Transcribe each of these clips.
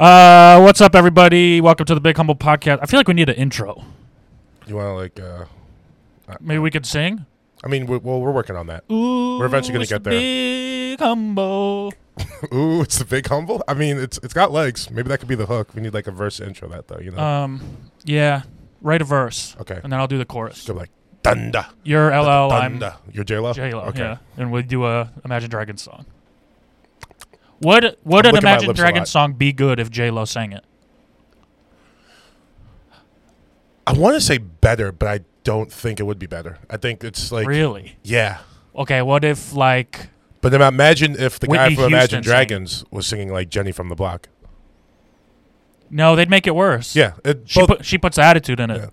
Uh, what's up, everybody? Welcome to the Big Humble Podcast. I feel like we need an intro. You want to like? Uh, Maybe we could sing. I mean, we well, we're working on that. Ooh, We're eventually gonna it's get the there. Big Humble. Ooh, it's the big humble. I mean, it's it's got legs. Maybe that could be the hook. We need like a verse intro that though. You know, Um, yeah. Write a verse, okay. and then I'll do the chorus. Go like thunder, You're LL, Oh, I'm thunder. You're J Lo. J Lo. Okay. Yeah, and we do a Imagine Dragons song. Would would an licking my Imagine lips a Dragons lot. song be good if J Lo sang it? I want to say better, but I don't think it would be better. I think it's like really? yeah. Okay. What if like But then imagine if the guy Whitney from Imagine Houston sang it. Dragons was singing like Jenny from the Block. no? They'd make it worse. Yeah, it, She both- put she puts attitude in it, Yeah.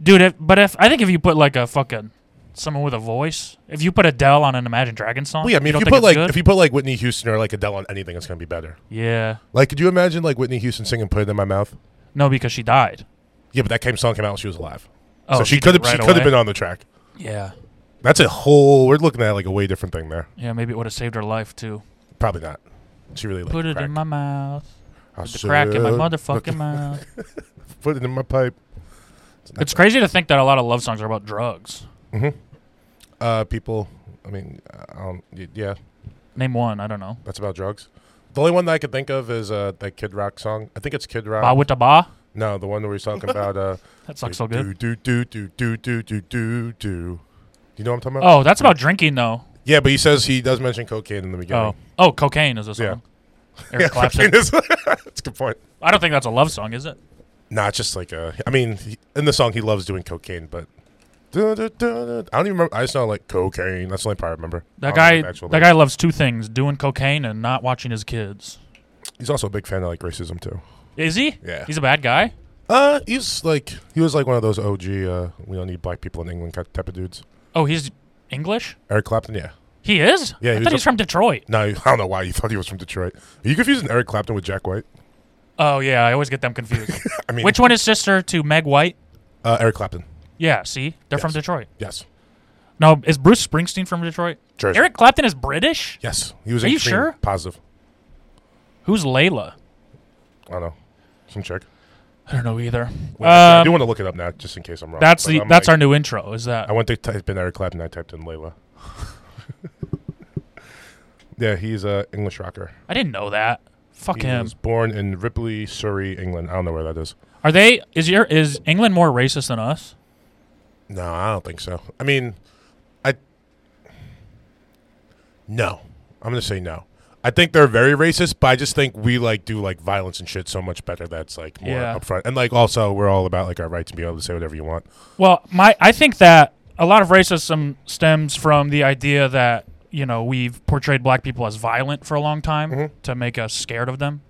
dude. If, but if I think if you put like a fucking someone with a voice, if you put Adele on an Imagine Dragon song, well, yeah, I mean, you if don't you think put it's like good? if you put like Whitney Houston or like Adele on anything, it's gonna be better. yeah, Like, could you imagine like Whitney Houston singing "Put It in My Mouth"? no, because she died. Yeah, but that came song came out when she was alive, Oh, so she did could it have she right could have away? been on the track. Yeah, That's a whole. We're looking at like a way different thing there. yeah, maybe it would have saved her life too. Probably not. She really liked Put it crack. in my mouth, I the crack in my said, motherfucking mouth. Put it in my pipe. It's crazy to think that a lot of love songs are about drugs. hmm Uh, people. I mean, I don't, y- yeah, Name one, I don't know. that's about drugs. The only one that I could think of is uh that Kid Rock song. I think it's Kid Rock. Ba with the ba, no, the one where he's talking about uh. that sucks so good. Do do do do do do do do. You know what I'm talking about? Oh, that's about drinking though. Yeah, but he says he does mention cocaine in the beginning. Oh, oh, cocaine is a Yeah. song. Eric Clapton. cocaine is- that's a good point. I don't think that's a love song, is it? Nah, it's just like uh, I mean, he- in the song he loves doing cocaine, but I don't even remember. I just know like cocaine. That's the only part I remember. That I guy, don't know the that actual lyrics. guy loves two things: doing cocaine and not watching his kids. He's also a big fan of like racism too. Is he? Yeah. He's a bad guy. uh, he's like he was like one of those OG. Uh, we don't need black people in England ki- type of dudes. Oh, he's English. Eric Clapton, yeah. He is. Yeah, I he was thought a- he's from Detroit. No, I don't know why you thought he was from Detroit. Are you confusing Eric Clapton with Jack White? Oh yeah, I always get them confused. I mean, Which one is sister to Meg White? Uh, Eric Clapton. Yeah, see, they're from Yes. Detroit. Yes. No, is Bruce Springsteen from Detroit? Jersey. Eric Clapton is British. Yes, he was. Are in you Cream. sure? Positive. Who's Layla? I don't know. Some check. I don't know either. I Um, do want to look it up now, just in case I'm wrong. that's But the I'm, that's like- our new intro. Is that I went to type in Eric Clapton. I typed in Layla. yeah, he's a English rocker. I didn't know that. Fuck He him. was born in Ripley, Surrey, England. I don't know where that is. Are they? Is your is England more racist than us? No, I don't think so. I mean, I no. I'm gonna say no. I think they're very racist, but I just think we like do like violence and shit so much better. That's like more Yeah. upfront, and like also we're all about like our right to be able to say whatever you want. Well, my I think that a lot of racism stems from the idea that you know we've portrayed black people as violent for a long time Mm-hmm. to make us scared of them,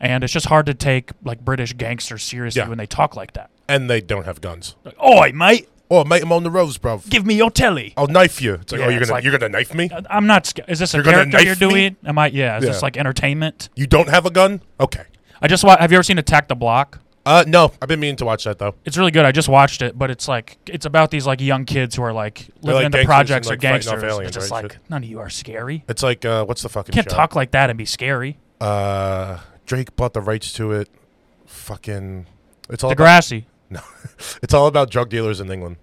and it's just hard to take like British gangsters seriously Yeah. when they talk like that. And they don't have guns. Like, Oi, mate, Oh, mate, I'm on the roads, bro. give me your telly. I'll knife you. It's like, Yeah, oh, you're it's gonna like- you're gonna knife me. I- I'm not. Sca- is this a You're gonna character you're knife me? doing? Am I? Yeah. Is this Yeah. like entertainment? You don't have a gun? Okay. I just wa- have you ever seen Attack the Block? Uh, no, I've been meaning to watch that though. It's really good. I just watched it, but it's like it's about these like young kids who are like living like in the gangsters projects or and, like, fighting off gangsters. aliens, it's just right? like Shit. none of you are scary. It's like uh, what's the fucking You can't show? talk like that and be scary. Uh, Drake bought the rights to it. Fucking, it's all about, Degrassi. it's all about drug dealers in England.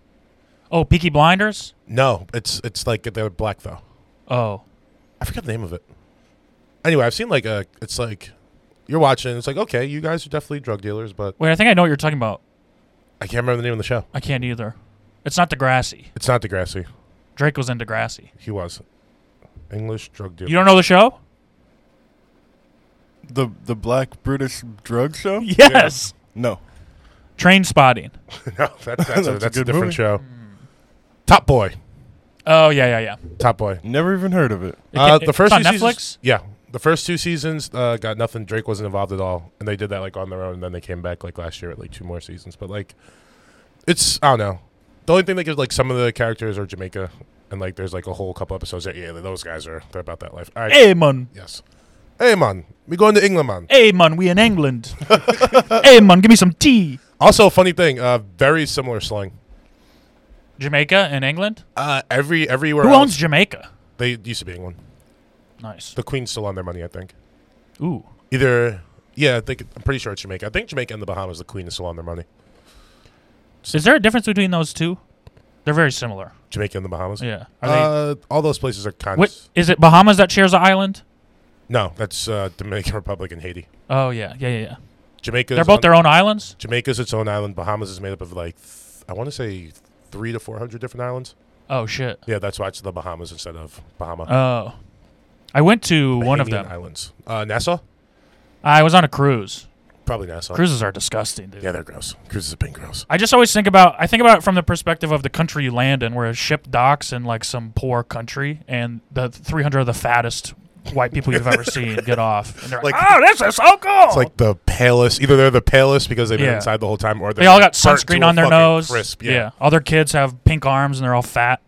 Oh, Peaky Blinders. No, it's it's like they're black though. Oh, I forgot the name of it. Anyway, I've seen like a. It's like you're watching. It's like okay, you guys are definitely drug dealers, but wait. I think I know what you're talking about. I can't remember the name of the show. I can't either. It's not Degrassi. It's not Degrassi. Drake was in Degrassi. He was English drug dealer. You don't know the show? The the black British drug show? Yes. No. Train Spotting. no, that, that's, That's a, a that's a, good different movie. show. Top Boy. Oh yeah, yeah, yeah. Top Boy. Never even heard of it. It Uh, ca- the first it's two on seasons- Netflix. yeah, the first two seasons uh, got nothing. Drake wasn't involved at all, and they did that like on their own. And then they came back like last year at like two more seasons. But like, it's I don't know. The only thing that gives like some of the characters are Jamaica, and like there's like a whole couple episodes that yeah, those guys are they're about that life. All right, Hey man, yes. Hey man, we going to England, man. hey man, we in England. hey man, give me some tea. Also, funny thing, uh, very similar slang. Jamaica and England. Uh, every everywhere Who else, owns Jamaica? they used to be England. Nice. The Queen's still on their money, I think. Ooh. Either Yeah, I think I'm pretty sure it's Jamaica. I think Jamaica and the Bahamas are the cleanest on their money. Is there a difference between those two? They're very similar. Jamaica and the Bahamas. Yeah. Are they, Uh, all those places are kind of what is it? Bahamas that shares an island? no. That's uh, Dominican Republic and Haiti. Oh yeah, yeah, yeah. yeah. Jamaica. They're both their own islands. Jamaica's its own island. Bahamas is made up of like th- I want to say three to four hundred different islands. Oh shit. Yeah, that's why it's the Bahamas instead of Bahama. Oh, I went to one of Bahamian them. islands. Uh, Nassau, I was on a cruise. probably Nassau. Cruises are disgusting, dude. Yeah, they're gross. Cruises have been gross. I just always think about I think about it from the perspective of the country you land in, where a ship docks in like some poor country, and the 300 of the fattest white people you've ever seen get off, and they're like, Like- "Oh, this is so cool!" It's like the palest. Either they're the palest because they've been Yeah. inside the whole time, or they're they all got burnt to sunscreen a on their fucking nose. Crisp, yeah. all their kids have pink arms and they're all fat.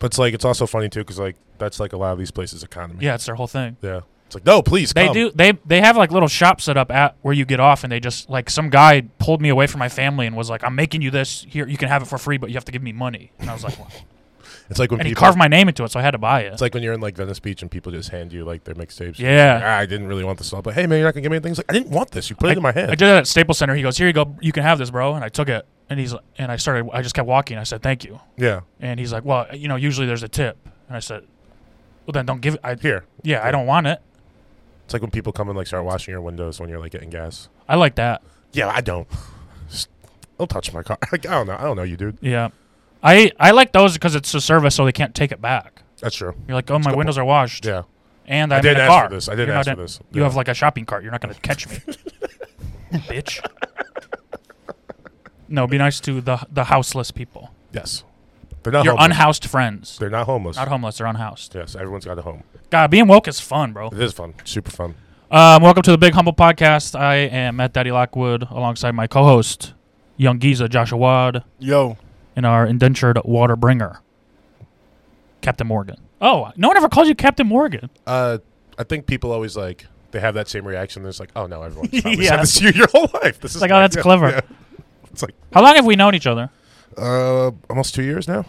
But it's like it's also funny too because like that's like a lot of these places economy. Yeah, it's their whole thing. Yeah. It's like no, please. They come. do. They they have like little shops set up at where you get off, and they just like some guy pulled me away from my family and was like, "I'm making you this here. You can have it for free, but you have to give me money." And I was like, "What?" It's like when and he people. carved my name into it, so I had to buy it. it's like when you're in like Venice Beach and people just hand you like their mixtapes. Yeah. Like, ah, I didn't really want this at all, but hey man, you're not gonna give me anything. It's like I didn't want this. You put it in my I hand. did that at Staples Center. He goes, "Here you go. You can have this, bro." And I took it, and he's like- and I started. I just kept walking. I said, "Thank you." yeah. And he's like, "Well, you know, usually there's a tip." And I said, "Well, then don't give it." I, Here. yeah, I don't want it. It's like when people come and like start washing your windows when you're like getting gas. I like that. Yeah, I don't. Just don't touch my car. Like I don't know. I don't know you, dude. Yeah, I I like those because it's a service, so they can't take it back. That's true. You're like, "Oh, my windows are washed." Yeah. And I I'm didn't in a ask car. for this. I didn't You're ask not for in- this. You Yeah. have like a shopping cart. You're not gonna catch me, bitch. No, be nice to the the houseless people. Yes. They're not. Your homeless. unhoused friends. They're not homeless. Not homeless. They're unhoused. yes. Everyone's got a home. God, being woke is fun, bro. It is fun. Super fun. Um, welcome to the Big Humble Podcast. I am Matt Daddy Lockwood alongside my co host, Young Giza Joshua Wad, Yo, and our indentured water bringer, Captain Morgan. Oh, no one ever calls you Captain Morgan. Uh, I think people always like they have that same reaction. They're just like, oh no, everyone's probably Yeah. said this to you your whole life. This is like, oh, that's clever. It's like How long have we known each other? uh, almost two years now.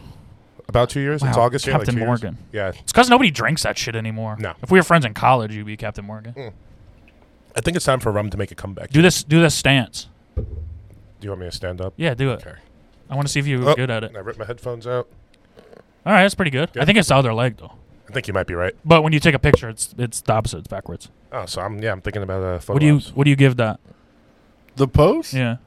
About two years. It's Wow, August. yeah, like Captain two years. Morgan. Yeah, It's because nobody drinks that shit anymore. No. If we were friends in college, you'd be Captain Morgan. I think it's time for rum to make a comeback. Do Do this. Do this stance. you want me to stand up? Yeah, do it. Okay. I want to see if you were Oh, good at it. And I ripped my headphones out. All right, that's pretty good. I Yeah. think it's the other leg though. I think you might be right. But when you take a picture, it's it's the opposite. It's backwards. Oh, so I'm yeah, I'm thinking about uh, photo What do you ops. What do you give that? the post? Yeah,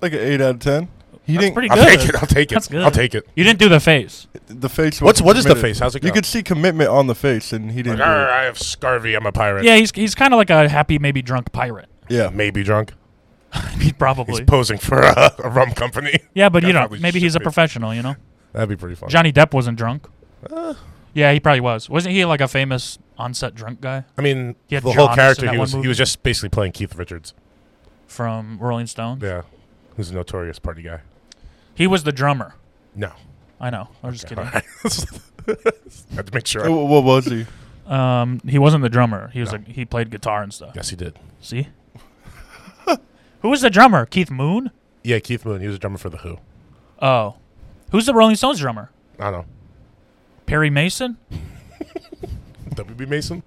Like an eight out of ten. He that's didn't. pretty I'll good. take it. I'll take it. That's good. I'll take it. You didn't do the face. The face. What's wasn't what is the committed. face? How's it You going? could see commitment on the face, and he Like, didn't. "Arr, I have scarvy. I'm a pirate. Yeah, he's he's kind of like a happy, maybe drunk pirate. do it. Yeah. Maybe drunk. He probably. He's posing for a, a rum company. yeah, but you Yeah, know, probably maybe he's a should be. professional. You know, That'd be pretty fun. Johnny Depp wasn't drunk. Uh, Yeah, he probably was. Wasn't he like a famous on-set drunk guy I mean, He the had whole jaundice in character that he one was he movie. was just basically playing Keith Richards. from Rolling Stone? Yeah, who's a notorious party guy. He was the drummer. No, I know. I was just kidding. I had to make sure. Uh, I- wh- What was he? Um, he wasn't the drummer. He was No. a, he played guitar and stuff. yes, he did. See, who was the drummer? Keith Moon. Yeah, Keith Moon. He was a drummer for the Who. Oh, who's the Rolling Stones drummer? I don't Perry Mason. know. W.B. Mason.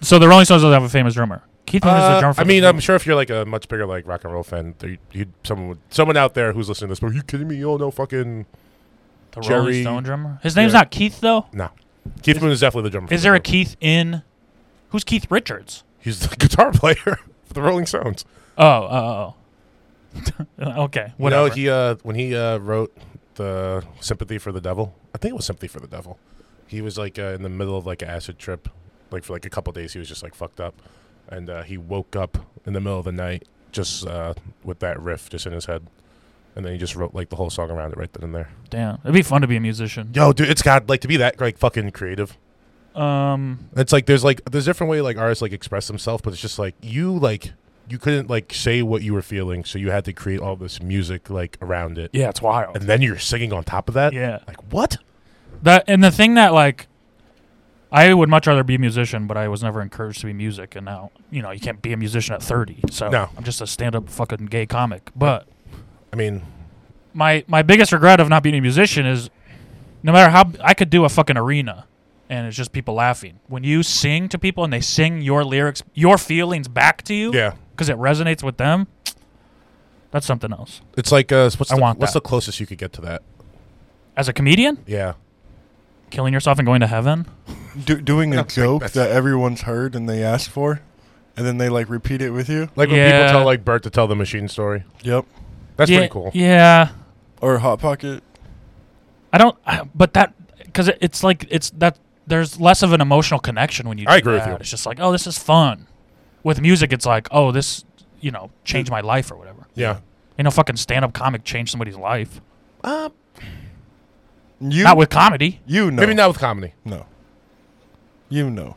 So the Rolling Stones doesn't have a famous drummer. Keith Moon is the Uh, drummer. For I the mean, Who. I'm sure if you're like a much bigger like rock and roll fan, there, you someone would, someone out there who's listening to this, but are you kidding me? You don't know fucking the Jerry- Rolling Stone drummer. His name's Yeah. not Keith though. no. Keith Moon is definitely the drummer. for Is the there a Who. Keith in? Who's Keith Richards? He's the guitar player for the Rolling Stones. Oh, oh, oh, oh. okay. You Whatever. know, he uh, when he uh, wrote the "Sympathy for the Devil," I think it was "Sympathy for the Devil." He was like uh, in the middle of like an acid trip, like for like a couple days. He was just like fucked up, and uh, he woke up in the middle of the night just uh, with that riff just in his head, and then he just wrote like the whole song around it right then and there. Damn, it'd be fun to be a musician. Yo, dude, it's got like to be that like fucking creative. Um, It's like there's like there's different way like artists like express themselves, but it's just like you like you couldn't like say what you were feeling, so you had to create all this music like around it. yeah, it's wild. And then you're singing on top of that? Yeah, Like what? that and the thing that like, I would much rather be a musician, but I was never encouraged to be music, and now you know you can't be a musician at thirty. So No. I'm just a stand-up fucking gay comic. But I mean, my my biggest regret of not being a musician is, no matter how I could do a fucking arena, and it's just people laughing. When you sing to people and they sing your lyrics, your feelings back to you, Yeah. because it resonates with them. That's something else. It's like uh, what's I the, want what's that. the closest you could get to that? As a comedian, Yeah. killing yourself and going to heaven. Do, doing a That's like joke best- that everyone's heard and they asked for, and then they like repeat it with you. Like when Yeah. people tell like Bert to tell the machine story. Yep. That's yeah, pretty cool. Yeah, Or hot pocket. I don't, I, but that because it, it's like it's that there's less of an emotional connection when you. I do agree with that. you. It's just like, oh, this is fun. With music, it's like, oh, this you know changed my life or whatever. Yeah. You know, fucking stand up comic changed somebody's life. You Not with comedy. you know Maybe not with comedy, no. You know.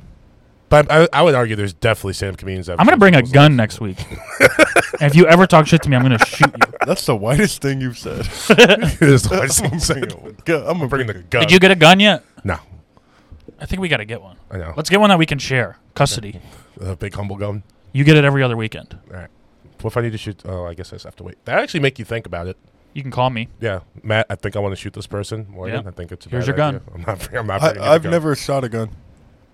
but I, I would argue there's definitely stand-up comedians. that- I'm gonna bring a gun next week. and if you ever talk shit to me, I'm gonna shoot you. That's the whitest thing you've said. It's the worst thing you I'm said. gonna bring a- I'm gonna Bring bring the the. gun. Did you get a gun yet? No, I think we gotta get one. I know. Let's get one that we can share custody. A big humble gun. You get it every other weekend. All right. What if I need to shoot? Oh, I guess I just have to wait. That actually make you think about it. You can call me. Yeah, Matt. I think I want to shoot this person. Morgan, Yeah. I think it's a Here's bad your idea. I'm not. I'm not. bringing I, a I've gun. never shot a gun.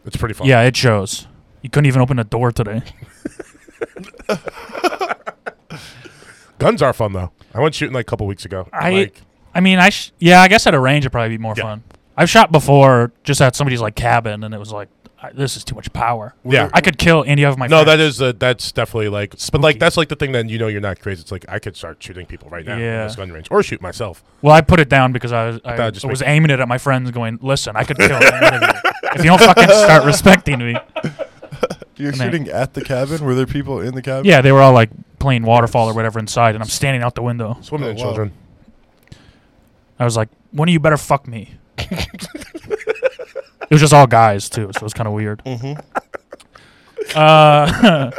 It's pretty fun. Yeah, it shows. You couldn't even open a door today. guns are fun though. I went shooting like a couple weeks ago. I- like, I mean, I sh- yeah, I guess at a range it'd probably be more Yeah. fun. I've shot before, just at somebody's like cabin, and it was like, I, this is too much power. yeah. I could kill any of my. no, friends. that is uh, that's definitely like, but Spooky. like that's like the thing that you know you're not crazy. It's like I could start shooting people right now Yeah. in this gun range or shoot myself. Well, I put it down because I was, I That just was aiming it at my friends, going, "Listen, I could kill any of you if you don't fucking start respecting me." You're And I- shooting at the cabin. Were there people in the cabin? Yeah, they were all like playing waterfall or whatever inside, and I'm standing out the window. It's women Oh, and wow. children. I was like, "One of you better fuck me." it was just all guys too, so it was kind of weird. Mm-hmm. Uh,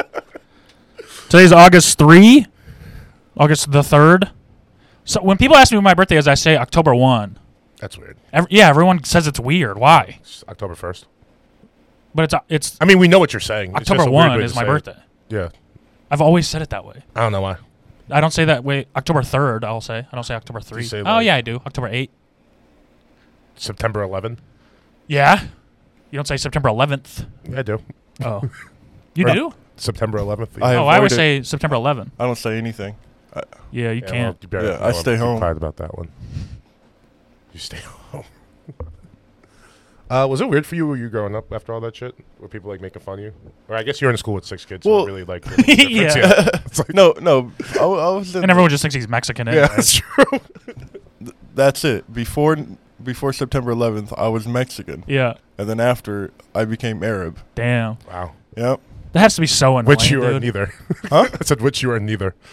today's August 3, August the 3rd. So when people ask me when my birthday is, I say October 1. That's weird. Every, yeah, everyone says it's weird. Why? It's October first. But it's it's I mean, we know what you're saying. It's just October a weird 1 way is to my say it. birthday. Yeah, I've always said it that way. I don't know why. I don't say that way. October 3rd, I'll say. I don't say October 3. say, oh, like- yeah, I do. October 8. September 11. Yeah. You don't say September 11th. Yeah, I do. Oh. You Or- do? September 11th. I oh, I always avoided- say September 11th. I don't say anything. I, Yeah, you Yeah, well, can't. you better- Yeah, I well, stay be home. Quiet about that one. You stay home. Uh, was it weird for you? Were you growing up after all that shit? Were people like making fun of you? Or I guess you're in school with six kids. Well- so it really like. really makes a difference, Yeah. It's like, no, no. I, w- I was. In, and everyone just thinks he's Mexican. yeah, anyway. that's true. that's it. Before before September 11th, I was Mexican, Yeah. and then after, I became Arab. Damn. Wow. Yep. That has to be so annoying. Which you are dude. neither. Huh? I said which you are neither.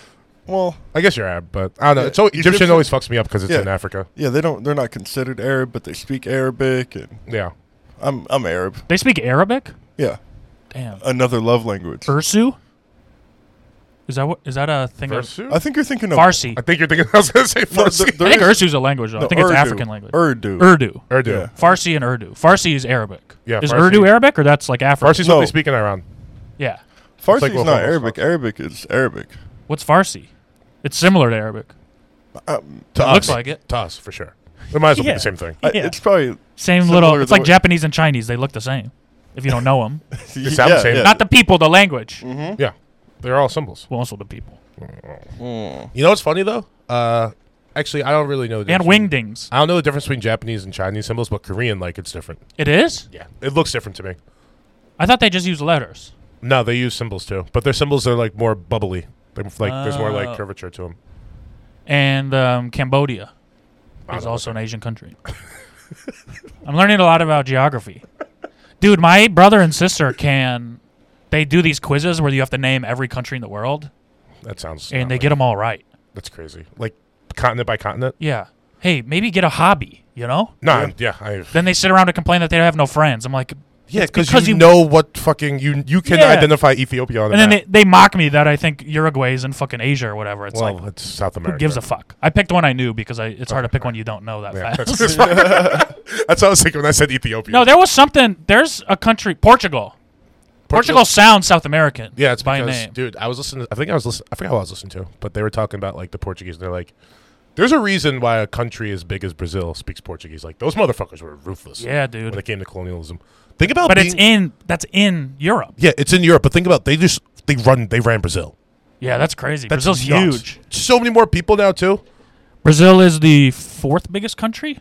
Well, I guess you're Arab, but I don't know. Yeah, It's al- Egyptian, Egyptian- always fucks me up because it's Yeah. in Africa. yeah, they don't. They're not considered Arab, but they speak Arabic, and Yeah. I'm I'm Arab. They speak Arabic? Yeah, Damn. another love language. Ursu? Is that what? Is that a thing? Of, Versu? I think you're thinking of Farsi. I think you're thinking. I was gonna say No, Farsi. th- there I think is- Ursu's a language though. I no, think it's Urdu. African language. Urdu. Urdu. Urdu. Yeah. Farsi and Urdu. Farsi is Arabic. Yeah, Is Farsi- Urdu Arabic or that's like African? Farsi's what No. they speak in Iran. Yeah. Farsi like is Wolf not Hall Arabic. Fox. Arabic is Arabic. What's Farsi? It's similar to Arabic. Um, To It us. looks like it. To us, for sure. It might as well Yeah. be the same thing. I- Yeah. It's probably Same Similar little. It's to like what- Japanese and Chinese. They look the same. If you don't know them, yeah, sound the same. yeah. not the people, the language. Yeah, they're all symbols. Well, also the people You know what's funny though? Uh, actually, I don't really know. The and difference between- wingdings. I don't know the difference between Japanese and Chinese symbols, but Korean like it's different. It is. Yeah, it looks different to me. I thought they just used letters. No, they use symbols too, but their symbols are like more bubbly. They're f- like there's more Oh. like curvature to them. And um, Cambodia I is don't also an Asian country. I'm learning a lot about geography. Dude, my brother and sister can. They do these quizzes where you have to name every country in the world, That sounds. and not they right. get them all right. that's crazy. Like continent by continent. Yeah. Hey, maybe get a hobby, you know? No, I'm- yeah, I. Then they sit around and complain that they have no friends. I'm like, Yeah, it's because you, know what fucking you you can Yeah. identify Ethiopia on the And then map. they, they mock me that I think Uruguay is in fucking Asia or whatever. It's well, like, it's South America. who gives a fuck? I picked one I knew because I, it's hard to pick one you don't know that Yeah, fast. that's, that's what I was thinking when I said Ethiopia. No, there was something. There's a country, Portugal. Portugal, sounds South American. Yeah, it's by because, name. dude. I was listening. I think I was listening. I forgot what I was listening to, but they were talking about like the Portuguese. and They're like, There's a reason why a country as big as Brazil speaks Portuguese. Like those motherfuckers were ruthless. Yeah, When dude. it came to colonialism, think about. But being, it's in that's in Europe. yeah, it's in Europe. But think about they just they run they ran Brazil. Yeah, that's crazy. That's Brazil's nuts. huge. So many more people now too. Brazil is the fourth biggest country.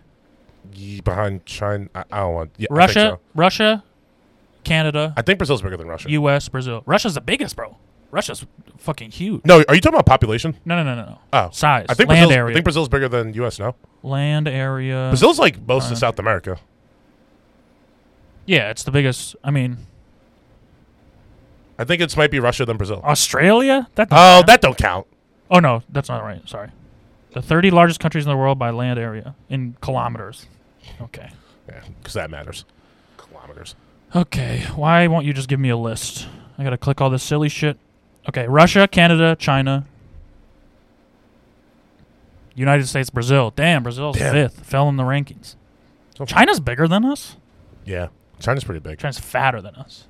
Ye- Behind China, I, I don't want yeah, I think Russia, so. Russia, Canada, I think Brazil's bigger than Russia. U.S., Brazil. Russia's the biggest, bro. Russia's fucking huge. no, are you talking about population? No, no, no, no, no. Oh, Size, I think land Brazil's, area, I think Brazil's bigger than U.S. Now. land area. Brazil's like most uh, of South America. Yeah, it's the biggest. I mean, I think it's might be Russia than Brazil. Australia. That. Oh, that don't count. Oh no, that's not right. Sorry. The 30 largest countries in the world by land area in kilometers. Okay. Yeah, because that matters. Kilometers. Okay. Why won't you just give me a list? I gotta click all this silly shit. Okay. Russia, Canada, China, United States, Brazil. Damn, Brazil's Damn. fifth. Fell in the rankings. So- China's bigger than us. Yeah, China's pretty big. China's fatter than us.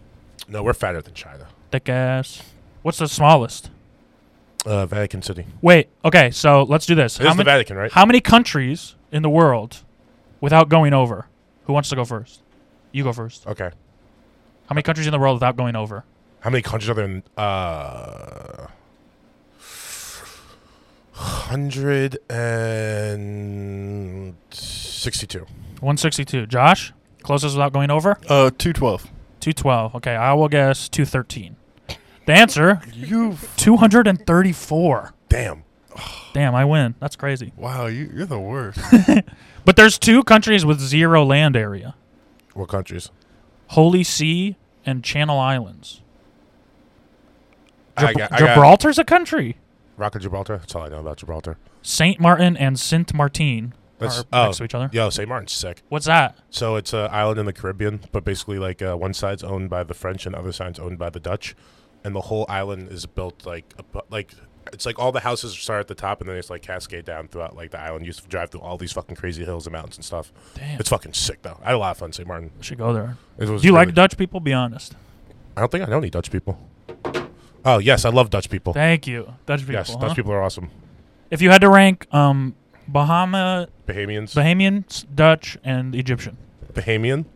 No, we're fatter than China. Thick ass. What's the smallest? Uh, Vatican City. Wait. Okay. So let's do this. It How is the many? Vatican, right? How many countries in the world without going over? Who wants to go first? You go first. Okay. How many countries in the world without going over? How many countries are there in? Uh, hundred and sixty-two. 162. Josh, closest without going over? Uh, two twelve. 212. Okay, I will guess 213. The answer, You 234. Damn. Damn, I win. That's crazy. wow, Oh, you, you're the worst. But there's two countries with zero land area. What countries? Holy Sea and Channel Islands. I Gibr- got- I got- Gibraltar's a country. Rock of Gibraltar. That's all I know about Gibraltar. Saint Martin and Saint Martin That's are oh, next to each other. Yo, Saint Martin's sick. What's that? So it's an island in the Caribbean, but basically like uh, one side's owned by the French and the other side's owned by the Dutch, and the whole island is built like abo- like it's like all the houses start at the top and then it's like cascade down throughout like the island. You used to drive through all these fucking crazy hills and mountains and stuff. Damn. It's fucking sick though. I had a lot of fun in Saint Martin. Should go there. It was Do you really- like Dutch people? Be honest. I don't think I know any Dutch people. Oh yes, I love Dutch people. Thank you, Dutch people. yes, huh? Dutch people are awesome. If you had to rank um, Bahama, Bahamians, Bahamian, s- Dutch, and Egyptian, Bahamian,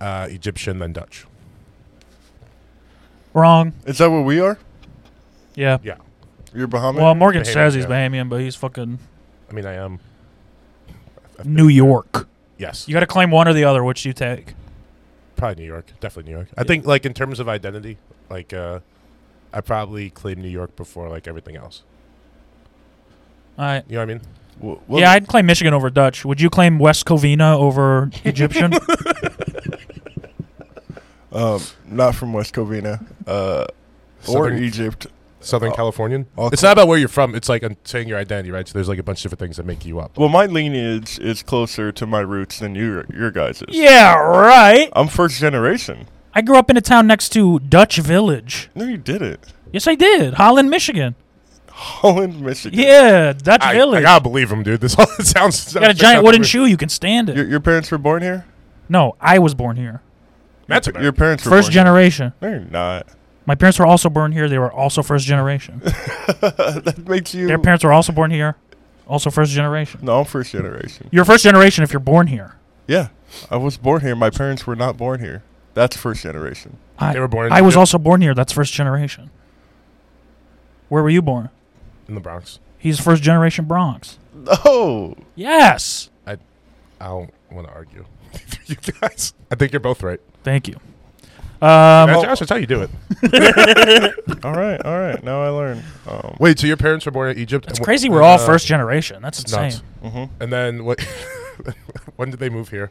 uh, Egyptian, then Dutch. wrong. Is that what we are? Yeah. Yeah, You're Bahamian. Well, Morgan Bahamian, says he's yeah. Bahamian, but he's fucking I mean I am. New York. Yes, You got to claim one or the other. Which do you take? probably New York. Definitely New York. I think like in terms of identity, like uh I probably claim New York before like everything else. All right. You know what I mean? Well, yeah, I'd claim Michigan over Dutch. Would you claim West Covina over Egyptian? um, not from West Covina, uh, or Southern- Egypt. Southern Uh, Californian. all It's cl- not about where you're from. It's like I'm saying your identity, right? So there's like a bunch of different things that make you up. Well, my lineage is closer to my roots than your your guys' is. yeah, right. I'm first generation. I grew up in a town next to Dutch Village. No, you didn't. Yes, I did. Holland, Michigan. Holland, Michigan. Yeah, Dutch I, I Village. gotta believe him, dude. This all it sounds. sounds You got a like giant South wooden Africa. shoe. You can stand it. Your, your parents were born here. No, I was born here. That's your American. parents were First born generation. Here. No, you're not. My parents were also born here. They were also first generation. that makes you. Their parents were also born here, also first generation. no, I'm first generation. You're first generation if you're born here. Yeah, I was born here. My parents were not born here. That's first generation. I, They were born in I was Egypt. also born here. That's first generation. Where were you born? in the Bronx. He's first generation Bronx. Oh, Yes. I don't want to argue. you guys, I think you're both right. Thank you. Um, That's, that's how you do it. all right, all right. Now I learned. Um, Wait, so your parents were born in Egypt? it's and wh- crazy. and, We're all uh, first generation. That's it's insane. nuts. mhm. And then what? when did they move here?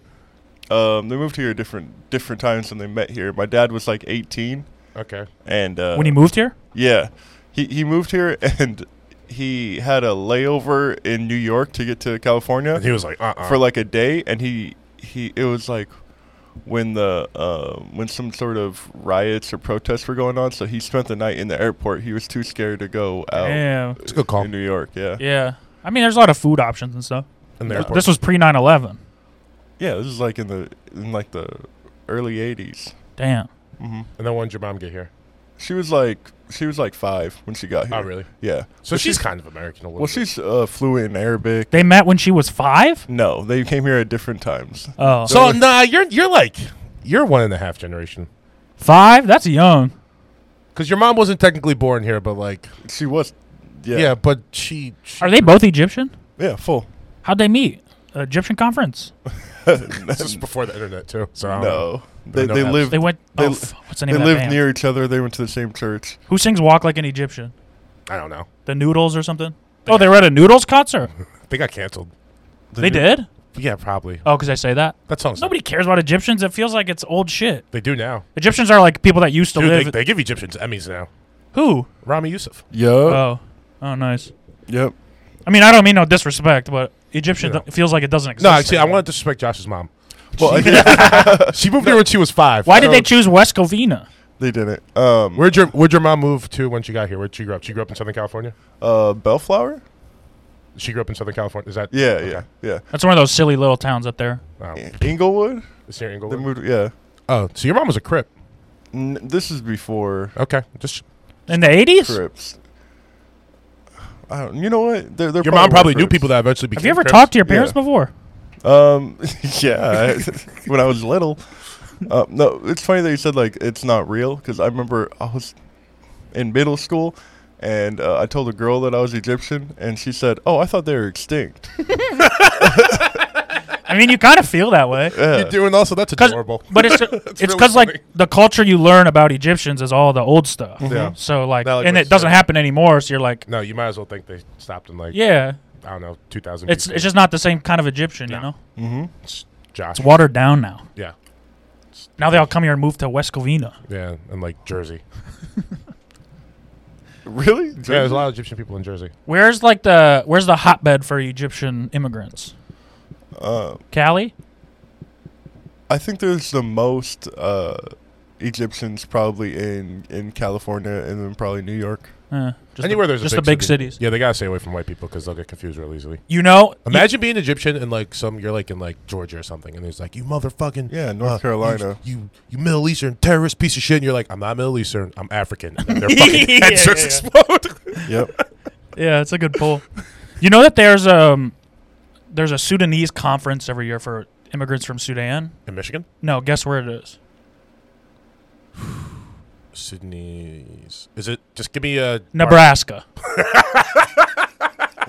Um, they moved here different different times when they met here. My dad was like 18, Okay. and uh, When he moved here, yeah, he he moved here and he had a layover in New York to get to California And he was like, uh, uh for like a day, and he he it was like when the uh, when some sort of riots or protests were going on, so he spent the night in the airport. He was too scared to go Oh. out yeah, It's a good call. in New York. Yeah, yeah. I mean, there's a lot of food options and stuff. In the Yeah. airport. This was pre 9/11. yeah, this is like in the in like the early 80s. Damn. hmm And then when did your mom get here? She was like she was like five when she got here. Oh, really? Yeah. So But she's kind of American a little well, bit. she's uh, fluent in Arabic. They met when she was five. No, they came here at different times. Oh, so nah, you're you're like you're one and a half generation five? That's young. because your mom wasn't technically born here, but like She was, yeah, yeah, yeah, but she, she Are they both Egyptian? full. How'd they meet? Egyptian conference. this was before the internet too. So I don't know. no, they no they apps. lived They went. They oh, li- f- what's the they name of that lived band? near each other. They went to the same church. Who sings "Walk Like an Egyptian"? I don't know. The Noodles or something? Oh, they were at a Noodles concert. They got canceled. They did. Yeah, probably. Oh, because I say that. That song's Nobody cares about Egyptians. It feels like it's old shit. They do now. Egyptians are like people that used to Dude, live. they, they give Egyptians Emmys now. Who? Rami Yusuf. Yep. Oh, oh, nice. yep. I mean, I don't mean no disrespect, but Egyptian Yeah. th- feels like it doesn't exist. No, actually, I anymore. want to disrespect Josh's mom. Well, I- She moved here when she was five. Why did they Oh. choose West Covina? they didn't. Um, Where'd your Where'd your mom move to when she got here? Where'd she grow up? She grew up in Southern California. uh, Bellflower. She grew up in Southern California. Is that Yeah, Okay. yeah, That's one of those silly little towns up there. Wow. yeah. Inglewood. It's near They Inglewood. moved. Yeah. oh, so your mom was a Crip. N- this is before Okay, just In the eighties? Crips. I don't. You know what? They're, they're your mom probably were knew Crips. people that eventually became. Have you ever Crips. talked to your parents Yeah. before? Um, yeah, I- when I was little. Uh, no, it's funny that you said like it's not real because I remember I was in middle school and uh, I told a girl that I was Egyptian and she said, "Oh, I thought they were extinct." I mean, you kind of feel that way, Yeah. You do, and also that's 'Cause- adorable. but it's it's really because funny. like the culture you learn about Egyptians is all the old stuff. Yeah. So like, Not like and what it you doesn't said. happen anymore. So you're like, No, you might as well think they stopped in like yeah, I don't know, 2000. it's it's just not the same kind of Egyptian, you No. know. mm-hmm. It's Josh. It's watered down now. yeah, Now they all come here and move to West Covina. yeah, and like Jersey. Really? Yeah, there's a lot of Egyptian people in Jersey. Where's like the where's the hotbed for Egyptian immigrants? Uh, Cali? I think there's the most uh, Egyptians probably in in California and then probably New York. Uh, just Anywhere the, there's a just big the big city. cities. Yeah, they gotta stay away from white people because they'll get confused real easily. You know, Imagine being Egyptian and like some you're like in like Georgia or something, and there's like you motherfucking Yeah, North uh, Carolina. you, you you Middle Eastern terrorist piece of shit, and you're like I'm not Middle Eastern, I'm African. And their fucking Yeah, heads yeah, just yeah. explode. Yep. Yeah, it's a good pull. you know that there's um there's a Sudanese conference every year for immigrants from Sudan. in Michigan, No, guess where it is? Sydney's is it? Just give me a Nebraska.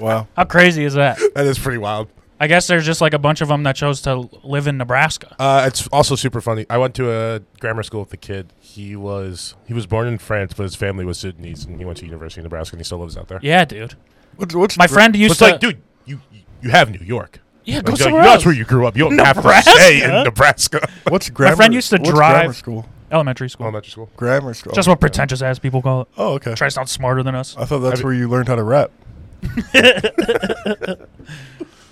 wow. How crazy is that? That is pretty wild. I guess there's just like a bunch of them that chose to live in Nebraska. Uh, it's also super funny. I went to a grammar school with a kid. He was he was born in France, but his family was Sudanese, and he went to University of Nebraska, and he still lives out there. Yeah, dude. What's, what's My gr- friend But used it's to like, dude, you you have New York. Yeah, Like, go like, somewhere that's else. where you grew up. You don't have to Nebraska? stay in Nebraska. What's grammar? used to what's drive- grammar school. Elementary school. Elementary school. Grammar school. Just what pretentious ass people call it. Oh, okay. Try to sound smarter than us. I thought that's Have where you learned how to rap.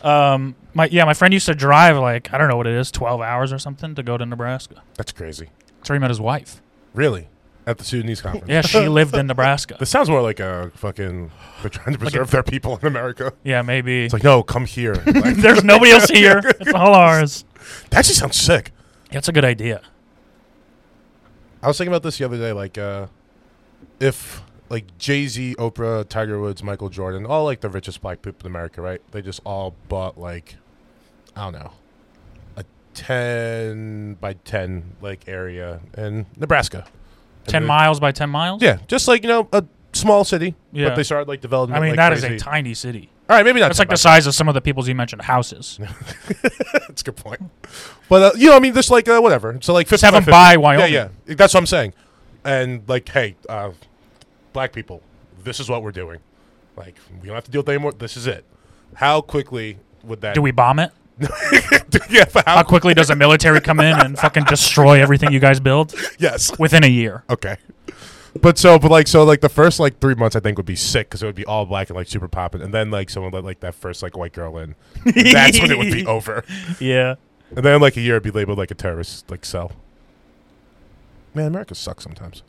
Um, my yeah, my friend used to drive like I don't know what it is, twelve hours or something to go to Nebraska. That's crazy. That's where he met his wife. Really? At the Sudanese conference. Yeah, she lived in Nebraska. This sounds more like a fucking. They're trying to preserve their people in America. Yeah, maybe. It's like, no, come here. Like, There's nobody else here. It's all ours. that actually sounds sick. That's a good idea. I was thinking about this the other day, like uh, if like Jay Z, Oprah, Tiger Woods, Michael Jordan, all like the richest black people in America, right? They just all bought like I don't know a ten by ten like area in Nebraska. And Ten they- miles by ten miles. Yeah, just like you know a small city, Yeah. but they started like developing. I mean, like, that is crazy. a tiny city. all right, maybe not. That's like the 10 size of some of the peoples you mentioned houses. by 10. That's a good point. But uh, you know, I mean, just like uh, whatever. So like 50 have by 'em 50. buy Wyoming. Yeah, yeah. That's what I'm saying. And like, hey, uh, black people, this is what we're doing. Like, we don't have to deal with anymore. This is it. How quickly would that? Do we bomb it? yeah, but how? How quickly does a military come in and fucking destroy everything you guys build yes. within a year? Okay. But so, but like, so like the first like three months, I think would be sick because it would be all black and like super popping, and then like someone let like that first like white girl in, And that's when it would be over. Yeah. And then like a year, it'd be labeled like a terrorist like cell. Man, America sucks sometimes.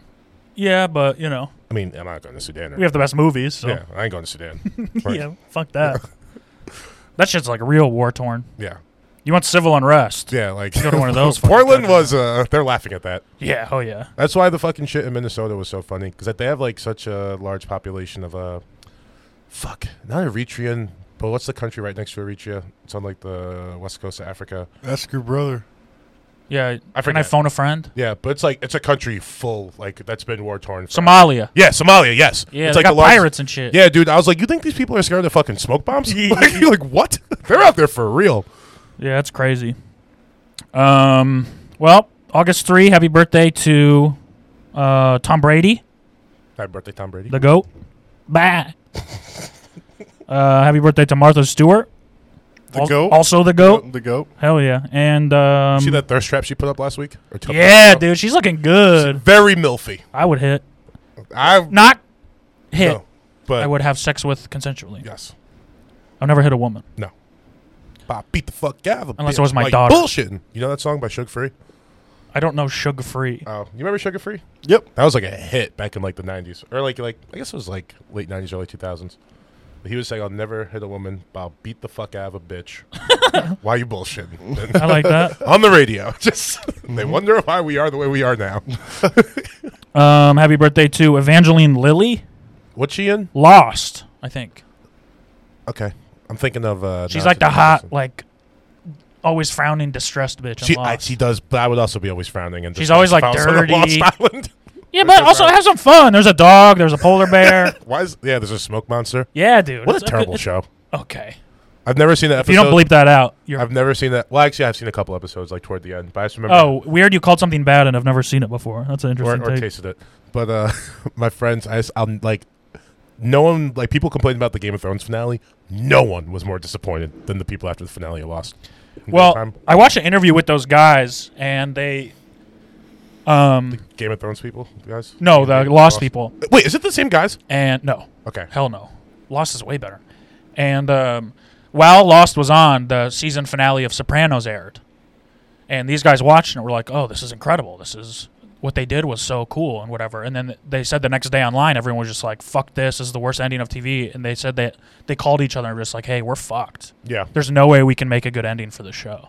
Yeah, but you know I mean, I'm not going to Sudan. Or we have the best movies. So. Yeah, I ain't going to Sudan. yeah. Fuck that. that shit's like real war torn. Yeah. You want civil unrest? Yeah, like Go to one of those fucking Portland countries. was uh, they're laughing at that. Yeah. Oh yeah. That's why the fucking shit in Minnesota was so funny because they have like such a large population of uh, fuck, not Eritrean, but what's the country right next to Eritrea? It's on like the west coast of Africa. Ask your brother. Yeah. I Can I forget. phone a friend? Yeah, but it's like it's a country full like that's been war torn. Somalia. Yeah, Somalia. Yes. Yeah. it's they like got the large- pirates and shit. Yeah, dude. I was like, you think these people are scared of fucking smoke bombs? like, you're like, what? They're out there for real. Yeah, that's crazy. Um, well, August 3, happy birthday to uh, Tom Brady, Happy birthday, Tom Brady. the GOAT. Bah. uh, happy birthday to Martha Stewart. The Al- goat. Also the GOAT. The goat. Hell yeah. And, um, See that thirst trap she put up last week? Or two- yeah, dude, she's looking good. Very milfy. I would hit. I no, Not hit. but I would have sex with consensually. yes. I've never hit a woman. I beat the fuck out of a Unless bitch. it was my Like, daughter. Bullshitting. You know that song by Sugar Free? I don't know sugar free. Oh, you remember Sugar Free? Yep. That was like a hit back in like the '90s, or like like I guess it was like late '90s, early 2000s. But he was saying, "I'll never hit a woman, but I'll beat the fuck out of a bitch." why you bullshitting? I like that. On the radio, just they wonder why we are the way we are now. Um, happy birthday to Evangeline Lilly. What's she in? Lost, I think. Okay, I'm thinking of. Uh, She's not like the today, hot, person. like always frowning, distressed bitch. in She, I, Lost. she does, but I would also be always frowning and. She's just, always, if like, I was on a dirty. Lost Island. yeah, but That's also her have some fun. There's a dog. There's a polar bear. Why is yeah? There's a smoke monster. yeah, dude. What a it's terrible it's- show. Okay, I've never seen that if episode. you don't bleep that out, you're. I've never seen that. Well, actually, I've seen a couple episodes like toward the end, but I just remember. oh, weird. You called something bad, and I've never seen it before. That's an or, interesting or take. tasted it. But uh, my friends, I, am like, no one like people complained about the Game of Thrones finale. No one was more disappointed than the people after the finale of Lost. Well, Time, I watched an interview with those guys, and they, um, Game of Thrones people, you guys. no, the lost people, Wait, is it the same guys? and no, Okay. Hell no. Lost is way better. And um, while Lost was on, the season finale of Sopranos aired. And these guys watching it were like, oh, this is incredible. This is what they did was so cool and whatever. And then they said the next day online, everyone was just like, fuck this. This is the worst ending of TV. And they said that they called each other and were just like, hey, we're fucked. Yeah. There's no way we can make a good ending for the show.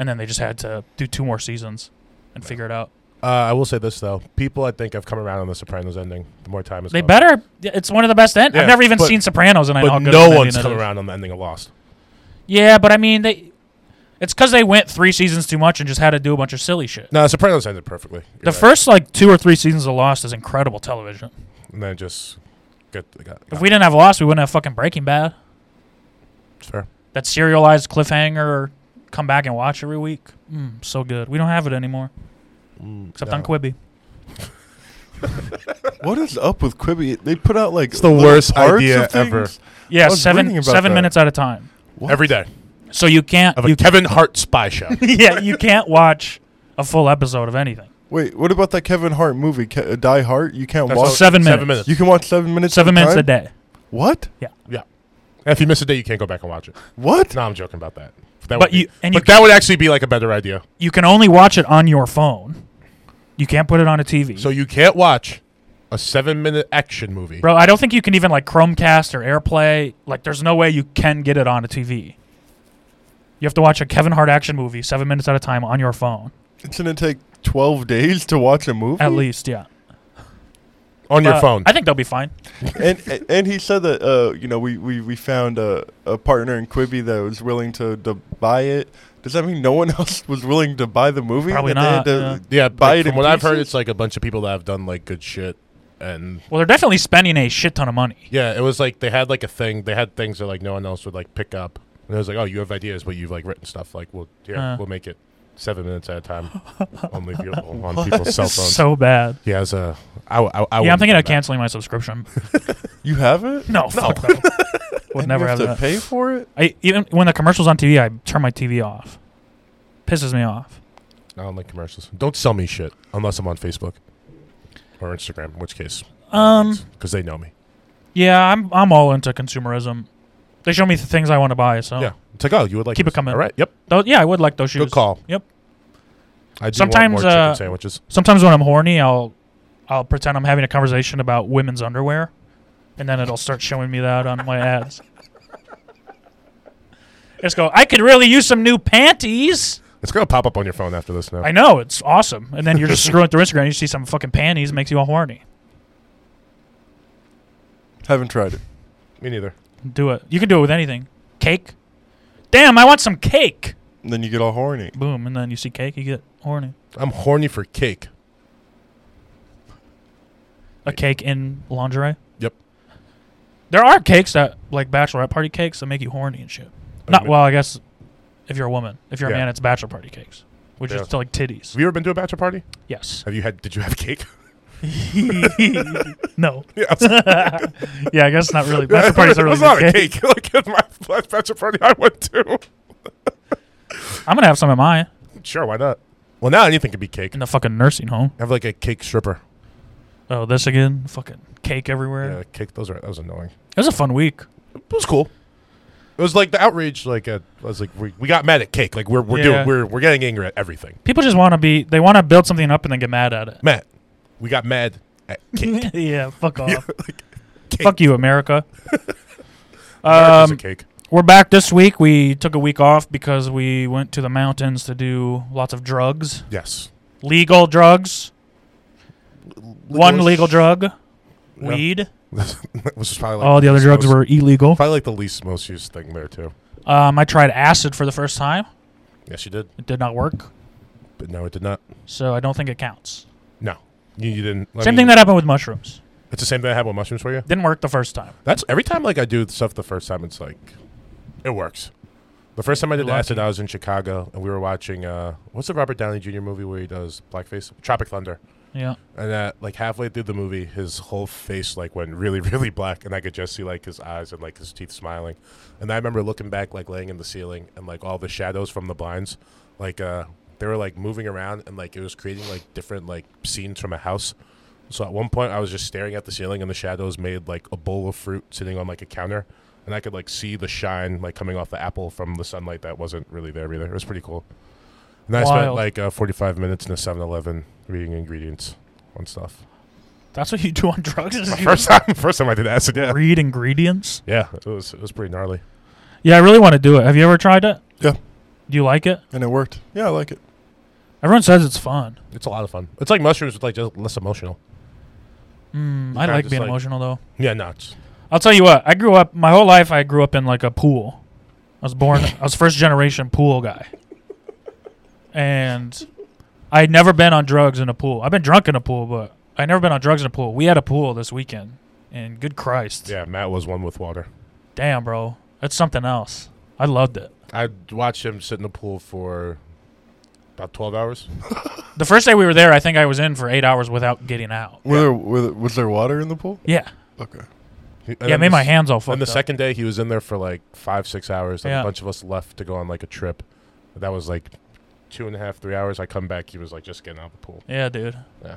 And then they just had to do two more seasons and figure it out. Uh, I will say this though, people I think have come around on the Sopranos ending. The more time has They gone. better. It's one of the best end. Yeah, I've never even but- seen Sopranos, and I know how but good no of an one's ending it is. come around on the ending of Lost. Yeah, but I mean, they. It's because they went three seasons too much and just had to do a bunch of silly shit. No, Sopranos ended perfectly. You're the right. first like two or three seasons of Lost is incredible television. and then just get the got, If we didn't have Lost, we wouldn't have fucking Breaking Bad. it's fair. That serialized cliffhanger, come back and watch every week. Mm, so good. We don't have it anymore except on Mm, no. Quibi. What is up with Quibi? They put out like It's the little worst parts of idea things. ever. Yeah, was reading seven about seven that. minutes at a time. What? every day So you can't of a you Kevin Hart spy show. yeah you can't watch a full episode of anything. Wait, what about that Kevin Hart movie, Ke- uh, Die Hard? You can't That's watch. all- Seven seven minutes. minutes. You can watch seven minutes. Seven at a minutes a time? day. What? Yeah. And if you miss a day, you can't go back and watch it. What? No, I'm joking about that. But That would be- you- and you but that would actually be like a better idea. You can only watch it on your phone. You can't put it on a TV. So you can't watch a seven minute action movie. Bro, I don't think you can even like Chromecast or AirPlay. Like, there's no way you can get it on a TV. You have to watch a Kevin Hart action movie seven minutes at a time on your phone, It's gonna take twelve days to watch a movie. at least. Yeah, on your Uh, phone. I think they'll be fine. and and he said that uh, you know we, we, we found a, a partner in Quibi that was willing to, to buy it. Does that mean no one else was willing to buy the movie? Probably That they had not, to- yeah, buy like, it from in what I've heard, pieces? it's like a bunch of people that have done like good shit, and Well, they're definitely spending a shit ton of money. yeah, it was like they had like a thing. They had things that like no one else would like pick up, and it was like, oh, you have ideas, but you've like written stuff. Like, we'll here, Uh. we'll make it seven minutes at a time, only viewable on people's cell phones. So bad. he has a. I, w- I, w- I yeah, I'm wouldn't thinking do of that. canceling my subscription. You have it? No, fuck no. Would And never you have have to that. pay for it. I even when the commercials on TV, I turn my TV off. Pisses me off. I don't like commercials. Don't sell me shit unless I'm on Facebook or Instagram. In which case, Um. because they know me. Yeah, I'm I'm all into consumerism. They show me the things I want to buy, so Yeah, it's like oh, you would like Keep it this. coming. All right, yep, Tho- yeah, I would like those shoes. good call. Yep. I do Sometimes, want more chicken uh, sandwiches. sometimes when I'm horny, I'll I'll pretend I'm having a conversation about women's underwear, and then it'll start showing me that on my ads. Just go. I could really use some new panties. It's gonna pop up on your phone after this now. I know it's awesome. And then you're just scrolling through Instagram, and you see some fucking panties, it makes you all horny. Haven't tried it. Me neither. Do it. You can do it with anything. Cake. Damn, I want some cake. And then you get all horny. Boom, and then you see cake, you get horny. I'm horny for cake. A cake in lingerie. Yep. There are cakes that like bachelorette party cakes that make you horny and shit. I Not mean- well, I guess if you're a woman. If you're a Yeah. man, it's bachelor party cakes, which Yeah. is to like titties. Have you ever been to a bachelor party? Yes. Have you had? Did you have cake? no. yeah, I was- Yeah, I guess not really. Bachelor parties are really It was good not a cake. cake. like at my last bachelor party I went to. I'm gonna have some of mine Sure, why not? Well, now anything could be cake. in the fucking nursing home. Have like a cake stripper. Oh, this again? Fucking cake everywhere. Yeah, cake. Those are that was annoying. It was a fun week. It was cool. It was like the outrage. Like uh, I was like, we, we got mad at cake. Like we're we're Yeah. doing we're we're getting angry at everything. People just want to be. They want to build something up and then get mad at it. Matt, we got mad at cake. yeah, fuck off. Cake. Fuck you, America. America's a um, cake. we're back this week. We took a week off because we went to the mountains to do lots of drugs, Yes. legal drugs. One Legalish- legal drug, Yeah. weed. Which is probably like All the other least drugs most- were illegal. probably like the least most used thing there too. Um, I tried acid for the first time. Yes, you did, It did not work, but no, it did not. so I don't think it counts. No, you, you didn't. I Same mean, thing that happened with mushrooms. it's the same thing I had with mushrooms for you. Didn't work the first time. That's every time like I do stuff the first time, it's like it works. The first time I did You're acid, I was in Chicago and we were watching uh what's the Robert Downey Jr. movie where he does blackface? Tropic Thunder. Yeah. And that like halfway through the movie, his whole face like went really, really black, and I could just see like his eyes and like his teeth smiling. And I remember looking back, like laying in the ceiling, and like all the shadows from the blinds, like uh, they were like moving around, and like it was creating like different like scenes from a house. So at one point, I was just staring at the ceiling, and the shadows made like a bowl of fruit sitting on like a counter, and I could like see the shine like coming off the apple from the sunlight that wasn't really there either. It was pretty cool. And I spent Wild. like uh, 45 minutes in a 7-Eleven reading ingredients on stuff. That's what you do on drugs. Is you First time, first time I did acid. Yeah, read ingredients. yeah, it was it was pretty gnarly. Yeah, I really want to do it. Have you ever tried it? Yeah. Do you like it? And it worked. Yeah, I like it. Everyone says it's fun. It's a lot of fun. It's like mushrooms, with like just less emotional. Mm, I Hmm, kinda like just being like- emotional though. Yeah, no, it's, I'll tell you what. I grew up my whole life. I grew up in like a pool. I was born. I was first generation pool guy. And I'd never been on drugs in a pool. I've been drunk in a pool, but I never been on drugs in a pool. We had a pool this weekend, and good Christ, yeah. Matt was one with water. damn, bro, that's something else. I loved it. I watched him sit in the pool for about twelve hours. The first day we were there, I think I was in for eight hours without getting out. Were there, were there, was there water in the pool? Yeah, Okay. He- and yeah, it then made the my s- hands all fucked And the up. second day, he was in there for like five, six hours. Like Yeah. a bunch of us left to go on like a trip. That was like two and a half, three hours. I come back, he was like just getting out of the pool. Yeah, dude. Yeah.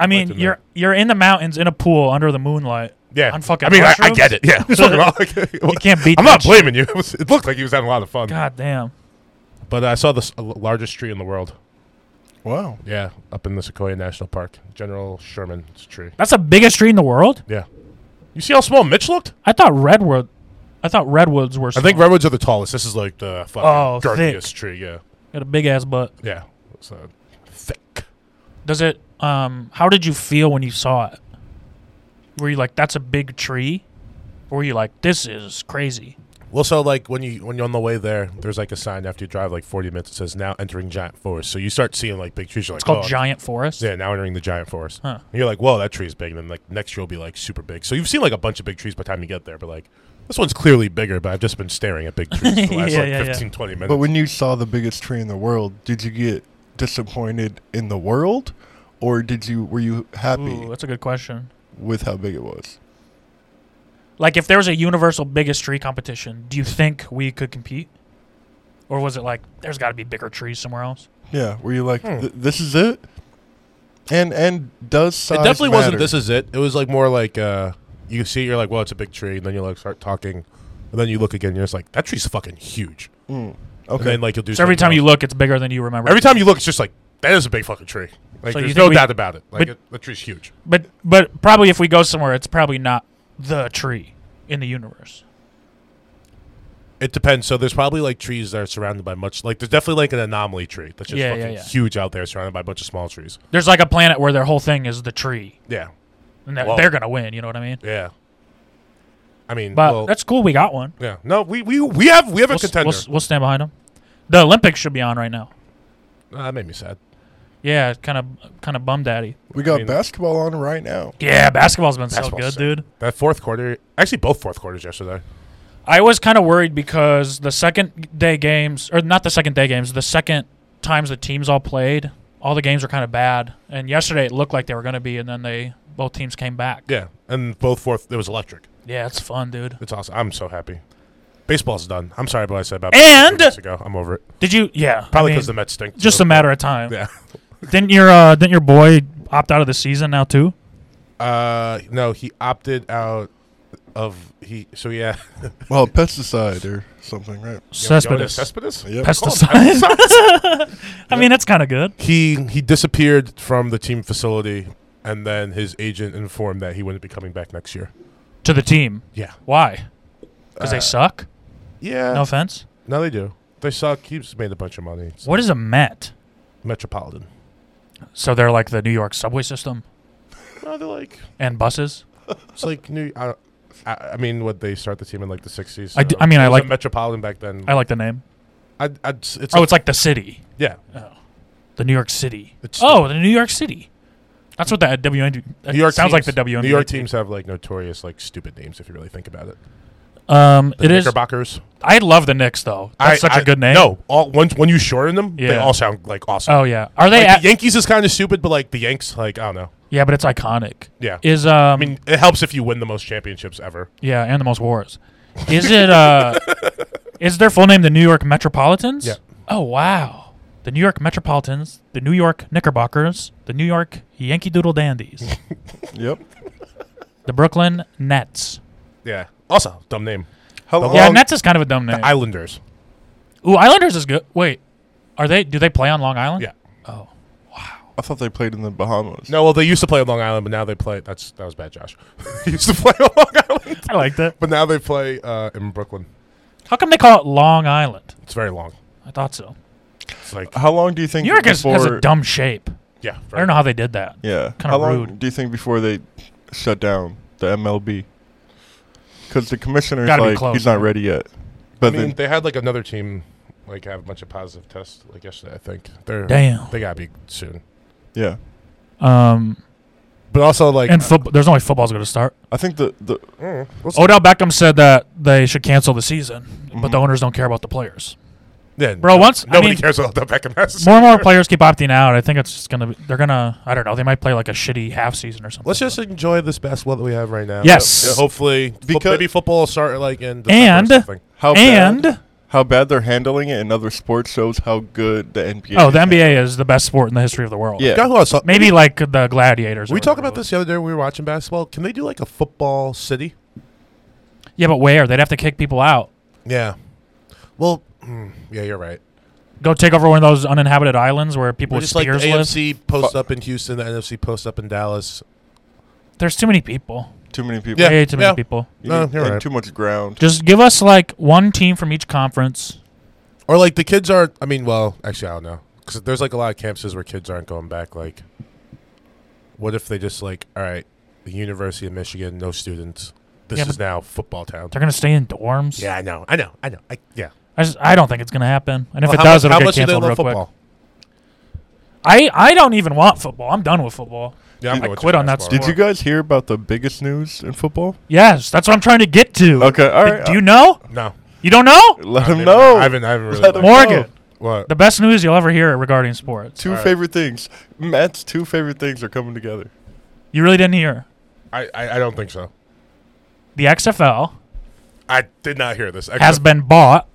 I to mean, know. you're you're in the mountains in a pool under the moonlight. Yeah, On fucking I mean, I, I mushrooms? get it. Yeah, It's fucking all- like- You can't beat. I'm that not shit. blaming you. It, was, it looked like he was having a lot of fun. God damn. But I saw the s- uh, largest tree in the world. Wow. Yeah, up in the Sequoia National Park, General Sherman's tree. That's the biggest tree in the world. Yeah, you see how small Mitch looked? I thought redwood. I thought redwoods were. I Small. think redwoods are the tallest. This is like the fucking Oh, thick. girthiest tree. Yeah, got a big ass butt. yeah, it's uh, thick. Does it? Um, how did you feel when you saw it? Were you like, "That's a big tree," or were you like, "This is crazy"? Well, so like when you when you're on the way there, there's like a sign after you drive like 40 minutes that says now entering giant forest. So you start seeing like big trees. You're like, It's called "Oh, giant forest. Yeah, now entering the giant forest. Huh. And you're like, whoa, that tree's big. And then like next year will be like super big. So you've seen like a bunch of big trees by the time you get there, but like this one's clearly bigger, but I've just been staring at big trees for the last Yeah, like yeah, yeah. 15, 20 minutes. But when you saw the biggest tree in the world, did you get disappointed in the world? Or did you were you happy Ooh, that's a good question. with how big it was? Like, if there was a universal biggest tree competition, do you think we could compete? Or was it like, there's got to be bigger trees somewhere else? Yeah, were you like Hmm. "Th- this is it? And and does it size definitely wasn't matter? this is it. It was like more like uh you see it, you're like, well, it's a big tree, and then you like start talking, and then you look again, and you're just like, that tree's fucking huge. Mm, And okay. then like you'll do So every something time you else. look, it's bigger than you remember. every time you look, it's just like that is a big fucking tree. Like So you there's think no we- doubt about it. Like but- it, the tree's huge. But but probably if we go somewhere, it's probably not the tree in the universe. It depends. So there's probably like trees that are surrounded by much like there's definitely like an anomaly tree that's just Yeah, fucking yeah, yeah. huge out there, surrounded by a bunch of small trees. There's like a planet where their whole thing is the tree, Yeah, and they're, Whoa. they're gonna win. You know what I mean? yeah. I mean, But well, that's cool. We got one. yeah. No, we we we have we have We'll, a s- we'll, contender. s- we'll stand behind them. The Olympics should be on right now. Uh, that made me sad. Yeah, kind of kind of bum daddy. We got mean- basketball on right now. Yeah, basketball's been Basketball's so good, dude. That fourth quarter, actually, both fourth quarters yesterday. I was kind of worried because the second day games, or not the second day games, the second times the teams all played, all the games were kind of bad. And yesterday it looked like they were going to be, and then they both teams came back. Yeah, and both fourth. It was electric. Yeah, it's fun, dude. It's awesome. I'm so happy. Baseball's done. I'm sorry about what I said about And- two weeks ago. I'm over it. Did you? Yeah, Probably I because mean, the Mets stink. just too. a matter of time. Yeah. Didn't your uh, didn't your boy opt out of the season now too? Uh, no, he opted out of he. So yeah, Well, pesticide or something, right? Cespedes. Cespedes. Yep. Pesticide. I mean, that's kind of good. He he disappeared from the team facility, and then his agent informed that he wouldn't be coming back next year. To the team. Yeah. Why? Because Uh, they suck? Yeah. No offense. No, they do. They suck. He's made a bunch of money. It's What is a Met? Metropolitan? So they're like the New York subway system No, they're like and buses? it's like new. I, don't- I, I mean, would they start the team in like the sixties? I d- I mean, I like- Metropolitan back then. I like the name. I, I, it's, it's oh, like- it's like the city. yeah. The New York City. It's oh, the New York City. That's what that WN. That New York sounds like the teams- WN. New York teams have like notorious like stupid names if you really think about it. Um, The it is. Knickerbockers. I love the Knicks though. That's I- such a I- good name. No, all once when you shorten them, they Yeah. all sound like awesome. Oh yeah. Are they? Like, at, the Yankees is kind of stupid, but like the Yanks, like I don't know. yeah, but it's iconic. Yeah, Is um. I mean, it helps if you win the most championships ever. yeah, and the most wars. Is it uh? is their full name the New York Metropolitans? Yeah. Oh wow. The New York Metropolitans, the New York Knickerbockers, the New York Yankee Doodle Dandies, Yep. the Brooklyn Nets. Yeah. Also, dumb name. How The long? long- Yeah, Nets is kind of a dumb name. The Islanders. Ooh, Islanders is good. Wait, are they? Do they play on Long Island? Yeah. Oh, I thought they played in the Bahamas. No, well, they used to play on Long Island, but now they play. That's that was bad, Josh. they used to play on Long Island, I like that. but now they play uh, in Brooklyn. How come they call it Long Island? It's very long. I thought so. It's like How long do you think New York is, has a before- dumb shape. yeah. Uh, I don't know how they did that. Yeah. Kinda How long rude. do you think before they shut down the MLB? Because the commissioner's Gotta be like, close, he's not man. ready yet. I But mean, then, they had like another team like have a bunch of positive tests like yesterday. I think they're Damn. they gotta be soon. yeah, Um, But also like uh, and football. There's only football's going to start. I think the the Mm, we'll see. Odell Oh, Beckham said that they should cancel the season, but Mhm. Mm-hmm. the owners don't care about the players. Yeah, Bro, no- once- I nobody mean- cares about the Beckham has. More and more players keep opting out. I think it's just going to. be They're going to. I don't know. They might play like a shitty half season or something. Let's just enjoy this basketball that we have right now. Yes. Yeah, hopefully, fo- Because- maybe football will start like in December And- or something. how and bad, how bad they're handling it in other sports shows how good the NBA. oh, the is. NBA is the best sport in the history of the world. Yeah. You know who I saw- Maybe like the Gladiators. or we talked whatever it about was. this the other day when we were watching basketball. Can they do like a football city? Yeah, but where? They'd have to kick people out. Yeah. Well, mm, yeah, you're right. Go take over one of those uninhabited islands where people We're with just like the spears live. AFC post Fu- up in Houston, the NFC post up in Dallas. There's too many people. Too many people. Yeah, Way too many yeah. people. You No, need- you're and right. Too much ground. Just give us like one team from each conference. Or like the kids aren't. I mean, well, actually, I don't know because there's like a lot of campuses where kids aren't going back. Like, what if they just like, all right, the University of Michigan, no students. This Yeah, is now football town. They're gonna stay in dorms. Yeah, I know, I know, I know. I, yeah. I just I don't think it's gonna happen. And if Well, it how does, mu- it'll how get much do they canceled love real football? quick. I I don't even want football. I'm done with football. Yeah, I quit on that sport. Did you guys hear about the biggest news in football? Yes, that's what I'm trying to get to. Okay, all Do- right. Do you know? No, You don't know? Let I him haven't- know. I haven't. I haven't really. Let him looked. Morgan, know. What? the best news you'll ever hear regarding sports. Two All right. favorite things. Matt's two favorite things are coming together. You really didn't hear I, I I don't think so. the XFL I did not hear this. has Except- been bought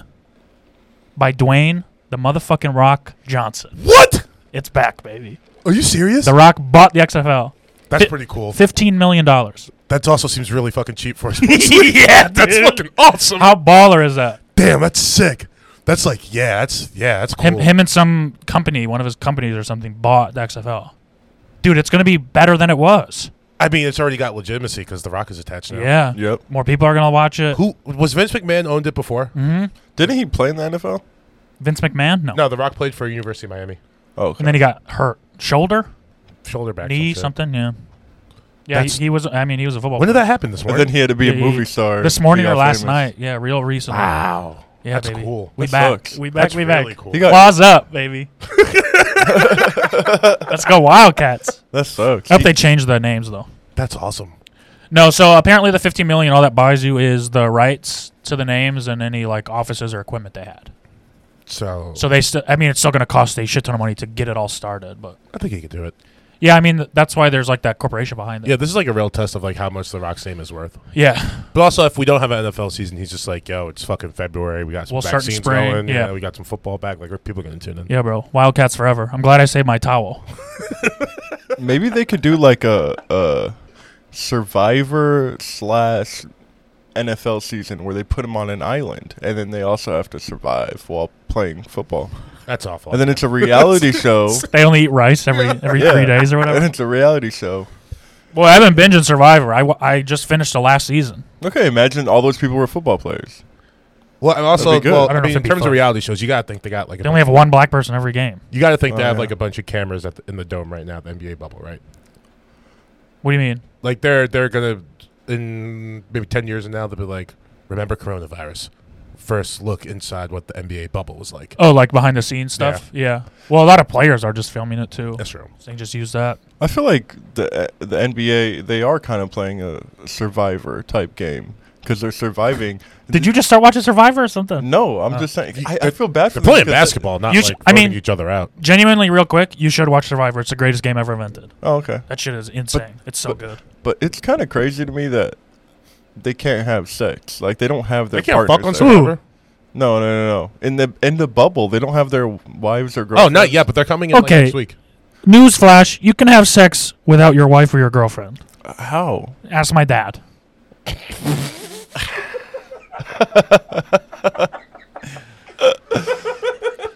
by Dwayne the motherfucking Rock Johnson. what? It's back, baby. Are you serious? The Rock bought the XFL. That's fi- pretty cool. Fifteen million dollars. That also seems really fucking cheap for us. yeah, That's fucking awesome. How baller is that? Damn, that's sick. That's like, yeah, that's yeah, that's cool. Him, him and some company, one of his companies or something, bought the XFL. Dude, it's gonna be better than it was. I mean, it's already got legitimacy because The Rock is attached now. Yeah. Yep. More people are gonna watch it. Who was Vince McMahon owned it before? hmm Didn't he play in the NFL? Vince McMahon? No. No, The Rock played for University of Miami. Oh, okay. And then he got hurt, shoulder, Shoulder back. knee, some shit. something. Yeah. Yeah. He, That's- he was. I mean, he was a football. When did player. that happen this And morning? then he had to be a Yeah, movie he- star. This to morning be or all last famous. night? Yeah, real recently. wow. Yeah, That's baby. cool. We That back. sucks. We back. That's we really back. cool. He got- Claws up, baby. Let's go Wildcats. That sucks. I hope they change their names though. That's awesome. No, so apparently the 15 million, all that buys you is the rights to the names and any like offices or equipment they had. So, So they still, I mean, it's still going to cost a shit ton of money to get it all started, but I think he could do it. yeah, I mean th- that's why there's like that corporation behind it. Yeah, this is like a real test of like how much The Rock's name is worth. Yeah, But also, if we don't have an NFL season, he's just like, yo, it's fucking February. We got some We'll start in vaccines spring, going. yeah. we got some football back. Like, people are going to tune in. yeah, bro. Wildcats forever. I'm glad I saved my towel. Maybe they could do like a, a Survivor slash NFL season where they put them on an island and then they also have to survive while playing football. That's awful. And then it's a reality show. They only eat rice every every Yeah. three days or And whatever. it's a reality show. Boy, I've been binging Survivor. I, w- I just finished the last season. Okay, imagine all those people were football players. well, and also, That'd be good. well, I I, don't know mean, if in it'd be terms fun. of reality shows, you got to think they got like a They only have one black person every game. You got to think they Oh, have yeah. like a bunch of cameras at the, in the dome right now, the NBA bubble, right? What do you mean? Like they're they're gonna in maybe ten years from now they'll be like, remember coronavirus? First look inside what the NBA bubble was like. Oh, like behind the scenes stuff. Yeah. Well, a lot of players are just filming it too. That's true. They just use that. I feel like the uh, the NBA they are kind of playing a Survivor type game because they're surviving. Did you just start watching Survivor or something? No, I'm Uh, just saying. you- I, I feel bad for They're them playing 'cause they- basketball, not You like sh- I I mean- mean, each other out. Genuinely, real quick, you should watch Survivor. It's the greatest game ever invented. Oh, okay. That shit is insane. it's so but- good. But it's kind of crazy to me that they can't have sex. Like they don't have their They can't fuck on partners there. Survivor. No, no, no, no. In the in the bubble, they don't have their wives or Oh, girlfriends. not yet, but they're coming in Okay. like next week. Newsflash: You can have sex without your wife or your girlfriend. How? Ask my dad.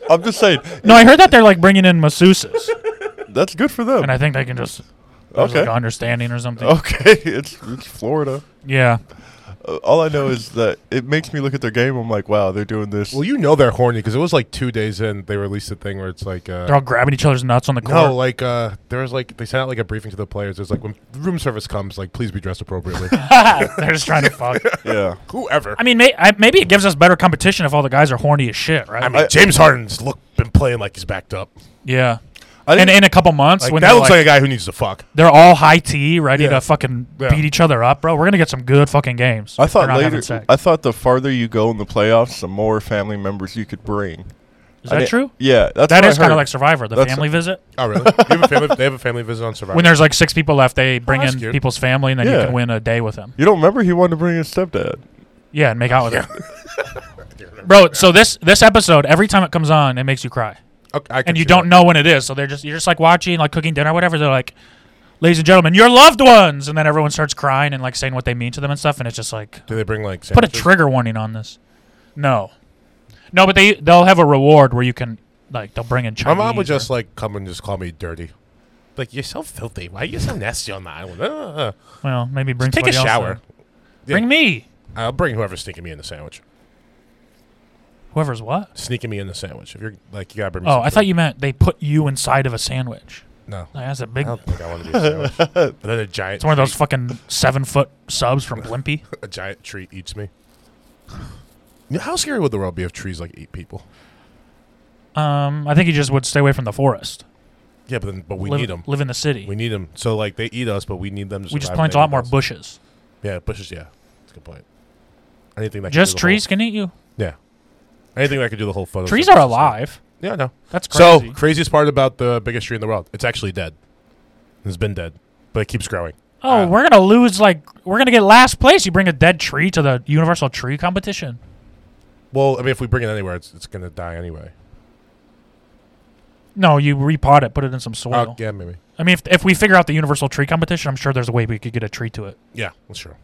I'm just saying No, I heard that they're like bringing in masseuses, that's good for them. and I think they can just there's Okay. Oh. like an understanding or something. Okay, it's, it's Florida. Yeah, Uh, all I know is that it makes me look at their game. I'm like, wow, they're doing this. Well, you know they're horny because it was like two days in they released a thing where it's like. Uh, they're all grabbing each other's nuts on the court. no, like uh, there was like they sent out like a briefing to the players. It was like when room service comes, like please be dressed appropriately. they're just trying to fuck. yeah. Whoever. I mean, may, I, maybe it gives us better competition if all the guys are horny as shit, right? I mean, I- James Harden's look been playing like he's backed up. yeah. I And didn't, in a couple months, Like, when that they're, looks like, like a guy who needs to fuck. they're all high tea, ready Yeah. to fucking Yeah. beat each other up, bro, we're gonna get some good fucking games. I if they're thought not having later. sex. I thought the farther you go in the playoffs, the more family members you could bring. is that I didn't- true? Yeah, that's That what I is kind heard. of like Survivor, the That's- family visit. Oh really? you have a family, they have a family visit on Survivor. When there's like six people left, they bring that's in cute. people's family, and then you Yeah. can win a day with them. You don't remember he wanted to bring his stepdad. Yeah, and make out with them. Bro, so this this episode, every time it comes on, it makes you cry, Okay, I can and you see don't that. know when it is. So they're just you're just like watching, like cooking dinner, or whatever. They're like, "Ladies and gentlemen, your loved ones," and then everyone starts crying and like saying what they mean to them and stuff, and it's just like Do they bring like put a sandwiches? trigger warning on this. No, no, but they they'll have a reward where you can like they'll bring in My Chinese. mom would just or- like come and just call me dirty. Like you're so filthy. Why are you so nasty on the island? Uh, well maybe bring take a somebody else uh, shower. in. Bring me I'll bring whoever's sneaking me in the sandwich. whoever's what. Sneaking me in the sandwich. If you're like you gotta bring. Me Oh, some I thought food. you meant they put you inside of a sandwich. No, Like, that's a I big. don't think I want to be a sandwich. but then a giant. It's one of those treat- fucking seven foot subs from Blimpie. a giant tree eats me. You know, How scary would the world be if trees like eat people? Um, I think he just would stay away from the forest. Yeah, but then but we live, need 'em. need them. Live in the city. We We, need them. So like they eat us, but we need them. To survive just and plant a they lot eat more us. bushes. Yeah, bushes. Yeah, that's a good point. Anything that can do Just the trees Whole, can eat you. anything that could do the whole photo. Trees are alive. Yeah, I know. That's crazy. So uh, craziest part about the biggest tree in the world, it's actually dead. It's been dead, but it keeps growing. oh, uh, we're gonna lose. Like we're gonna get last place. You bring a dead tree to the Universal Tree Competition. Well, I mean, if we bring it anywhere, it's, it's gonna die anyway. No, you repot it, put it in some Uh, soil. yeah, maybe. I mean, if, if we figure out the Universal Tree Competition, I'm sure there's a way we could get a tree to it. Yeah, that's true.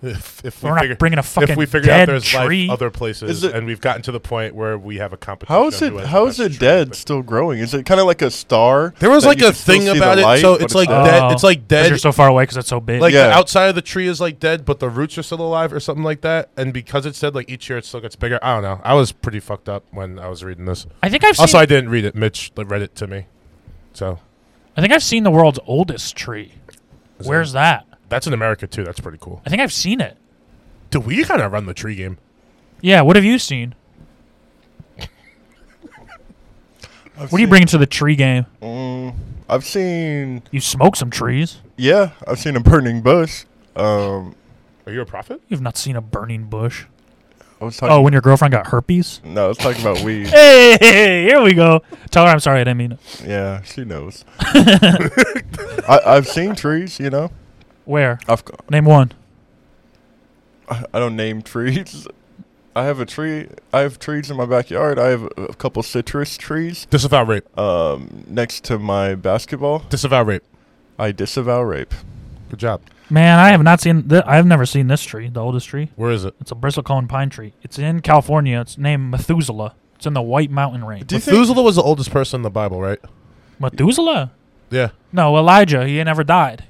If, if we We're figure, not bringing a fucking if we figure dead out there's tree. life other places, Is it- and we've gotten to the point where we have a competition. How is on it? who has the How is best it tree, dead? but- Still growing? Is it kind of like a star? There was that like you a can still thing see the about it, light, so but it's like not- Oh, dead. It's like 'cause dead. you're so far away because it's so big. like the Yeah. outside of the tree is like dead, but the roots are still alive or something like that. And because it said like each year it still gets bigger. I don't know. I was pretty fucked up when I was reading this. I think I've seen. Also, I didn't read it. Mitch like, read it to me. So I think I've seen the world's oldest tree. Is it- Where's that? that's in America too. That's pretty cool. I think I've seen it. Dude, we kind of run the tree game. Yeah. What have you seen? I've What are you seen- bringing to the tree game? Mm, I've seen. You smoke some trees. Yeah, I've seen a burning bush. Um, Are you a prophet? You've not seen a burning bush. I was Oh, talking. when your girlfriend got herpes. No, I was talking about weed. Hey, here we go. Tell her I'm sorry. I didn't mean it. Yeah, she knows. I, I've seen trees. You know, Where? Uh, I've g- Name one. I I don't name trees. I have a tree. I have trees in my backyard. I have a a couple citrus trees Disavow rape. um, next to my basketball. Disavow rape. I disavow rape. Good job. Man, I have not seen. Th- I've never seen this tree. The oldest tree. Where is it? It's a bristlecone pine tree. It's in California. It's named Methuselah. It's in the White Mountain Range. Do you think- Methuselah was the oldest person in the Bible, right? Methuselah? Yeah. No, Elijah. He ain't never died.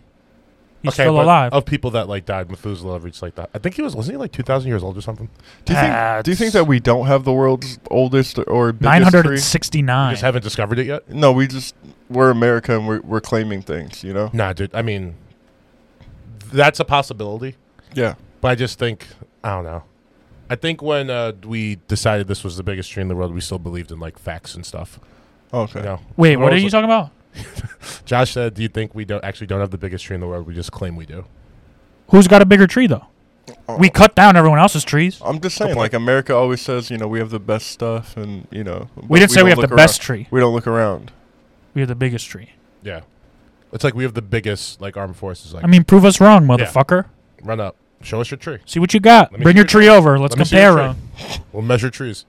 He's still but alive. Of people that like died, Methuselah reached like that. I think he was wasn't he like two thousand years old or something? Do you think? Do you That's- think that we don't have the world's oldest or biggest Nine hundred and tree? You sixty-nine. just haven't discovered it yet. No, we just we're America and we're, we're claiming things. You know. Nah, dude. I mean, that's a possibility. Yeah. But I just think I don't know. I think when uh, we decided this was the biggest tree in the world, we still believed in like facts and stuff. Okay. You know, Wait, what Well, are you talking about? Josh said, "Do you think we don't actually don't have the biggest tree in the world? We just claim we do." Who's got a bigger tree though? Uh, Oh, We cut down everyone else's trees. I'm just saying, point. like America always says, you know, we have the best stuff, and you know, but We didn't say don't we have the look best around. tree. We don't look around. We have the biggest tree. Yeah, it's like we have the biggest like armed forces. Like, I mean, prove us wrong, motherfucker. run up, show us your tree. See what you got. Let me Bring see your your tree over. Let's Let me see compare your 'em. We'll measure trees.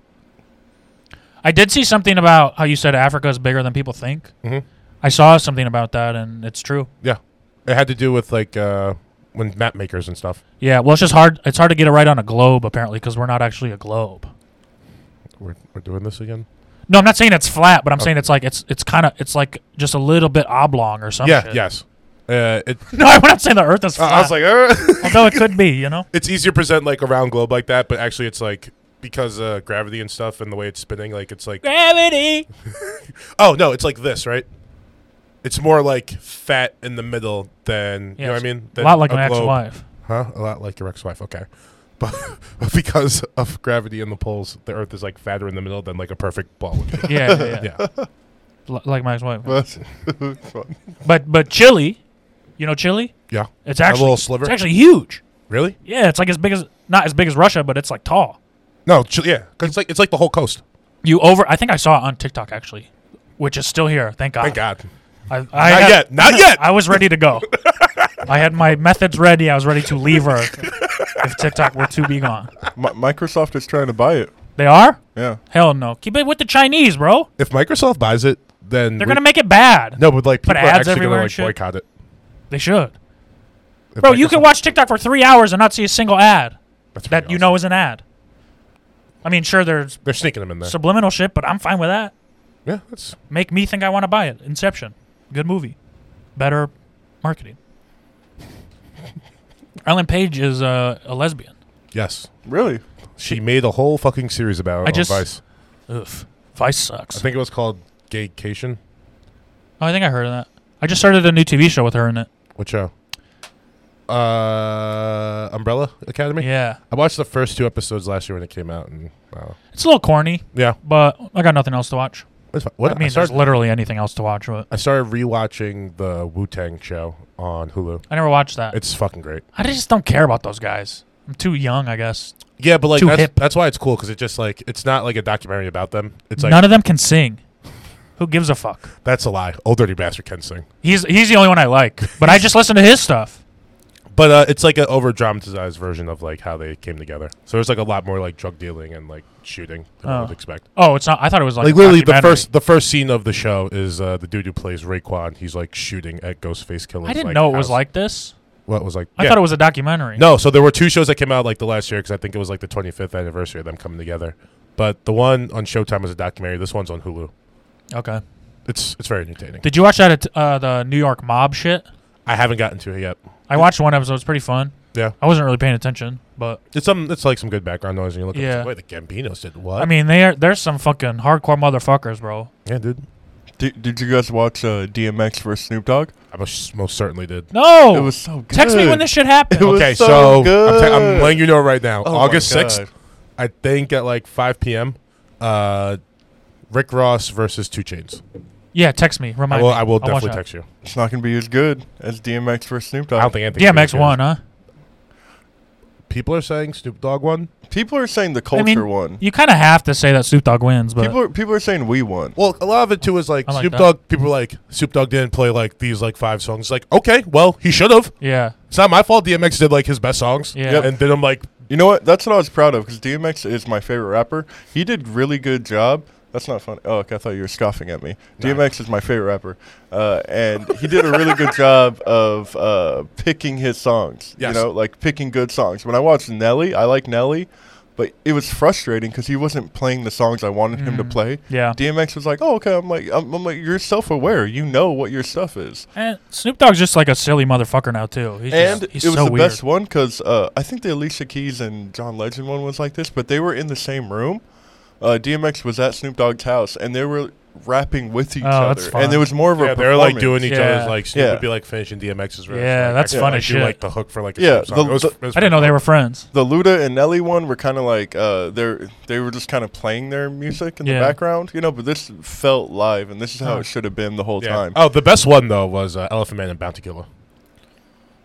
I did see something about how you said Africa is bigger than people think. Mhm. I saw something about that, and it's true. It had to do with like uh, when map makers and stuff. Yeah, well, it's just hard. It's hard to get it right on a globe, apparently, because we're not actually a globe. We're, we're doing this again. No, I'm not saying it's flat, Oh. but I'm saying it's like it's it's kind of it's like just a little bit oblong or something. yeah. Yes. Uh, it, No, I'm not saying the Earth is I- flat. I was like, "Uh." although it could be, you know. it's easier to present like a round globe like that, but actually it's like because uh, gravity and stuff and the way it's spinning, like it's like Gravity. oh no, it's like this, right? It's more like fat in the middle than you know what I mean. A Than lot like my globe. ex-wife. huh? A lot like your ex-wife. Okay, but because of gravity and the poles, the Earth is like fatter in the middle than like a perfect ball. Would be. Yeah, yeah, yeah. yeah, L- like my ex-wife. But But but chili, you know chili. yeah. It's actually little sliver? It's actually huge. Really? Yeah, it's like as big as not as big as Russia, but it's like tall. No, ch- yeah. 'cause it's like it's like the whole coast. You over? I think I saw it on TikTok actually, which is still here. Thank God. Thank God. I, I Not had- yet. Not yet. I was ready to go. I had my methods ready. I was ready to leave her if TikTok were to be gone. Mi- Microsoft is trying to buy it. They are? Yeah. Hell no. Keep it with the Chinese, bro. If Microsoft buys it, then They're we- gonna make it bad. no, but like put people are ads actually everywhere gonna and like shit. boycott it. They should. If Bro, you can Microsoft- watch TikTok for three hours and not see a single ad That's that pretty you awesome. know is an ad. I mean, sure, there's They're sneaking them in there. subliminal shit, but I'm fine with that. yeah, that's Make me think I want to buy it. Inception, good movie, better marketing. Ellen Page is uh, a lesbian. yes. Really? She made a whole fucking series about I it on just- Vice. Oof, Vice I sucks. think it was called Gaycation. Oh, I think I heard of that. I just started a new TV show with her in it. What show? Uh, Umbrella Academy. Yeah, I watched the first two episodes last year when it came out, and wow, it's a little corny, yeah, but I got nothing else to watch. it's fine. What I mean, there's started, literally anything else to watch, but I started rewatching the Wu Tang show on Hulu. I never watched that. It's fucking great. I just don't care about those guys. I'm too young, I guess. Yeah, but like Too that's, hip. that's why it's cool because it just like it's not like a documentary about them. It's like None of them can sing. Who gives a fuck? that's a lie. Old dirty bastard can sing. He's he's the only one I like, but I just listen to his stuff. But uh, it's like an over dramatized version of like how they came together. So there's like a lot more like drug dealing and like shooting than I Oh. would expect. Oh, it's not. I thought it was like, Like, a literally, the documentary. first the first scene of the show is uh, the dude who plays Raekwon. He's like shooting at Ghostface Killer. I didn't know it was like this. What was like? I yeah. thought it was a documentary. No, so there were two shows that came out like the last year because I think it was like the 25th anniversary of them coming together. But the one on Showtime is a documentary. This one's on Hulu. Okay. It's it's very entertaining. Did you watch that? At, uh, the New York mob shit. I haven't gotten to it yet. I watched one episode. It was pretty fun. Yeah. I wasn't really paying attention, but It's some it's like some good background noise and you look Yeah. yeah. at it, it's like, wait, the Gambinos did what? I mean, they are there's some fucking hardcore motherfuckers, bro. yeah, dude. Did, did you guys watch uh, DMX versus Snoop Dogg? I most, most certainly did. No. It was so good. Text me when this shit happened. It was okay, so so, I'm, ta- I'm good. letting you know right now. Oh my August God. 6th, I think at like 5 p.m. Uh, Rick Ross versus Two Chains. yeah, text me. I Remind will me. I will I'll watch definitely that. text you. It's not going to be as good as DMX versus Snoop Dogg. I don't think anything. DMX won, huh? People are saying Snoop Dogg won. people are saying the culture mean, won. You kind of have to say that Snoop Dogg wins, but People are, people are saying we won. Well, a lot of it too is like, I like Snoop that. Dogg. People were like Snoop Dogg didn't play like these like five songs. It's like, okay, well he should have. yeah, It's not my fault. DMX did like his best songs. Yeah. Yep. and then I'm like, You know what? That's what I was proud of because DMX is my favorite rapper. He did really good job. That's not funny. Oh, okay, I thought you were scoffing at me. Nah. DMX is my favorite rapper, uh, and he did a really good job of uh, picking his songs. Yes. You know, like picking good songs. When I watched Nelly, I like Nelly, but it was frustrating because he wasn't playing the songs I wanted him to Mm. play. yeah. DMX was like, "Oh, okay." I'm like, I'm, I'm like, you're self-aware. You know what your stuff is. And Snoop Dogg's just like a silly motherfucker now too. He's And just, he's it was so the weird. best one because uh, I think the Alicia Keys and John Legend one was like this, but they were in the same room. Uh, DMX was at Snoop Dogg's house, and they were rapping with each Oh, other, that's fun. and there was more of a yeah, they're like performance. doing each Yeah. other's like Snoop Yeah. would be like finishing DMX's verse. Yeah, like, that's I- fun I as do, shit. like the hook for like a Yeah, Snoop song. the- It was- the- it was I didn't know they were friends. the Luda and Nelly one were kind of like uh, they're they were just kind of playing their music in Yeah. the background, you know. But this felt live, and this is how Oh. it should have been the whole Yeah. time. Oh, the best one though was uh, Elephant Man and Bounty Killer.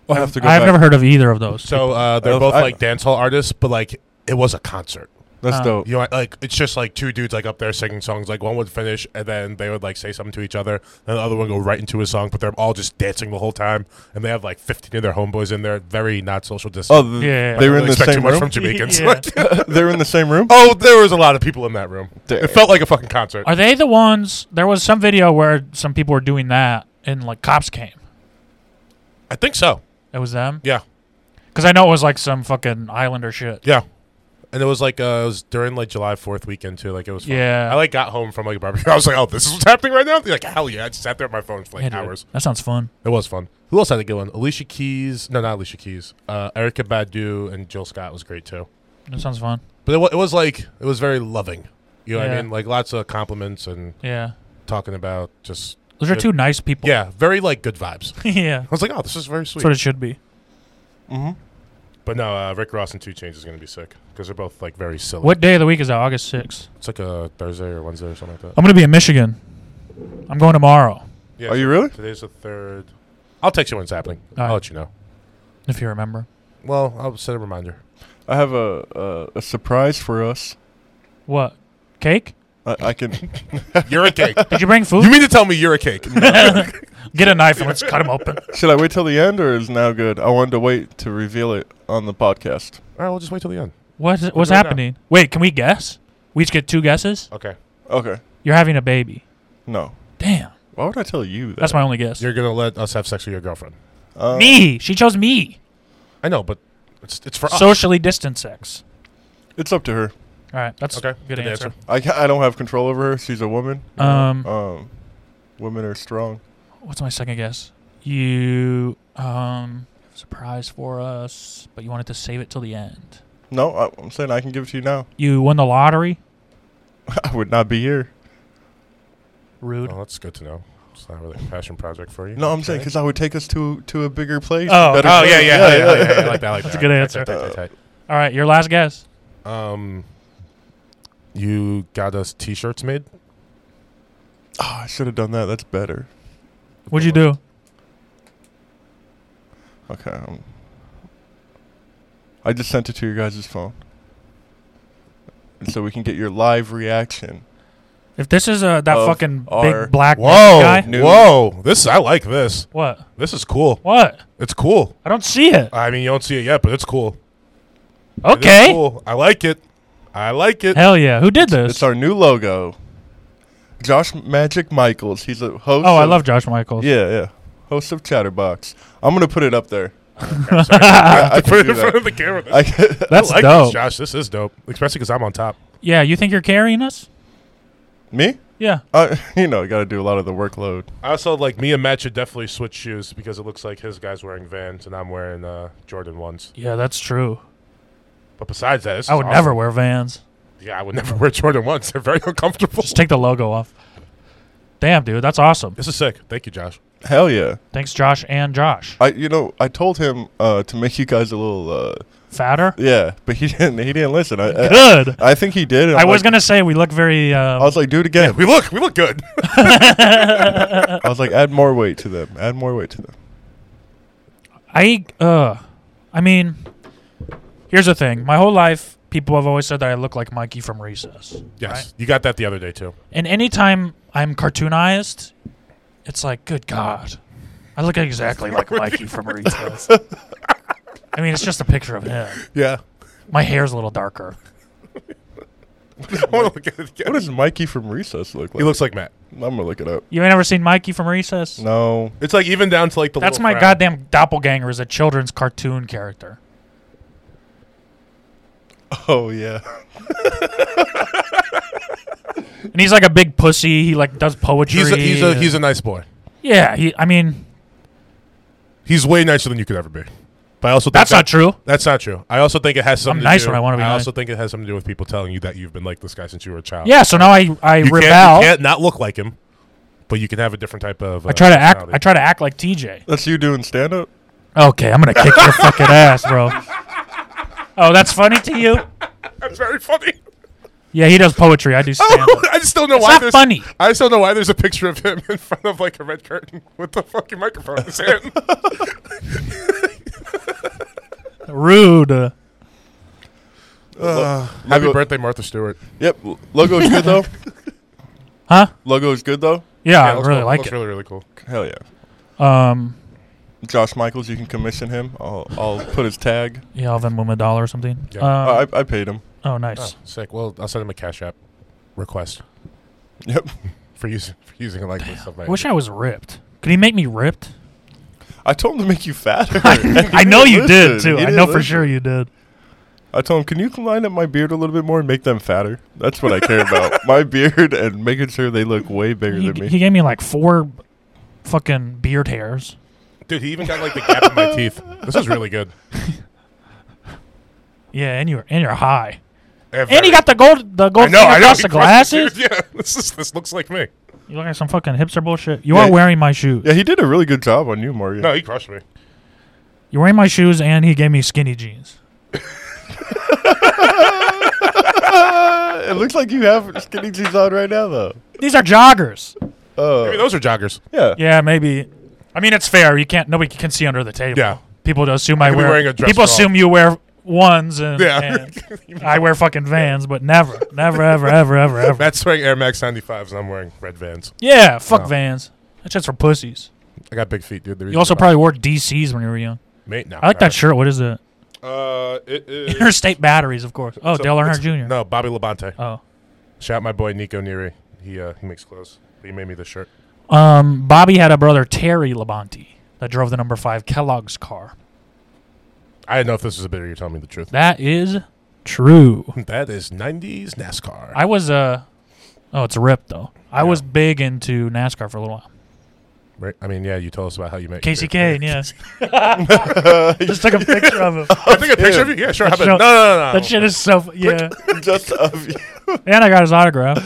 I'll have to go Oh, I've back. never heard of either of those. So uh, they're Elf- both I- like dancehall artists, but like it was a concert. That's uh, dope. You know, like it's just like two dudes like up there singing songs. Like one would finish, and then they would like say something to each other, and the other one would go right into a song. But they're all just dancing the whole time, and they have like fifteen of their homeboys in there, very not social Oh, distance. th- Yeah. they were in the expect too same much room. from Jamaicans. Yeah. Like, they were in the same room. oh, there was a lot of people in that room. Damn. It felt like a fucking concert. Are they the ones? There was some video where some people were doing that, and like cops came. I think so. It was them. Yeah. Because I know it was like some fucking Islander shit. Yeah, and it was like uh, it was during like July Fourth weekend too. Like it was. Fun. Yeah. I like got home from like a barbecue. I was like, oh, this is what's happening right now. Like hell yeah! I just sat there at my phone for like Yeah, dude. hours. That sounds fun. It was fun. Who else had a good one? Alicia Keys. No, not Alicia Keys. Uh, Erica Badu and Jill Scott was great too. That sounds fun. But it, wa- it was like it was very loving. You know what Yeah. I mean? Like lots of compliments and Yeah. talking about just Those are Good. two nice people. yeah, very like good vibes. I yeah. was like, oh, this is very That's sweet. what it should be. hmm But no, uh, Rick Ross and Two Chains is gonna be sick because they're both like very silly. What day of the week is that? August 6th. It's like a Thursday or Wednesday or something like that. I'm going to be in Michigan. I'm going tomorrow, Yeah, Are you really? Today's the third. I'll text you when it's happening. All I'll right. let you know. if you remember. Well, I'll set a reminder. I have a, a a surprise for us. What? Cake? I, I can You're a cake. Did you bring you food? mean to tell me you're a cake? Get a knife and let's cut them open. Should I wait till the end, or is now good? I wanted to wait to reveal it on the podcast. All right, we'll just wait till the end. What, what's Right now. happening? Wait, can we guess? We each get two guesses? Okay. Okay. You're having a baby. No. Damn. Why would I tell you that? That's my only guess. You're gonna let us have sex with your girlfriend. Uh, me. She chose me. I know, but it's it's for us. Socially distant sex. It's up to her. All right. That's Okay. good, Good answer. I, ca- I don't have control over her. She's a woman. Um, Uh, Um, women are strong. what's my second guess? You um have a surprise for us, but you wanted to save it till the end. No, I, I'm saying I can give it to you now. You won the lottery. I would not be here. Rude. Well, Oh, that's good to know. It's not really a passion project for you. No, I'm saying Okay. 'cause I would take us to to a bigger place. Oh. better Oh yeah, yeah, place. yeah, yeah, yeah, yeah, I like that. I like That's that. a good Tight, answer. tight, tight, tight, All right, your last guess. tight. Um, you got us t-shirts made. Oh, I should have done that. That's better. What'd you do? Okay. Um, I just sent it to your guys' phone, And so we can get your live reaction. If this is a that Of fucking our- big black Whoa, guy, New- whoa! This I like this. what? This is cool. What? It's cool. I don't see it. I mean, you don't see it yet, but it's cool. It is Okay. cool. I like it. I like it. Hell yeah! Who did this? It's our new logo. Josh Magic Michaels. He's a host. Oh, I of- love Josh Michaels. Yeah, yeah. Host of Chatterbox. I'm gonna put it up there. I'm sorry. I, I can put it do in front that. of the camera. I, can- That's I like dope. this, Josh. This is dope, especially because I'm on top. Yeah, you think you're carrying us? me? Yeah. Uh, you know, got to do a lot of the workload. I also like me and Matt should definitely switch shoes because it looks like his guy's wearing Vans and I'm wearing uh, Jordan ones. Yeah, that's true. But besides that, this I is would awesome. never wear Vans. Yeah, I would never wear Jordan ones. They're very uncomfortable. Just take the logo off. Damn, dude, that's awesome. this is sick. Thank you, Josh. Hell yeah! Thanks, Josh and Josh. I you know I told him uh, to make you guys a little uh, Fatter. yeah, but he didn't. He didn't listen. I I, Good. I think he did. and I I'm was like- gonna say we look very. I Uh, was like, do it again. We look, we look good. I was like, add more weight to them. Add more weight to them. I uh, I mean, here's the thing. My whole life, people have always said that I look like Mikey from Recess. yes, right? you got that the other day too. And anytime I'm cartoonized, it's like, good God, I look exactly like Mikey from Recess. I mean, it's just a picture of him. Yeah. My hair's a little darker. I wanna look at it again. What does Mikey from Recess look like? He looks like Matt. I'm gonna look it up. You ain't ever seen Mikey from Recess? No, It's like even down to like the. That's little my frown. goddamn doppelganger is a children's cartoon character. Oh yeah. And he's like a big pussy. He like does poetry. He's a, he's a he's a nice boy. yeah. He, I mean, He's way nicer than you could ever be. But I also think that's that- not true. That's not true. I also think it has something. nice to do. when I wanna be nice. also think it has something to do with people telling you that you've been like this guy since you were a child. Yeah. So now I I you can't, you rebel. can't not look like him, but you can have a different type of. Uh, I try to act. I personality. try to act like TJ. That's you doing stand up? Okay, I'm gonna kick your fucking ass, bro. Oh, that's funny to you? That's very funny. Yeah, he does poetry. I do stand up. I just don't know It's why. not there's, funny. I just don't know why there's a picture of him in front of like a red curtain with the fucking microphone in his hand. Rude. Uh, Happy Logo- birthday, Martha Stewart. Uh, Yep. l- Logo's good though. Huh? Logo's good though. Yeah, I looks really cool. like looks it. Really, really cool. Hell yeah. Um, Josh Michaels, you can commission him. I'll, I'll put his tag. yeah, I'll Venmo him a dollar or something. Yeah. Uh, Um, I, I paid him. oh, Oh, nice. sick. Well, I'll send him a cash app request Yep. for using for using a likeness of my. Wish I was ripped. Could he make me ripped? I told him to make you fatter. I know you did too. I know for you. sure you did. I told him, can you line up my beard a little bit more and make them fatter? That's what I care about. my beard and making sure they look way bigger He, than me. he gave me like four fucking beard hairs. Dude, he even got like the gap in my teeth. This is really good. Yeah, and you're and you're high. And And he got the gold the gold I know, thing I know. across he the crushed it, glasses. dude. Yeah, this is this looks like me. You look like some fucking hipster bullshit. You Yeah. are wearing my shoes. yeah, he did a really good job on you, Mario. No, he crushed me. You're wearing my shoes, and he gave me skinny jeans. Uh, it looks like you have skinny jeans on right now, though. These are joggers. Uh, Maybe those are joggers. yeah. Yeah, maybe. I mean, it's fair. You can't. Nobody can see under the table. Yeah. People assume I, could be wear. wearing a dress people bra. assume you wear ones, and, Yeah. and I wear fucking Vans, but never, never, ever, ever, ever, ever. Matt's wearing Air Max 95s, and I'm wearing red Vans. Yeah, fuck Vans. That's just for pussies. I got big feet, dude. The You reason also why- probably wore DCs when you were young. Me? No, I like that shirt. What is it? Uh, it is. Interstate batteries, of course. Oh, so Dale it's- Earnhardt Jr. No, Bobby Labonte. Oh. Shout out my boy Nico Neri. He uh, he makes clothes. He made me the shirt. Um, Bobby had a brother Terry Labonte that drove the number five Kellogg's car. I didn't know if this was a bit or you're telling me the truth. That is true. That is 90s NASCAR. I was uh oh, it's ripped though. I was big into NASCAR for a little while. right? I mean, yeah, you told us about how you met Casey your- Kane, yeah. Just took a picture of him. I think a picture of you. Yeah, sure. How about show- no, no, no, no. That shit is so f- yeah. Just of you. And I got his autograph.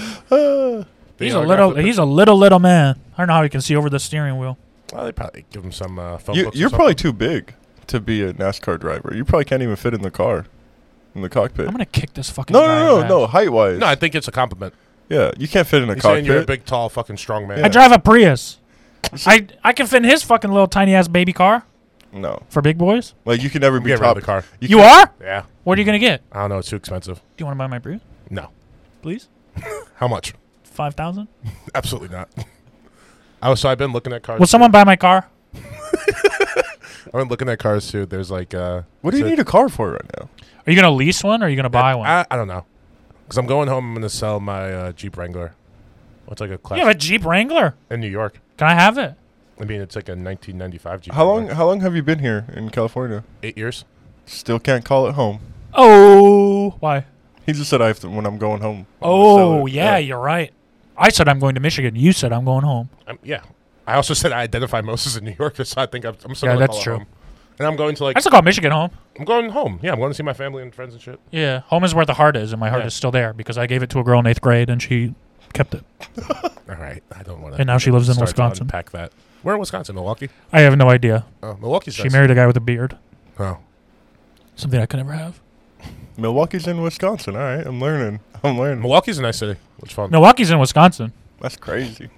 They He's a autographed little the he's a little little man. I don't know how he can see over the steering wheel. picture. Well, they probably give him some uh, phone you books or you're something. probably too big to be a NASCAR driver. You probably can't even fit in the car, in the cockpit. I'm gonna kick this fucking No, guy's no, no, ass. no. Height wise, No, I think it's a compliment. yeah, you can't fit in a He's saying cockpit. you're a big, tall, fucking strong man. I drive a Prius. I I can fit in his fucking little tiny ass baby car no, for big boys. like you can never I'm be getting rid of top. the car. You, can't- are? Yeah. What are you gonna get? I don't know. It's too expensive. Do you wanna buy my Prius? No. Please? How much? Five thousand? Absolutely not. I was, so I've been looking at cars. Will someone buy my car? I've been looking at cars too. There's like. Uh, What do you so- need a car for right now? Are you gonna lease one or are you gonna buy one? Uh, I, I don't know. Because I'm going home. I'm going to sell my uh, Jeep Wrangler. It's like you a have a classic Jeep Wrangler. in New York. Can I have it? I mean, it's like a 1995 Jeep. How long? Wrangler. How long have you been here in California? Eight years. Still can't call it home. Oh, why? He just said I have to when I'm going home. I'm gonna sell Oh, it. yeah, you're right. I said I'm going to Michigan. You said I'm going home. I'm, yeah. I also said I identify most as a New Yorker, so I think I'm, I'm still Yeah, gonna that's call it true. home. And I'm going to like I still call Michigan home. I'm going home. Yeah, I'm going to see my family and friends and shit. Yeah, home is where the heart is, and my heart Yeah. is still there because I gave it to a girl in eighth grade and she kept it, All right. I don't want to. and now she lives in Wisconsin. Unpack that. Where in Wisconsin? Milwaukee. I have no idea. Oh, Milwaukee's. She nice. married a guy with a beard, Oh, something I could never have. Milwaukee's in Wisconsin. All right, I'm learning. I'm learning. Milwaukee's a nice city. Which fun. Milwaukee's in Wisconsin. That's crazy.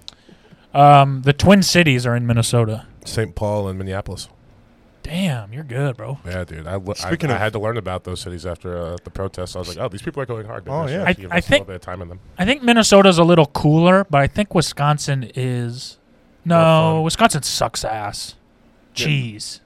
Um, the Twin Cities are in Minnesota. St. Paul and Minneapolis. Damn, you're good, bro. Yeah, dude. I, lo- I, Speaking I of- had to learn about those cities after uh, the protests. I was like, oh, these people are going hard. Maybe Oh, should yeah. I- actually give I us think- a little bit of time in them. I think Minnesota's a little cooler, but I think Wisconsin is. More No, fun. Wisconsin sucks ass. Cheese.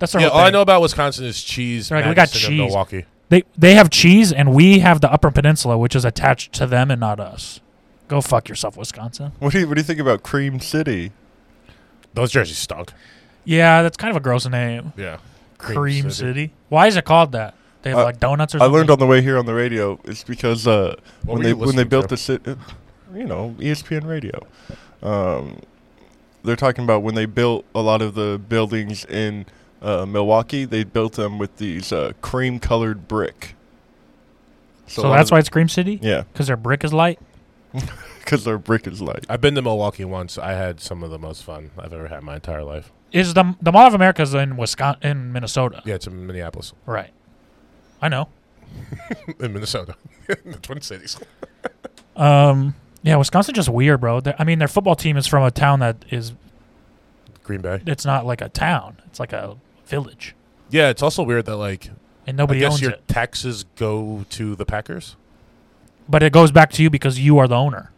That's their Yeah, whole all I thing. know about Wisconsin is cheese. They're like, we got Madison, and cheese. Milwaukee. They they have cheese, and we have the Upper Peninsula, which is attached to them and not us. Go fuck yourself, Wisconsin. What do you What do you think about Cream City? Those jerseys stunk. Yeah, that's kind of a gross name. Yeah. Cream, City. Why is it called that? They have Uh, like donuts or I something. learned on the way here on the radio. It's because uh, What when were they you when they listening built to? the city, you know, E ESPN radio. Um, they're talking about when they built a lot of the buildings in uh, Milwaukee. They built them with these uh, cream colored brick. so that's why it's Cream City. Yeah, Because their brick is light. because their brick is light. I've been to Milwaukee once. I had some of the most fun I've ever had in my entire life. Is the the Mall of America is in Wisconsin, in Minnesota, Yeah, it's in Minneapolis, right? I know. in Minnesota, in the Twin Cities. Um, yeah, Wisconsin just weird, bro. They're- I mean, their football team is from a town that is. Green Bay. It's not like a town. It's like a village, Yeah, it's also weird that like and I nobody guess owns your it. taxes go to the Packers. But it goes back to you because you are the owner.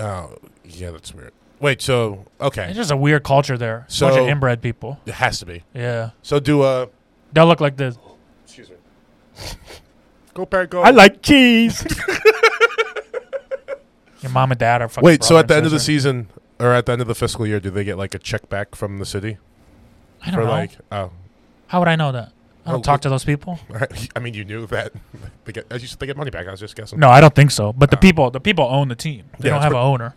Oh, yeah, that's weird. Wait, so It's okay, just a weird culture there. So bunch So- of inbred people. it has to be. Yeah, So do uh, they'll look like this. excuse me. go pack. Go. like cheese. Your mom and dad are fucking. Wait, so brother at the and end of the sister. season or at the end of the fiscal year, do they get like a check back from the city I don't for know. like? Oh, How would I know that? I Oh, don't talk to those people. I mean, you knew that they get. As you said, they get money back. I was just guessing. No, I don't think so. But the Oh. people, the people own the team. They Yeah, don't it's have an pre- owner.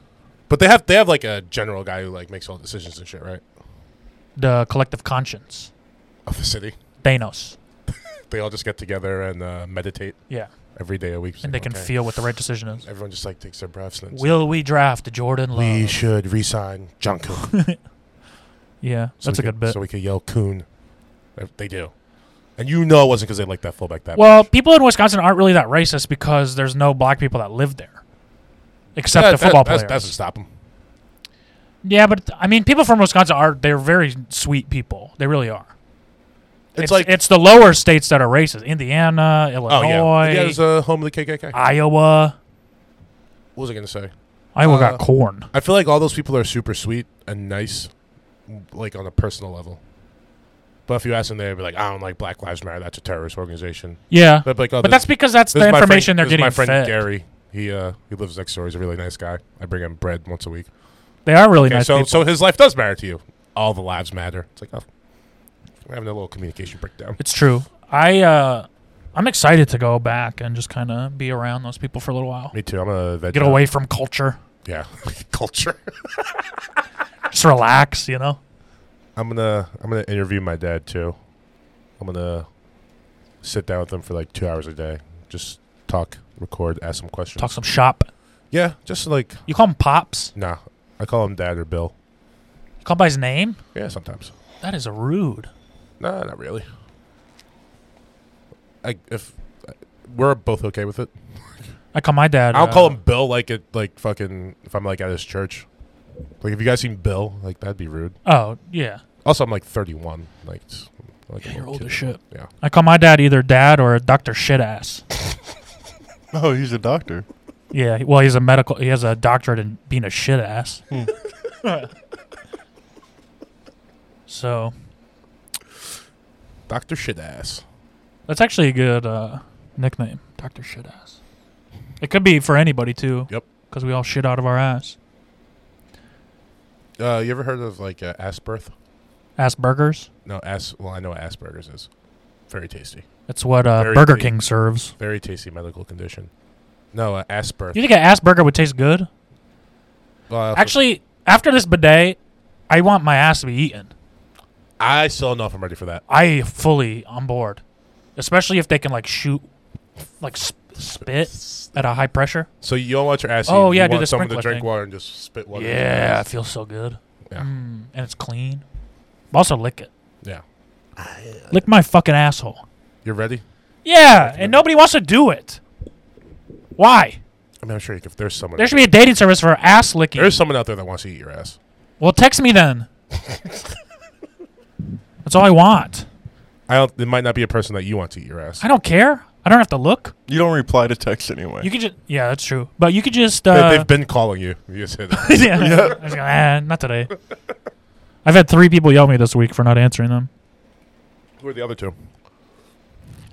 but they have they have like a general guy who like makes all the decisions and shit, right? The collective conscience. Of the city, Thanos. they all just get together and uh, meditate Yeah, every day a week, It's and they like, can okay. feel what the right decision is. Everyone just like takes their breaths and it's like, Will we draft Jordan Love? we should resign Junko. yeah, So that's we a good could- bit. So we could yell coon. They- They do. And you know it wasn't because they liked that fullback that well, people in Wisconsin aren't really that racist because there's no black people that live there, except the football that, players. That doesn't stop them. yeah, but I mean, people from Wisconsin are they're very sweet people. They really are. It's, like, it's the lower states that are racist: Indiana, oh, Illinois, yeah. Yeah, it was uh, home of the KKK. Iowa. what was I going to say? Iowa Uh, got corn. I feel like all those people are super sweet and nice, like on a personal level. But if you ask them, they'd be like, I don't like Black Lives Matter. That's a terrorist organization. Yeah, But, like, oh, but this- that's because that's this the is my information friend, they're this is getting my friend fed. Gary. He, uh, he lives next door. He's a really nice guy. I bring him bread once a week. They are really Okay, nice so, people. so his life does matter to you. All the lives matter. It's like, oh, we're having a little communication breakdown. It's true. I uh, I'm excited to go back and just kind of be around those people for a little while. Me too. I'm a veg Get away from culture. Yeah, culture. Just relax, you know. I'm gonna I'm gonna interview my dad too. I'm gonna sit down with him for like two hours a day, just talk, record, ask some questions. Talk some shop. Yeah, just like You call him pops. nah. I call him dad or Bill. You call him by his name. Yeah, sometimes. That is rude. Nah, not really. I if we're both okay with it. I call my dad. I'll uh, call him Bill like it like fucking if I'm like at his church. Like have you guys seen Bill? Like that'd be rude. Oh yeah, Also I'm like thirty one. Like, it's- I'm, like a yeah you're little old kid. as shit. Yeah. I call my dad either dad or Doctor Shit Ass. Oh, he's a doctor. yeah. Well, he's a medical. He has a doctorate in being a shit ass. Hmm. so Doctor Shitass. That's actually a good uh, nickname, Doctor Shitass. It could be for anybody too. Yep. because we all shit out of our ass. Uh, you ever heard of like uh, Asperth? Ass burgers. No, As. Well, I know what Asperger's is. Very tasty. That's what uh, Very Burger clean. King serves. Very tasty medical condition. No, uh, Asperth. You think an ass burger would taste good? Well, for- Actually, after this bidet, I want my ass to be eaten. I still don't know if I'm ready for that. I fully on board, especially if they can like shoot, like sp- spit at a high pressure. So you don't want your ass. Oh, eaten. you yeah, do want the someone to sprinkler drink thing. water and just spit water. in your yeah, it ass. feels so good. Yeah. Mm, and it's clean. Also, lick it. Yeah. Lick my fucking asshole. You're ready. Yeah, and nobody wants to do it. Why? I mean, I'm sure if there's someone, There should be a dating service for ass licking. there's someone out there that wants to eat your ass. well, text me then. That's all I want. I don't. It might not be a person that you want to eat your ass. I don't care. I don't have to look. You don't reply to text anyway. You could just yeah, that's true. But you could just They- uh, They've been calling you. You just hit it. yeah. I was gonna, "Ah, not today. I've had three people yell at me this week for not answering them. Who are the other two?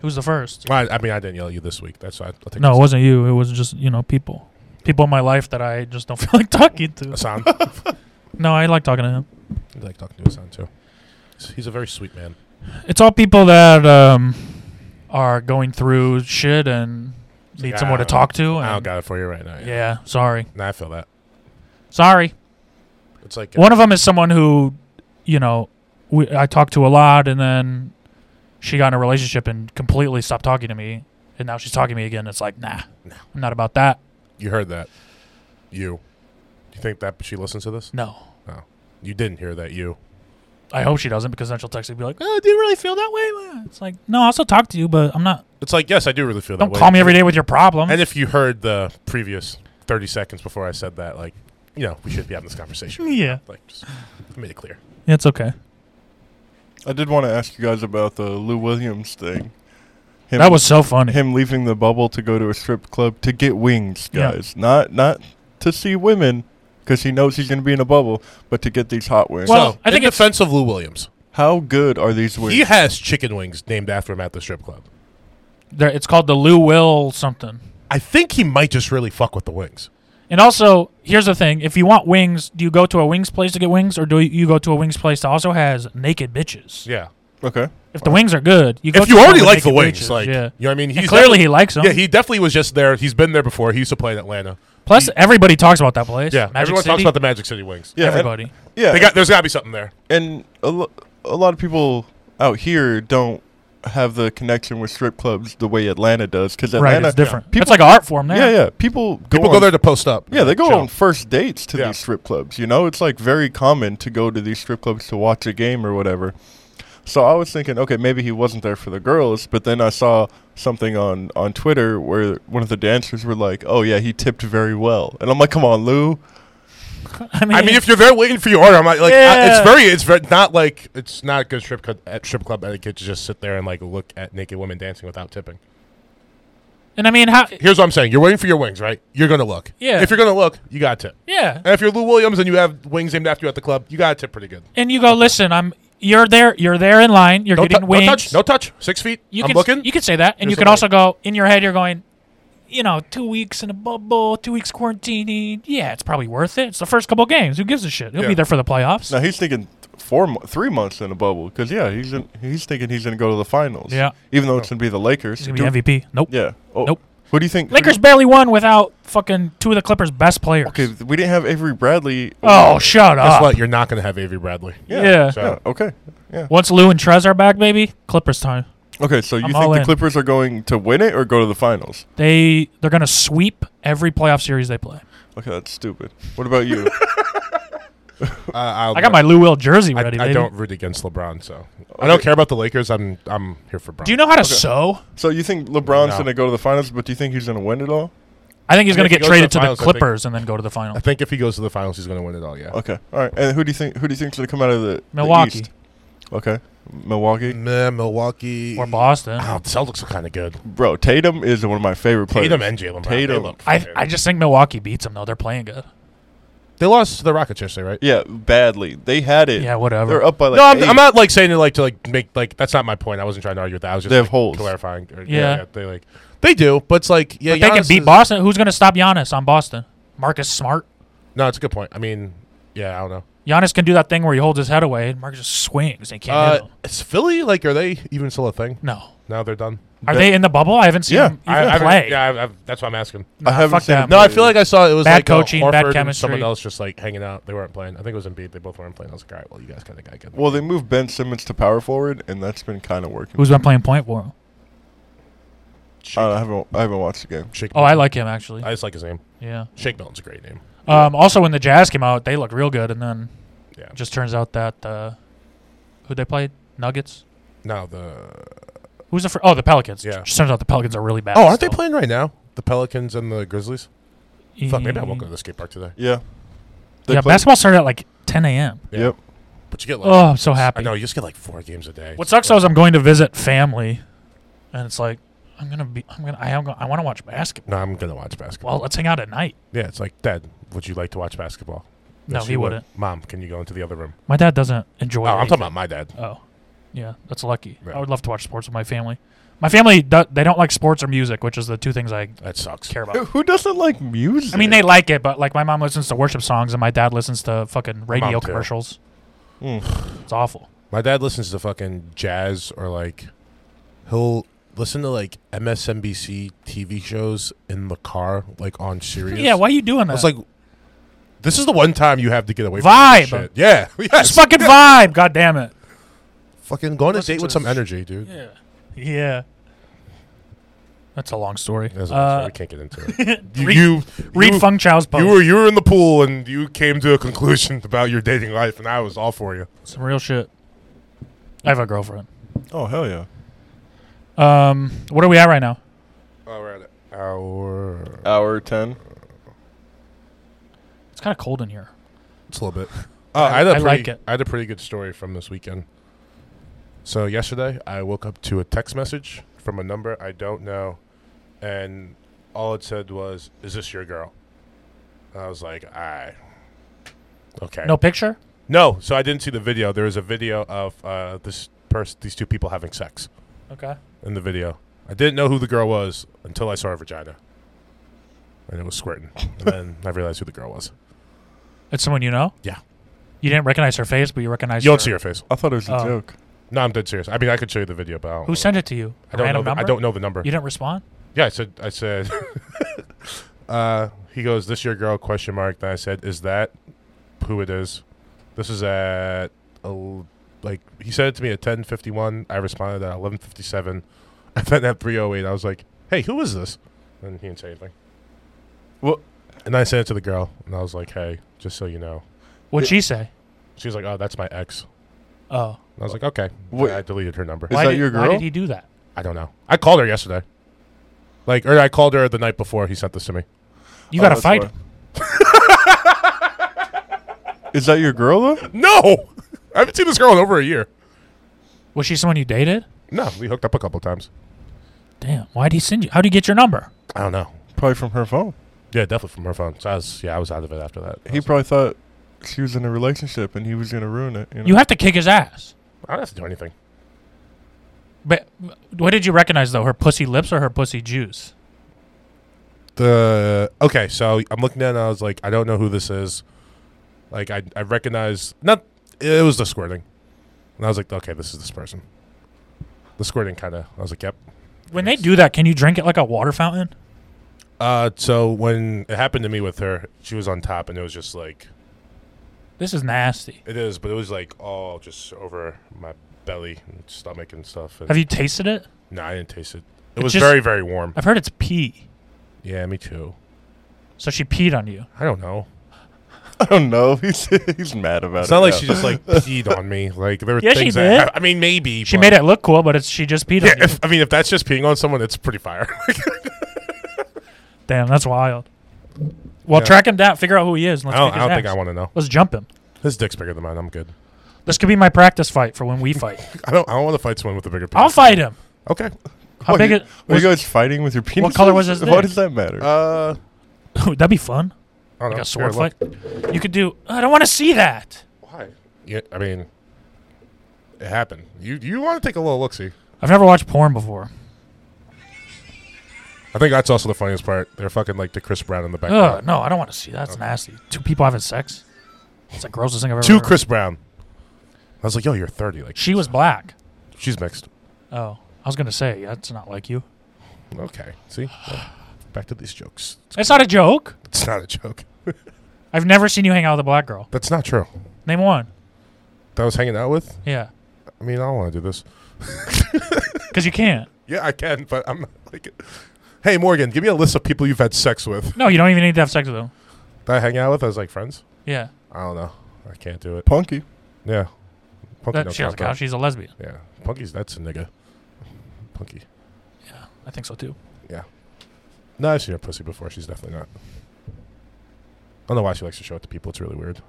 Who's the first? I, I mean, I didn't yell at you this week. That's why I'll take. No, it wasn't you. It was just you know people, people in my life that I just don't feel like talking to. Asan. No, I like talking to him. I like talking to Asan too. He's- He's a very sweet man. It's all people that um are going through shit and need like, someone to "Ah, talk to. I don't And got it for you right now. Yeah. yeah, sorry, Nah, I feel that. sorry. It's like One of them is someone who, you know, we, I talked to a lot, and then she got in a relationship and completely stopped talking to me, and now she's talking to me again. It's like, nah, No. I'm not about that. you heard that. You. You think that she listens to this? No, You didn't hear that. You. I hope she doesn't because then she'll text me and be like, oh, do you really feel that way? It's like, no, I still talk to you, but I'm not. It's like yes, I do really feel that. Don't way. call me every day with your problem. And if you heard the previous 30 seconds before I said that, like, you know, we should be having this conversation. yeah, Like, just made it clear. it's okay. I did want to ask you guys about the Lou Williams thing. Him, That was so funny. him leaving the bubble to go to a strip club to get wings, Yeah. guys. Not not to see women because he knows he's going to be in a bubble, but to get these hot wings. Well, so, I in think it's- defense of Lou Williams, How good are these wings? he has chicken wings named after him at the strip club. There, it's called the Lou Will something. I think he might just really fuck with the wings. And also, here's the thing: if you want wings, do you go to a wings place to get wings, or do you go to a wings place that also has naked bitches? Yeah. okay. If the wings are good, you go If to you one already with like the naked wings, bitches, like, yeah. you know what I mean? And clearly he likes them. definitely- yeah, he definitely was just there. He's been there before. He used to play in Atlanta. Plus, everybody talks about that place. Yeah. Magic Everyone City, talks about the Magic City Wings. Yeah. and- everybody. Yeah. They got, there's got to be something there. and a, lo- a lot of people out here don't have the connection with strip clubs the way Atlanta does because right, Atlanta uh, it's different. people- it's like an art form there. Yeah, yeah. People go People on, go there to post up. Yeah, they go Chill. on first dates to Yeah. these strip clubs. You know, it's like very common to go to these strip clubs to watch a game or whatever. So I was thinking, okay, maybe he wasn't there for the girls, but then I saw something on on Twitter where one of the dancers were like, "Oh yeah, he tipped very well," and I'm like, "Come on, Lou." I mean, I mean, if you're there waiting for your order, I'm like, like I, Yeah. it's very, it's very, not like it's not good strip club at strip club etiquette to just sit there and like look at naked women dancing without tipping. and I mean, how? Here's what I'm saying: you're waiting for your wings, right? You're gonna look. Yeah. If you're gonna look, you got to tip. Yeah, And if you're Lou Williams and you have wings named after you at the club, you got to tip pretty good. and you go. Listen, I'm. You're there. You're there in line. You're No, getting tou- wings. no touch, no touch. Six feet. You I'm can looking. You can say that, and Here's you can a also go in your head. You're going, you know, two weeks in a bubble, two weeks quarantining. Yeah, it's probably worth it. It's the first couple games. Who gives a shit? He'll Yeah. be there for the playoffs. Now he's thinking four, mo- three months in a bubble because yeah, he's in, he's thinking he's gonna go to the finals. Yeah. Oh. even though it's gonna be the Lakers. He's gonna Do- be MVP. Nope. Yeah. Oh, Nope. Who do you think? Lakers barely won without fucking two of the Clippers' best players. Okay, th- we didn't have Avery Bradley. Oh, shut Guess up. what? You're not gonna have Avery Bradley. yeah. So Yeah. Okay. Yeah. Once Lou and Trez are back, baby, Clippers time. Okay. So you I'm all think the in. Clippers are going to win it or go to the finals? They they're gonna sweep every playoff series they play. Okay, that's stupid. What about you? uh, I'll- I got my Lou Will jersey I, ready. I baby. don't root against LeBron, so I don't care about the Lakers. I'm I'm here for Bron. Do you know how to sew? so you think LeBron's No. going to go to the finals, but do you think he's going to win it all? I think he's I gonna mean, if he get goes to traded to the the finals, I think- Clippers and then go to the final. I think if he goes to the finals, he's gonna win it all. Yeah. Okay. All right. And who do you think? Who do you think's going to come out of the the Milwaukee East? Okay. Milwaukee. Meh, Milwaukee or Boston. Oh, Celtics are kind of good. Bro, Tatum is one of my favorite players. Tatum and Jalen Brown. Tatum. They, look I fucking- I just think Milwaukee beats them though. They're playing good. they lost to the Rockets yesterday, right? Yeah, badly. They had it. Yeah, whatever. They're up by like. no, I'm, eight. I'm not like saying it like to like make like that's not my point. I wasn't trying to argue with that. I was just They have like, holes. clarifying. Or, yeah. Yeah. yeah, they like they do, but it's like yeah, But they Giannis can beat is- Boston. Who's going to stop Giannis on Boston? Marcus Smart. No, it's a good point. I mean, yeah, I don't know. Giannis can do that thing where he holds his head away and Marcus just swings and he can't Uh, hit him. is Philly like? Are they even still a thing? No. Now they're done. Are they in the bubble? I haven't seen Yeah. them even I, I haven't- play. Yeah, I, I, that's what I'm asking. Nah, I haven't fuck seen them. No, I feel like I saw it was Bad like uh, coaching, bad Horford and chemistry. someone else just like hanging out. They weren't playing. I think it was Embiid. They both weren't playing. I was like, all right, well, you guys kind of got good. Well, they moved Ben Simmons to power forward, and that's been kind of working. Who's been playing point for him? Shake, I, don't- I haven't I haven't watched the game. Shake Oh, I like him actually. I just like his name. yeah. Shake Milton's a great name. Um, also, when the Jazz came out, they looked real good, and then Yeah. it just turns out that uh, who they played Nuggets. Now the Who's the fir- oh the Pelicans? Yeah. Just turns out the Pelicans are really bad. oh, aren't they still. playing right now? The Pelicans and the Grizzlies. Fuck, maybe I won't go to the skate park today. Yeah. yeah, played- basketball started at like 10 a.m. Yeah. Yep. But you get like Oh, I'm so happy. I know you just get like four games a day. What sucks though is I'm going to visit family, and it's like I'm gonna be I'm gonna I am gonna, I want to watch basketball. No, I'm gonna watch basketball. Well, let's hang out at night. yeah, it's like Dad. Would you like to watch basketball? No, Yes, he you would. wouldn't. Mom, can you go into the other room? My dad doesn't enjoy. Oh, I'm anything. talking about my dad. Oh, yeah, that's lucky. Right. I would love to watch sports with my family. My family do- they don't like sports or music, which is the two things I That sucks. care about. Who doesn't like music? I mean, they like it, but like my mom listens to worship songs and my dad listens to fucking radio mom, too. commercials. Mm. It's awful. My dad listens to fucking jazz or like he'll listen to like MSNBC TV shows in the car, like on Sirius. Yeah, why are you doing I that? was like, this is the one time you have to get away Vibe. from this shit. Yeah, yes. just fucking vibe. God damn it. fucking go on a Listen date to with some this. energy, dude. Yeah. Yeah. That's a long story. That's a- Uh, we can't get into it. You, read- you, Read you- Feng Chow's post. you were you were in the pool and you came to a conclusion about your dating life, and I was all for you. Some real shit. I have a girlfriend. Oh hell yeah. Um, what are we at right now? All right, our Hour ten. It's kind of cold in here. It's a little bit. I- Oh, I, had a I pretty, like it. I had a pretty good story from this weekend. So yesterday, I woke up to a text message from a number I don't know, and all it said was, "Is this your girl?" And I was like, "I." Okay. No picture? No. So I didn't see the video. There was a video of uh, this person, these two people having sex Okay. in the video. I didn't know who the girl was until I saw her vagina, and it was squirting. and then I realized who the girl was. It's someone you know? Yeah. You didn't recognize her face, but you recognize You don't see her face. I thought it was a Oh. joke. No, I'm dead serious. I mean, I could show you the video, but I don't Who know. sent it to you? I don't know. Random The, I number? don't know the number. You didn't respond? Yeah, I said. I said. uh, he goes, "This your girl?" Question mark. Then I said, "Is that who it is?" This is at el- like he said it to me at ten fifty one. I responded at eleven fifty seven, and then at three oh eight, I was like, "Hey, who is this?" And he didn't say anything. Well- And I sent it to the girl, and I was like, "Hey, just so you know." What'd she say? She was like, "Oh, that's my ex." Oh. And I was like, "Okay." Wait. I deleted her number. Is why that did, your Why girl? did he do that? I don't know. I called her yesterday. Like, or I called her the night before he sent this to me. You got Oh, to that's fight why. him. Is that your girl though? No, I haven't seen this girl in over a year. Was she someone you dated? No, we hooked up a couple times. Damn. Why'd he send you? How'd he get your number? I don't know. Probably from her phone. Yeah, definitely from her phone. So I was, yeah, I was out of it after that. I He was- probably thought she was in a relationship and he was gonna ruin it. You, know? You have to kick his ass. I don't have to do anything. But what did you recognize though? Her pussy lips or her pussy juice? The okay, so I'm looking at it and I was like, I don't know who this is. Like, I I recognize not. It was the squirting, and I was like, okay, this is this person. The squirting kind of. I was like, yep. When they do that, can you drink it like a water fountain? Uh, so when it happened to me with her, she was on top, and it was just like This is nasty. It is, but it was like all just over my belly and stomach and stuff. And Have you tasted it? No, I didn't taste it. It It's was just- very, very warm. I've heard it's pee. Yeah, me too. So she peed on you. I don't know. I don't know. He's he's mad about It's it. not like now. she just like peed on me. Like there were Yeah, she things did. that I, I mean maybe She but- made it look cool, but it's she just peed Yeah, on you. if, I mean if that's just peeing on someone, it's pretty fire. Damn, that's wild. Well, Yeah. track him down. Figure out who he is. And I let's don't, kick I his don't think ass. I want to know. Let's jump him. His dick's bigger than mine. I'm good. This could be my practice fight for when we fight. I don't. I don't want to fight someone with a bigger. Penis. I'll fight him. Okay. How What, big you- it? Were you was- guys fighting with your penis? color was his What dick? does that matter? Uh, That'd be fun. I don't Like a know. Oh, Here, sword look. fight. You could do. "Oh, I don't want to see that. Why? Yeah, I mean, it happened. You you want to take a little look see? I've never watched porn before. I think that's also the funniest part. They're fucking like the Chris Brown in the background. Ugh, no, I don't want to see that. That's nasty. Two people having sex. It's the grossest thing I've ever. Two heard. Chris Brown. I was like, yo, you're 30. Like She was black. she's mixed. Oh, I was gonna say that's not like you. Okay. See? Well, back to these jokes. It's not a joke. It's not a joke. I've never seen you hang out with a black girl. That's not true. Name one. That I was hanging out with. Yeah, I mean, I don't want to do this. because you can't. Yeah, I can, but I'm not like. Hey Morgan, give me a list of people you've had sex with No, you don't even need to have sex with them. that I hang out with. I was like friends. Yeah, I don't know. I can't do it. Punky. Yeah. Punky that, don't she doesn't count, though. count. She's a lesbian. Yeah, Punky's that's a nigga. Punky. I think so too. No, I've seen her pussy before. She's definitely not. I don't know why she likes to show it to people. It's really weird.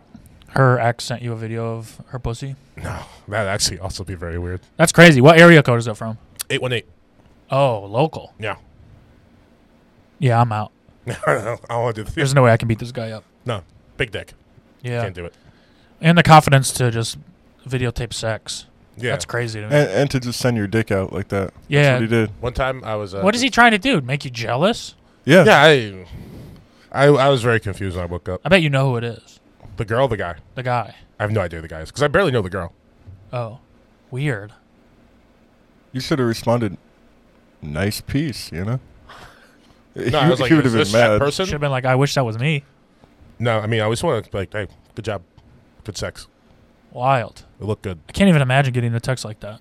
Her ex sent you a video of her pussy. No, that'd actually also be very weird. That's crazy. What area code is that from? Eight one eight. Oh, local. Yeah. Yeah, I'm out. No, no, no, I don't want to do this. There's no way I can beat this guy up. Big dick. Yeah, Can't do it. and the confidence to just videotape sex. Yeah. That's crazy to me. And, and to just send your dick out like that. That's yeah. what he did. One time I was. Uh, What is he trying to do? Make you jealous? Yeah. Yeah, I, I, I was very confused when I woke up. I bet you know who it is. The girl, the guy. The guy. I have no idea who the guy is because I barely know the girl. Oh, weird. You should have responded, nice piece, you know? No, I was like, would've is this that person? Should have been like, I wish that was me. No, I mean, I always want to like, hey, good job, good sex, Wild. it looked good. I can't even imagine getting a text like that.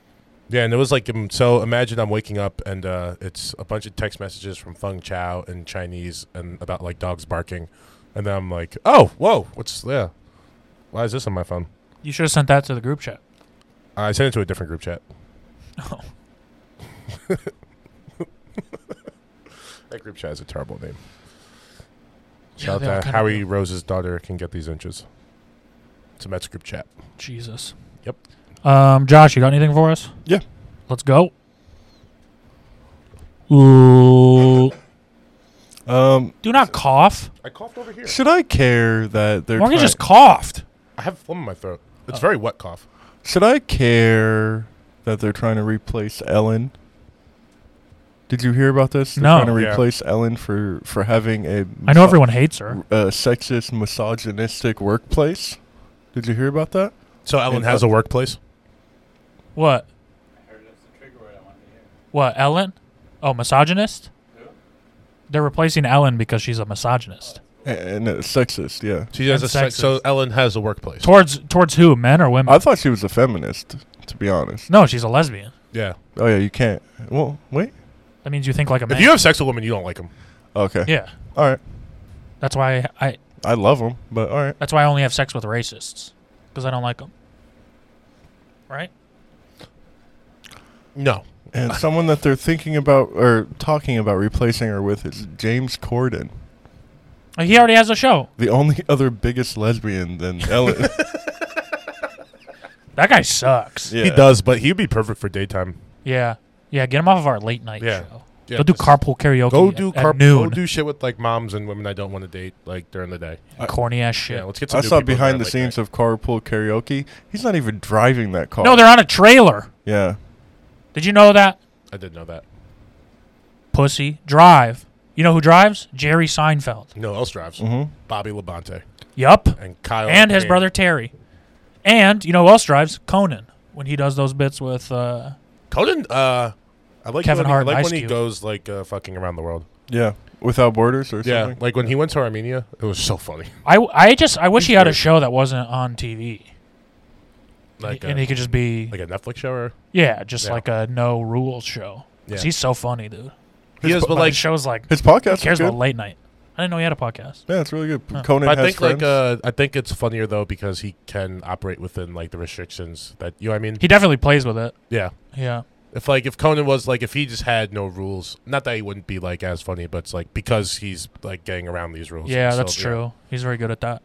Yeah, and it was like, um, so imagine I'm waking up and uh, it's a bunch of text messages from Feng Chao in Chinese and about like dogs barking, and then I'm like, oh, whoa, what's yeah? Why is this on my phone? You should have sent that to the group chat. I sent it to a different group chat. Oh. That group chat is a terrible name. Yeah, Shout they all out to kinda Howie do. Rose's daughter can get these inches. It's a Mets group chat. Jesus. Yep. Um, Josh, you got anything for us? Yeah. Let's go. Ooh. Um, Do not cough. I coughed over here. should I care that they're Morgan trying- just coughed. I have phlegm in my throat. It's Oh. very wet cough. should I care that they're trying to replace Ellen? Did you hear about this? They're No. Trying to Yeah. replace Ellen for for having a I know miso- everyone hates her. uh, sexist, misogynistic workplace. Did you hear about that? So Ellen And, has uh, a workplace. What? What, Ellen? Oh, misogynist? They're replacing Ellen because she's a misogynist. A- And uh, sexist, yeah. She has And a sex. sexist. So Ellen has a workplace. Towards towards who? Men or women? I thought she was a feminist, to be honest. no, she's a lesbian. yeah. Oh yeah, you can't. Well, wait. That means you think like a man. If you have sex with women, you don't like them. Okay. yeah. All right. That's why I, I I love them, but all right. that's why I only have sex with racists because I don't like them. Right? No. And someone that they're thinking about or talking about replacing her with is James Corden, Like, he already has a show. the only other biggest lesbian than Ellen. That guy sucks. Yeah. yeah. He does, but he'd be perfect for daytime. Yeah. Get him off of our late night Yeah. show. Yeah, go do just- carpool karaoke. Go at- do at carp. noon. Go do shit with like moms and women I don't want to date like during the day. corny ass shit. Yeah, let's get some. I new saw people in behind there the like scenes that. of Carpool Karaoke. He's not even driving that car. no, they're on a trailer. yeah. Did you know that? I did know that. Pussy. Drive. You know who drives? Jerry Seinfeld. No one else drives. Mm-hmm. Bobby Labonte Yup. and Kyle and his Kane. brother Terry. And you know who else drives? Conan when he does those bits with. Uh, Conan. Uh, I like Kevin when he- Hart and I like Ice when he Cube. goes like uh, fucking around the world. Yeah. Without borders or Yeah, something. like when he went to Armenia, it was so funny. I, I just I wish He's he had a great. show that wasn't on TV, Like and a, he could just be like a Netflix show. Or, yeah, just Yeah. like a no rules show. 'Cause Yeah. he's so funny, dude. he is, but But like his shows like His podcast cares is good. about late night. I didn't know he had a podcast. yeah, it's really good. Huh. Conan I has think like friends. uh, I think it's funnier though because he can operate within like the restrictions that you. know what I mean, He definitely plays with it. yeah. Yeah, If like if Conan was like if he just had no rules, not that he wouldn't be like as funny, but it's like because he's like getting around these rules. yeah, So, that's true. He's very good at that.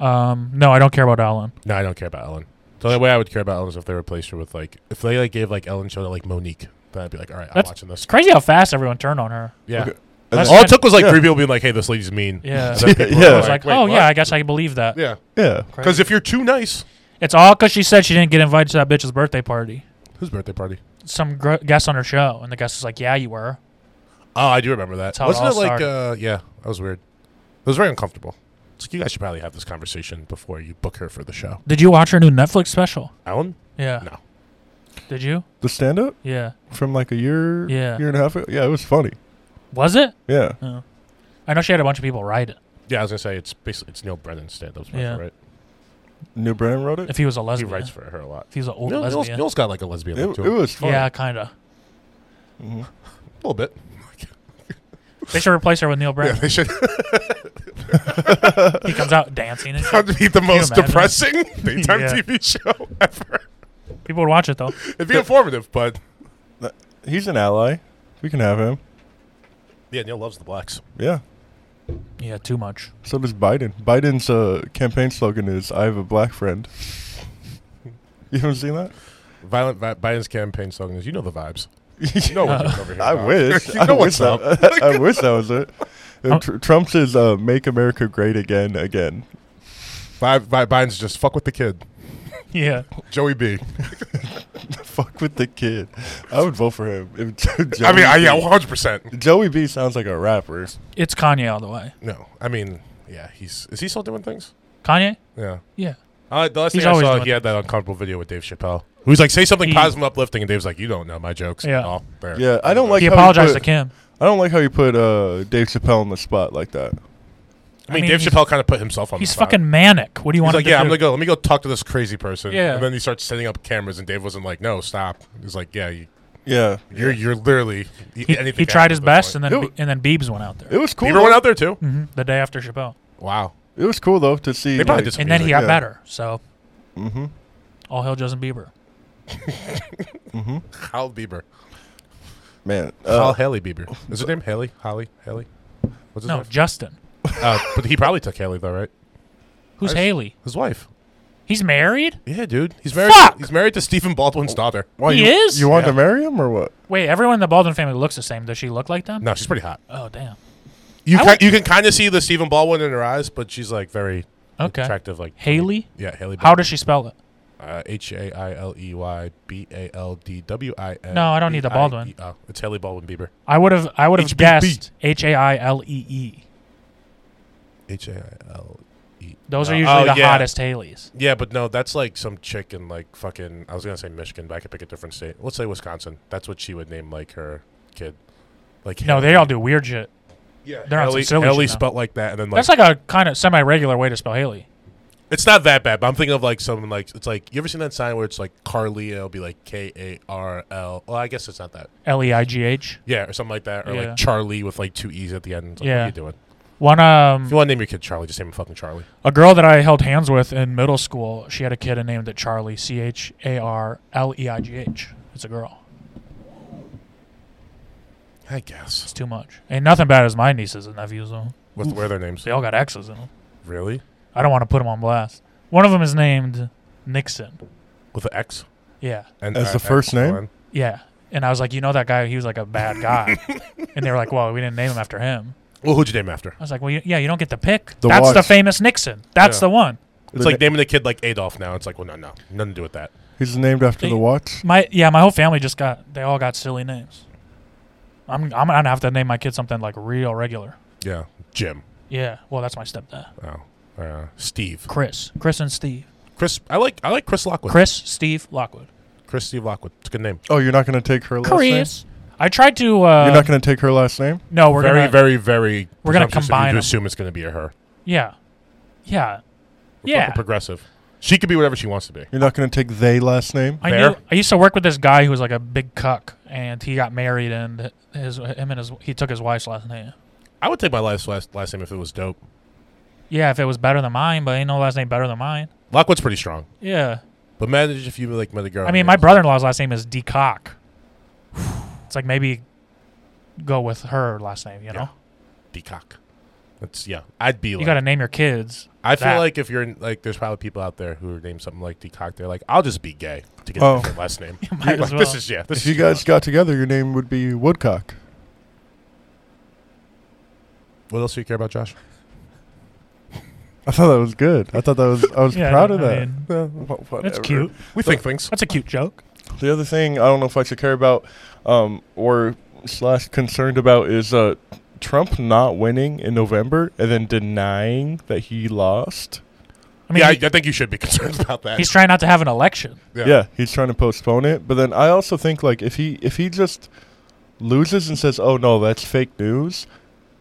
Um, no, I don't care about Alan. No, I don't care about Ellen. The only way I would care about Ellen is if they replaced her with like if they like gave like Ellen show to like Monique, then I'd be like, all right, I'm That's- watching this. It's crazy how fast everyone turned on her. Yeah. Okay. That's All kind it of- took was like Yeah. three people being like, "Hey, this lady's mean." yeah, And then people Yeah. I were was like, "Wait, oh what?" yeah, I guess I can believe that. yeah. yeah. Because if you're too nice, It's all because she said she didn't get invited to that bitch's birthday party. whose birthday party? Some gr- guest on her show, and the guest is like, "Yeah, you were." Oh, I do remember that. That's how it Wasn't all it like, started. uh, yeah, that was weird. It was very uncomfortable. It's like you guys should probably have this conversation before you book her for the show. Did you watch her new Netflix special? Ellen? Yeah. No. Did you? The stand up Yeah. from like a year, Yeah. year and a half ago. Yeah, it was funny. Was it? Yeah. Oh. I know she had a bunch of people write it. Yeah, I was gonna say it's basically it's Neil Brennan's stand-up special, Yeah. right? New Brennan wrote it. If he was a He lesbian. writes for her a lot. If he was an old Neil, Neil's- lesbian. Neil's got like a lesbian It, look it to him. was funny. yeah, kind of. Mhm. a little bit. They should replace her with Neil Yeah, Brennan. they should. He comes out dancing and That shit. would be the most imagine? depressing daytime Yeah. TV show ever. People would watch it, though. It'd be informative, but He's an ally. We can have him. yeah, Neil loves the blacks. Yeah. Yeah, too much. So does Biden. Biden's uh, campaign slogan is "I have a black friend." you haven't seen that? Violent Vi- Biden's campaign song is you know the vibes. You know what's up over here. I Bob. wish. you I know wish what's up. that. I wish that was it. Uh, Um, Tr- Trump's is uh, "Make America Great Again." Again. Bi- Bi- Biden's just fuck with the kid. Yeah. Joey B. Fuck with the kid. I would vote for him. If Jo- I mean, I, yeah, Joey B- 100. percent Joey B sounds like a rapper. It's Kanye all the way. No, I mean, yeah, he's is he still doing things? Kanye? Yeah. Yeah. Uh, the last He's thing I always saw, doing he had that uncomfortable video with Dave Chappelle. Who's like, say something He- positive and uplifting, and Dave's like, you don't know my jokes. Yeah. Oh, there. Yeah, I don't like. He how apologized to put, Kim. I don't like how you put uh, Dave Chappelle on the spot like I that. mean, I mean, Dave he's- Chappelle kind of put himself on. He's the spot. fucking manic. What do you He's want like, him yeah, I'm to gonna do? go. Let me go talk to this crazy person. Yeah. And then he starts setting up cameras, and Dave wasn't like, no, stop. He's like, yeah, you, Yeah, you're you're literally. y- He, anything he can tried his happen at best, this and point. then Dude. Be- and then Biebs went out there. it was cool. Bieber went though. out there too. hmm The day after Chappelle, Wow. It was cool though to see. They probably did like, some and then he music. got Yeah. better. So Mm-hmm. all hail Justin Bieber. Mm-hmm. Kyle Bieber. Man, Kyle uh, Haley Bieber. Is her name Haley? Holly? Haley? What's his No, name? Justin. Uh, but he probably took Haley though, right? Who's I s- Haley? His wife. He's married. Yeah, dude. He's married. Fuck! Oh. He's married to Stephen Baldwin's daughter. why, He you, is? You want Yeah. to marry him or what? Wait, everyone in the Baldwin family looks the same. Does she look like them? No, she's pretty hot. Oh damn. You I can, would- you can kind of see the Stephen Baldwin in her eyes, but she's like very Okay. attractive. Like Haley. yeah, Haley. How does she spell it? uh, H A I L E Y B A L D W I N. No, I don't need the B I E- Baldwin. Oh, it's Haley Baldwin Bieber. I would have. I would have HBB. guessed H A I L E E. H A I L E. Those No. are usually Oh, the yeah. hottest Haleys. Yeah, but no, that's like some chick in like fucking. I was gonna say Michigan, but I could pick a different state. Let's say Wisconsin. That's what she would name like her kid. Like No, they all do weird shit. Yeah, they're on Haley, some silly Haley shit now. spelt like that, and then like, That's like a kind of semi-regular way to spell Haley. it's not that bad. But I'm thinking of like someone like it's like you ever seen that sign where it's like Carly? It'll be like K A R L. Well, I guess it's not that. L e i g h. Yeah, or something like that, or Yeah. like Charlie with like two e's at the end. It's like, what Yeah. are you doing? One um If you want to name your kid Charlie, just name him fucking Charlie. a girl that I held hands with in middle school. She had a kid and named it Charlie. C H A R L E I G H. It's a girl. I guess. It's too much. Ain't nothing bad as my nieces and nephews though. What's where are their names? They all got X's in them. Really? I don't want to put them on blast. One of them is named Nixon. With an X Yeah, and As uh, the first X on name? it? yeah. And I was like, you know that guy? He was like a bad guy. and they were like, well, we didn't name him after him. Well, who'd you name after? I was like, well, you, yeah, you don't get to pick. The That's the watch. famous Nixon. That's Yeah. the one. It's like naming the kid like Adolf now. It's like, well, no, no, nothing to do with that. He's named after the watch. My yeah, my whole family just got. They all got silly names. I'm I'm gonna have to name my kid something like real regular. Yeah, Jim. Yeah. Well, that's my stepdad, Oh, uh, Steve. Chris. Chris and Steve. Chris. I like. I like Chris Lockwood. Chris, Steve, Lockwood. Chris Steve Lockwood. It's a good name. Oh, you're not gonna take her last name. I tried to. Uh, You're not gonna take her last name. no, we're very, gonna. very, very. We're gonna presumptuous of you combine To them. assume it's gonna be a her. Yeah. Yeah. We're Yeah. fucking progressive. She could be whatever she wants to be. You're not gonna take they last name. I Fair. knew. I used to work with this guy who was like a big cuck, and he got married, and his him and his he took his wife's last name. I would take my last last last name if it was dope. Yeah, if it was better than mine, but ain't no last name better than mine. Lockwood's pretty strong. Yeah. But manage if you like met a girl. I mean, and my it's- brother-in-law's last name is Decock. It's like maybe go with her last name. You know, Decock. That's yeah. I'd be like. you got to name your kids. I feel that. like if you're in, like, there's probably people out there who are named something like Decock. They're like, I'll just be gay to get a Oh. different last name. Might as Like, well. This is yeah. This If is you guys got together, your name would be Woodcock. What else do you care about, Josh? I thought that was good. I thought that was. I was Yeah, proud of I that. mean, Yeah, wha- that's whatever. cute. We think things. That's a cute joke. The other thing I don't know if I should care about, um, or slash concerned about is uh, Trump not winning in November and then denying that he lost. I mean, yeah, he- I, I think you should be concerned about that. he's trying not to have an election. yeah. Yeah. he's trying to postpone it. But then I also think like if he if he just loses and says, "Oh no, that's fake news,"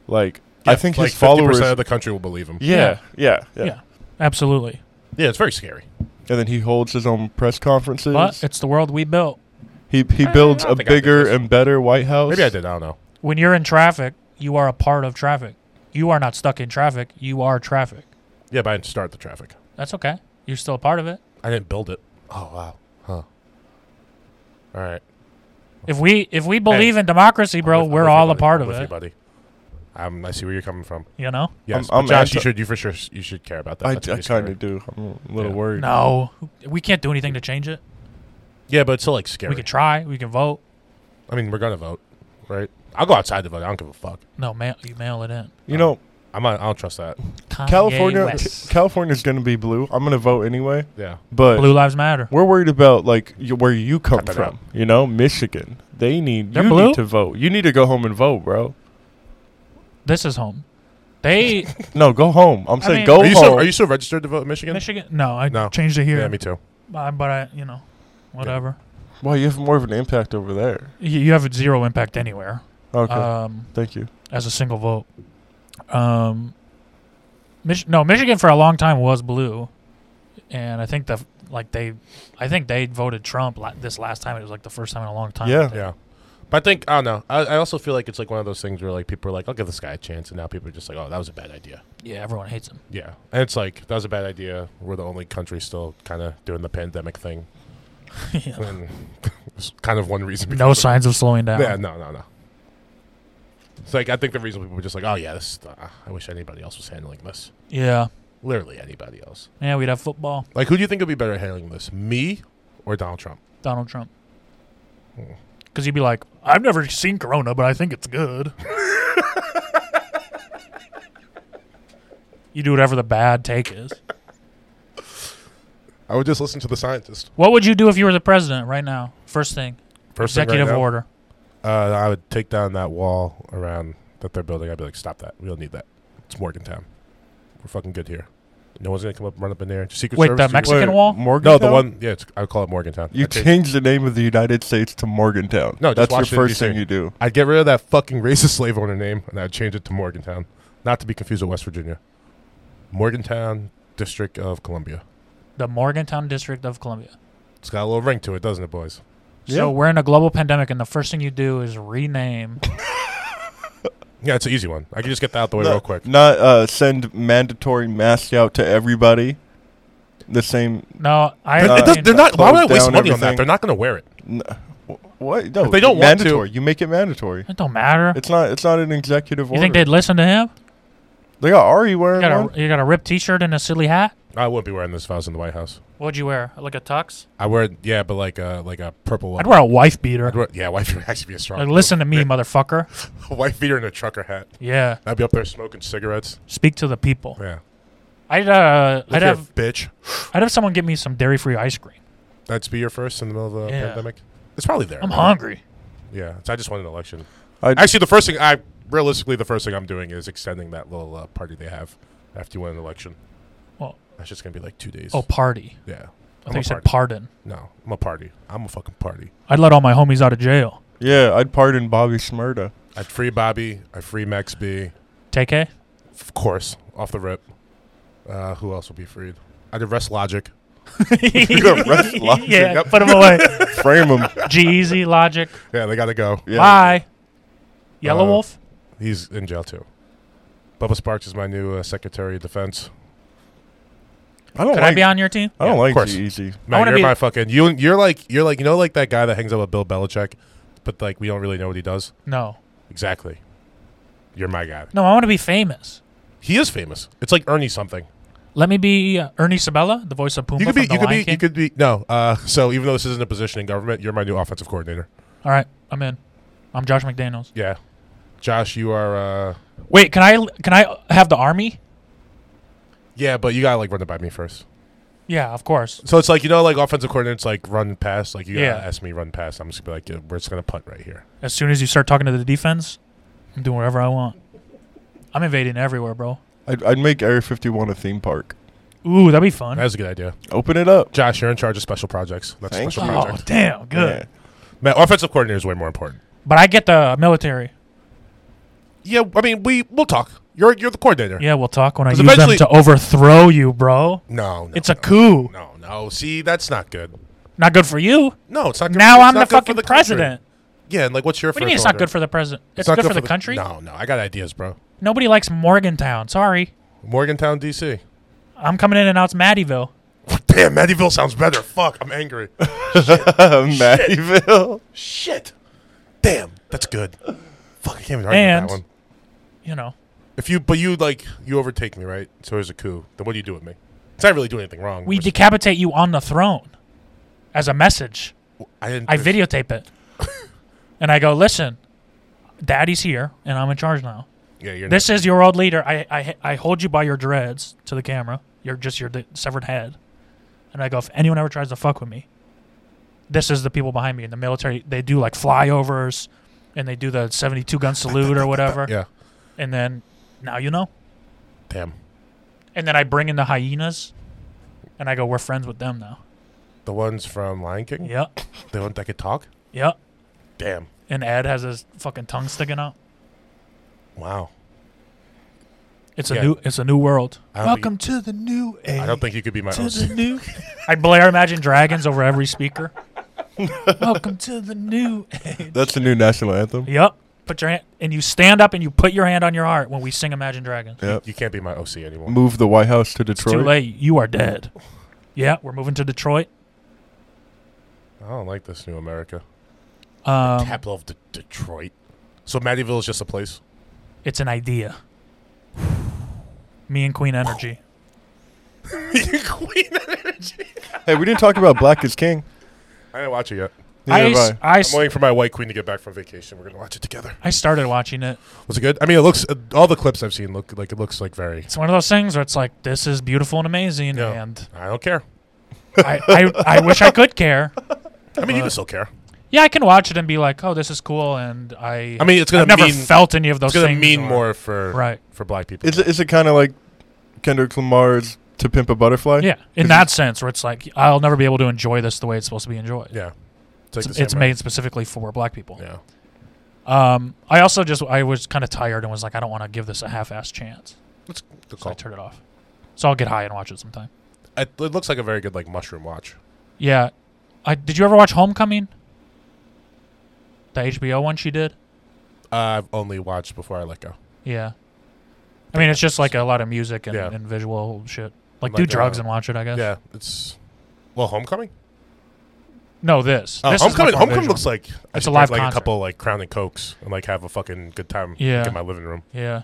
like I Yeah, think like his followers. percent of the country will believe him. yeah, yeah, yeah, Yeah. Absolutely. Yeah, it's very scary. And then he holds his own press conferences. But it's the world we built. he he Uh, I builds don't a think I did bigger this. and better White House. Maybe I did. I don't know. When you're in traffic, you are a part of traffic. You are not stuck in traffic. You are traffic. Yeah, but I didn't start the traffic. That's okay. You're still a part of it. I didn't build it. Oh wow. Huh. All right. If we if we believe in democracy, bro, I'm with- I'm we're with you, all a buddy. part I'm of with you, it. buddy. Um, I see where you're coming from. You know? Yes, I'm but Josh, you anti- should you for sure s- you should care about that. I, That's pretty kind scary. of do. I'm a little Yeah. worried. No, we can't do anything to change it. Yeah, but it's still like scary. We can try. We can vote. I mean, we're gonna vote, right? I'll go outside to vote. I don't give a fuck. No, mail. You mail it in. You know, I'm not, I don't trust that. Kanye California West. California's going to be blue. I'm going to vote anyway, Yeah. but Blue Lives Matter. we're worried about like y- where you come Cut that from. out. You know, Michigan. They need They're you blue? need to vote. You need to go home and vote, bro. This is home. They No, go home. I'm saying mean- go Are you home. still are you still registered to vote in Michigan? Michigan. No, I No. changed it here. Yeah, me too. Uh, but I, you know, whatever. well, you have more of an impact over there. You, you have zero impact anywhere. Okay, Uh, Um, thank you. as a single vote. Um, Mich- no, Michigan for a long time was blue, and I think the like they, I think they voted Trump la- this last time. It was like the first time in a uh, long time. Yeah. Yeah. But I think I don't know. I, I also feel like it's like one of those things where like people are like, I'll give this guy a chance, and now people are just like, oh, that was a bad idea. yeah, everyone hates him. Yeah, and it's like that was a bad idea. We're the only country still kind of doing the pandemic thing, Yeah. and it's kind of one reason. No signs of slowing down. Yeah, no, no, no. It's like I think the reason people were just like, oh yeah, this. Uh, I wish anybody else was handling this. yeah, Literally anybody else. yeah. We'd have football. Like, who do you think would be better at handling this, me or Donald Trump? Donald Trump. Hmm. Because you'd be like, I've never seen Corona, but I think it's good. you do whatever the bad take is. I would just listen to the scientist. What would you do if you were the president right now? First thing, First thing right executive now, order. Uh, I would take down that wall around that they're building. I'd be like, stop that. We don't need that. It's Morgantown. We're fucking good here. No one's gonna come up, run up in there. Secret Wait, Service. the do- Mexican wall? Morgantown? No, the one. Yeah, it's, I would call it Morgantown. You I'd, take- changed the name of the United States to Morgantown. No, just that's your Washington, first D.C.. thing you do. I'd get rid of that fucking racist slave owner name, and I'd change it to Morgantown, not to be confused with West Virginia. Morgantown, District of Columbia. the Morgantown District of Columbia. It's got a little ring to it, doesn't it, boys? Yeah. So we're in a global pandemic, and the first thing you do is rename. Yeah, it's an easy one. I can just get that out the way No, real quick. Not uh, send mandatory masks out to everybody. The same. No, I. It- it Uh, does- they're not. Why would I close waste down money on everything. that? They're not going to wear it. N- wh- what? No, If they don't want to- mandatory. You make it mandatory. it don't matter. It's not. It's not an executive You order. think they'd listen to him? they got Ari wearing You got one. a you got a ripped T-shirt and a silly hat. I wouldn't be wearing this if I was in the White House. What'd you wear? Like a tux? I wear yeah, but like a like a purple one. I'd wear a wife beater. I'd wear- yeah, wife would actually be a strong. Like, listen to me, motherfucker. a wife beater and a trucker hat. Yeah, I'd be up there smoking cigarettes. speak to the people. Yeah, I'd uh, Look I'd here, have bitch. I'd have someone get me some dairy-free ice cream. That'd be your first in the middle of a Yeah. pandemic. It's probably there. I'm hungry. Yeah, it's- I just won an election. I'd- Actually, the first thing I realistically, the first thing I'm doing is extending that little uh, party they have after you win an election. Well- that's just gonna be like two days. Oh, party. yeah. I I'm thought a you said party. pardon. No, I'm a party. I'm a fucking party. I'd let all my homies out of jail. Yeah, I'd pardon Bobby Smurda. I free Bobby. I free Max B. TK. Of course, off the rip. Uh, who else will be freed? I'd arrest Logic. gonna arrest Logic, yeah, yep. put him away. Frame him. G-Eazy, E Logic. Yeah, they gotta go. Yeah. Bye. Yellow Uh, Wolf. He's in jail too. Bubba Sparks is my new uh, Secretary of Defense. I don't Could I like. be on your team? I Yeah, don't of like E course. G-Eazy. Man, wanna you're be- my fucking you. You're like you're like you know like that guy that hangs out with Bill Belichick, but like we don't really know what he does No. exactly. You're my guy. No, I want to be famous. He is famous. It's like Ernie something. Let me be uh, Ernie Sabella, the voice of Pumbaa You could from be. The You could Lion be. King. You could be. No. Uh, so even though this isn't a position in government, you're my new offensive coordinator. All right, I'm in. I'm Josh McDaniels. Yeah. Josh, you are. Uh, Wait, can I can I have the army? yeah, but you gotta like run it by me first. Yeah, of course. So it's like you know, like offensive coordinates like run pass. Like you gotta Yeah. ask me run pass. I'm just gonna be like, yeah, we're just gonna punt right here. As soon as you start talking to the defense, I'm doing whatever I want. I'm invading everywhere, bro. I'd, I'd make Area 51 a theme park. Ooh, that'd be fun. That's a good idea. Open it up. Josh, you're in charge of special projects. That's Thank a oh, special project. damn, good. Yeah. Man, offensive coordinator is way more important. But I get the military. Yeah, I mean, we we'll talk. You're you're the coordinator. Yeah, we'll talk when I 'Cause use them eventually- to overthrow you, bro. No, no, It's a no, coup. No, no. See, that's not good. Not good for you. No, it's not. Good Now it's I'm the not good for fucking the country. president. Yeah, and like, what's your? What do you mean it's not good for the president? It's, good, for the, country. No, no. I got ideas, bro. Nobody likes Morgantown. Sorry. Morgantown, D.C. I'm coming in and now it's Maddieville. Damn, Maddieville sounds better. Fuck, I'm angry. Mattyville. Shit. Damn, that's good. Fuck, I can't even argue with And- that one. You know. If you, but you like, you overtake me, right? So there's a coup. Then what do you do with me? It's not really doing anything wrong. We We're just- decapitate you on the throne as a message. I didn't. I videotape it. and I go, listen, daddy's here and I'm in charge now. Yeah, you're This is your old leader. I, I, I hold you by your dreads to the camera. You're just your d- severed head. And I go, if anyone ever tries to fuck with me, this is the people behind me in the military. They do like flyovers and they do the 72 gun salute or whatever. Yeah. And then now you know. Damn. And then I bring in the hyenas and I go, we're friends with them now. The ones from Lion King. Yep. The ones that could talk. Yep. Damn. And Ed has his fucking tongue sticking out. Wow. It's Yeah. a new it's a new world. I don't think- Welcome to the new age. I don't think you could be my to host. the new. I blare Imagine Dragons over every speaker. Welcome to the new age. That's the new national anthem. Yep. Put your hand and you stand up and you put your hand on your heart when we sing Imagine Dragons. Yep. You can't be my OC anymore. Move the White House to It's too Detroit. late. You are dead. Yeah, we're moving to Detroit. I don't like this new America. Um, Capital of D- Detroit. So Maddieville is just a place. it's an idea. Me and Queen Energy. Queen Energy. Hey, we didn't talk about Black is King. I didn't watch it yet. I, Neither s- have I. I s- I'm waiting for my white queen to get back from vacation. We're gonna watch it together. I started watching it. Was it good? I mean, it looks. Uh, all the clips I've seen look like it looks like very. It's one of those things where it's like, this is beautiful and amazing, Yeah. and I don't care. I, I, I wish I could care. I mean, you can still care. Yeah, I can watch it and be like, oh, this is cool, and I. I mean, it's gonna I've never mean felt any of those it's gonna things. mean or- more for Right. for black people. Is it, is it kind of like Kendrick Lamar's To Pimp a Butterfly? Yeah, in Is that sense, where it's like I'll never be able to enjoy this the way it's supposed to be enjoyed. yeah, like It's, the same it's way. made specifically for black people. Yeah, Um, I also just I was kind of tired and was like, I don't want to give this a half-ass chance, it's good so I call. turned it off. So I'll get high and watch it sometime. It, it looks like a very good like mushroom watch. Yeah, I did. You ever watch Homecoming? The HBO one she did. Uh, I've only watched before I let go. Yeah, I mean it's just like a lot of music and, Yeah. and visual shit. Like, Like, do drugs uh, and watch it, I guess. Yeah, it's well, homecoming. No, this. Oh, this is homecoming. much more Homecoming visual. looks like I It's a should live grab, like concert. a couple like Crown and Cokes and like have a fucking good time. Yeah. in my living room. Yeah.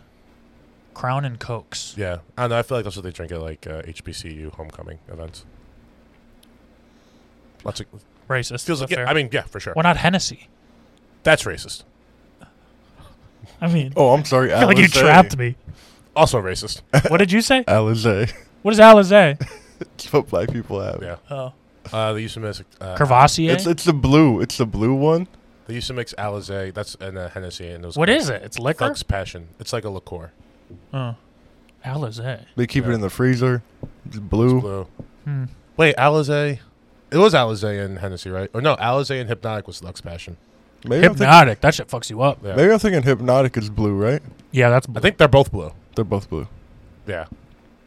Crown and Cokes. Yeah, I don't know. I feel like that's what they drink at like uh, HBCU homecoming events. Lots of Racist. feels but like yeah, fair. I mean yeah for sure. Well, not Hennessy. That's racist. I mean, Oh, I'm sorry. I feel like you trapped me. Also racist. What did you say? Alizé. What is Alizé? It's what black people have. Yeah. Oh. Uh, they used to mix. Uh, Carvassier? It's it's the blue. It's the blue one. They used to mix Alizé. That's and uh, Hennessy and those. what is it? It's liquor? Thug's passion. It's like a liqueur. Oh. Alizé. They keep Yeah. it in the freezer. It's It's blue. blue. Hmm. Wait, Alizé. It was Alizé and Hennessy, right? Or no, Alizé and Hypnotic was Thug's passion. Maybe, I'm thinking, Hypnotic. That shit fucks you up. Yeah. maybe I'm thinking hypnotic is blue, right? Yeah, that's. I think they're both blue. They're both blue. Yeah.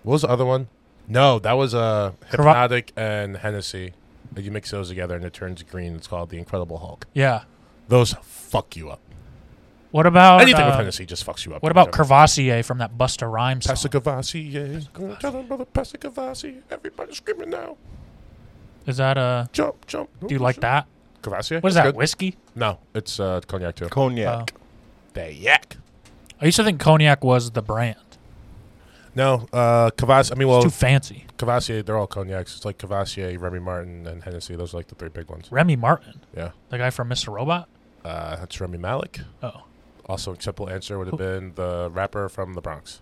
What was the other one? No, that was uh, Hypnotic and Hennessy. And You mix those together and it turns green. It's called the Incredible Hulk. Yeah. Those fuck you up. What about. Anything uh, with Hennessy just fucks you up. What about Carvassier from that Busta Rhymes song? Pascavassi? Gonna tell them brother Pascavassi. Everybody screaming now. Is that a. Jump, jump. Do you like that? Cavassier? What is It's that? Oh, good. Whiskey? No, it's uh, cognac too. Cognac. Oh. The yak. I used to think cognac was the brand. No, uh, Cavassier. I mean, well, Too fancy. Cavassier. They're all cognacs. It's like Cavassier, Remy Martin, and Hennessy. Those are like the three big ones. Remy Martin, Yeah, the guy from Mr. Robot? uh, that's Remy Malik. Oh. Also, a simple answer would Who- Uh, have been the rapper from the Bronx.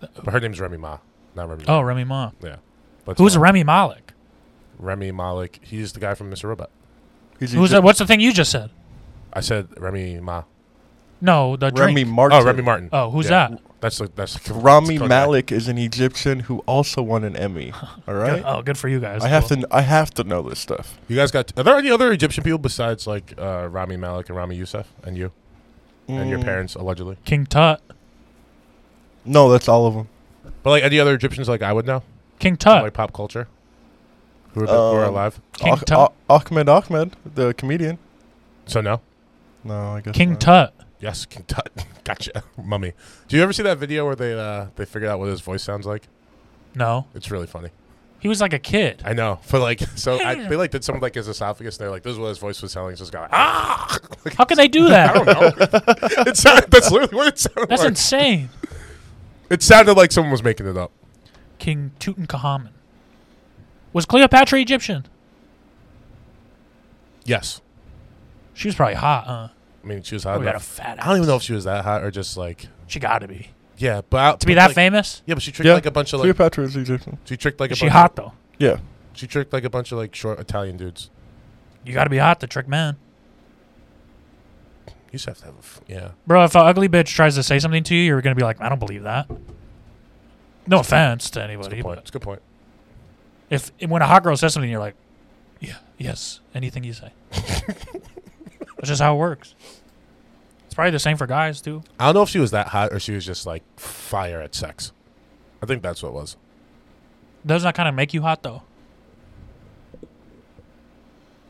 But her name's Remy Ma, not Remy. Ma. Oh, Remy Ma. Yeah. But Who's Remy Malik? Remy Malik? He's the guy from Mr. Robot. He's Who's that? What's the thing you just said? I said Remy Ma. No, the drink. Remy Martin. Oh, Remy Martin. Oh, who's Yeah. that? That's like that's Rami that's- Malik is an Egyptian who also won an Emmy. All Good- right, Oh, good for you guys. I have Cool. to. I have to know this stuff. You guys got? Are there any other Egyptian people besides like uh, Rami Malik and Rami Youssef and you and your Mm, parents allegedly? King Tut. No, that's all of them. But like any other Egyptians like I would know, King From, Tut. like pop culture, who are, who are Um, alive. King Ah- oh. Tut. Ah- Ahmed Ahmed, the comedian. So no. No, I guess King not. Tut. Yes, King Tut. gotcha, mummy. Do you ever see that video where they uh, they figured out what his voice sounds like? No, It's really funny. he was like a kid. I know. For like, so I, they like did something like his esophagus. and They're like, this is what his voice was sounding. So this guy, like, ah, like, How could they do I don't that? know. it sounded, that's literally what it sounded That's like. insane. it sounded like someone was making it up. King Tutankhamun. Was Cleopatra Egyptian? Yes. She was probably hot, huh? I mean, she was I hot. got a Enough. fat ass. I don't even know if she was that hot or just like, She got to be. yeah, but out, To be that like, famous? Yeah, but she tricked Yeah. like a bunch of like, Cleopatra is Egyptian. she tricked like a Is she bunch hot, Of, though? Yeah, she tricked like a bunch of like short Italian dudes. You got to be hot to trick men. You just have to have, a f- yeah. Bro, if an ugly bitch tries to say something to you, you're going to be like, I don't believe that. No offense to That's a good anybody. point. But That's a good point. if When a hot girl says something, you're like, yeah, yes, anything you say. That's just how it works. It's probably the same for guys, too. I don't know if she was that hot or she was just like fire at sex. I think that's what it was. Doesn't that kind of make you hot, though?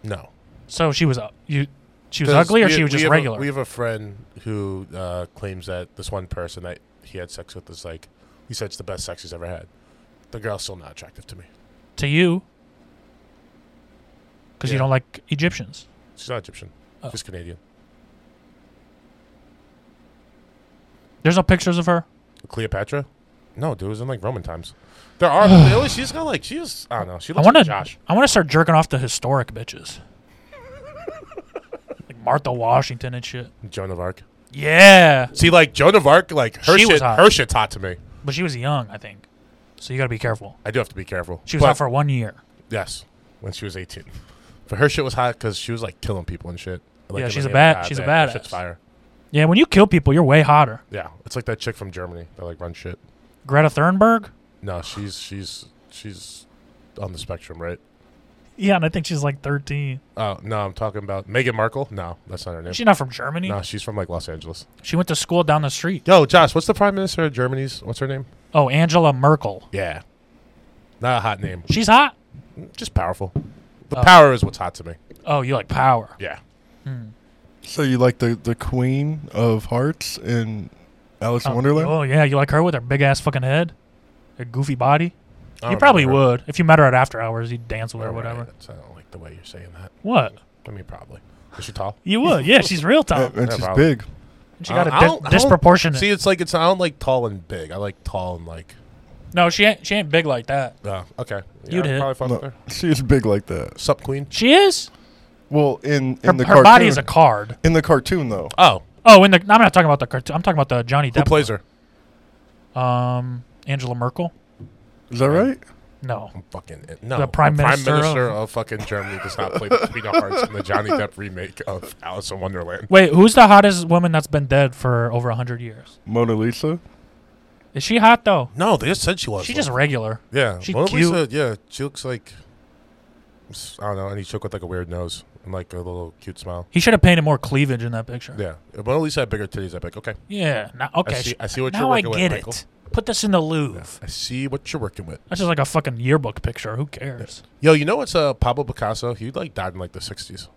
No. So she was, uh, you, she was 'Cause ugly or we- she was we just have a- regular? we have a friend who uh, claims that this one person that he had sex with is like, he said it's the best sex he's ever had. The girl's still not attractive to me. to you because you Yeah. don't like Egyptians. She's not Egyptian. Oh. She's Canadian. There's no pictures of her. Cleopatra? No, dude, it was in like Roman times. There are. they always, she's got like, she's, I don't know. She I looks want like to. Josh. I want to start jerking off the historic bitches, like Martha Washington and shit. Joan of Arc. Yeah, See, like, Joan of Arc, like, her, She was shit, hot. her shit's hot to me. but she was young, I think. So you got to be careful. I do have to be careful. She was But- out for one year. Yes, when she was 18. But her shit was hot because she was like killing people and shit. Like, Yeah, in she's a the name of bad- God, she's a that- that badass. shit's fire. Yeah, when you kill people, you're way hotter. Yeah, it's like that chick from Germany that like runs shit. Greta Thunberg. No, she's she's she's on the spectrum, right? Yeah, and I think she's like 13. Oh no, I'm talking about Meghan Markle. No, that's not her name. She's not from Germany. No, she's from like Los Angeles. She went to school down the street. Yo, Josh, what's the prime minister of Germany's? What's her name? Oh, Angela Merkel. Yeah, not a hot name, She's hot. just powerful. The Oh. power is what's hot to me. Oh, you like power? Hmm. Yeah, So you like the the Queen of Hearts in Alice in Oh, Wonderland? Oh yeah, you like her with her big ass fucking head, her goofy body. I You don't probably know her. would if you met her at after hours. You'd dance with her or All right, whatever. that's- I don't like the way you're saying that. What? I mean, probably. Is she tall? You would? Yeah, she's real Uh, time. and no she's problem. big. She got I- I a don't- di- I don't- disproportionate. See, it's like it's. I don't like tall and big. I like tall and like. no, she ain't. She ain't big like that. Uh, okay. Yeah, You'd I'd hit. probably fuck No. with her. She's big like that. Sup queen. She is. Well, in Her, in the her cartoon, body is a card. in the cartoon though. Oh, Oh, in the I'm not talking about the cartoon. I'm talking about the Johnny who Depp. plays her? um, Angela Merkel. Is that right? No, I'm fucking it. no. The Prime Minister of- Minister of, fucking Germany does not play the Queen of Hearts in the Johnny Depp remake of Alice in Wonderland. wait. Who's the hottest woman that's been dead for over hundred years? Mona Lisa. Is she hot though? No, they just said she was. She just regular. yeah. she's Mona cute. Lisa, yeah, she looks like s- I don't know, any chick with like a weird nose and like a little cute smile. He should have painted more cleavage in that picture. Yeah, if Mona Lisa had bigger titties. I'd be like, okay, Yeah. Now, okay. I see. sh- I see what you're now I working get with, Michael. it. Put this in the Louvre. I see what you're working with. That's just like a fucking yearbook picture. Who cares? Yo, you know what's uh, Pablo Picasso? He like died in like the '60s.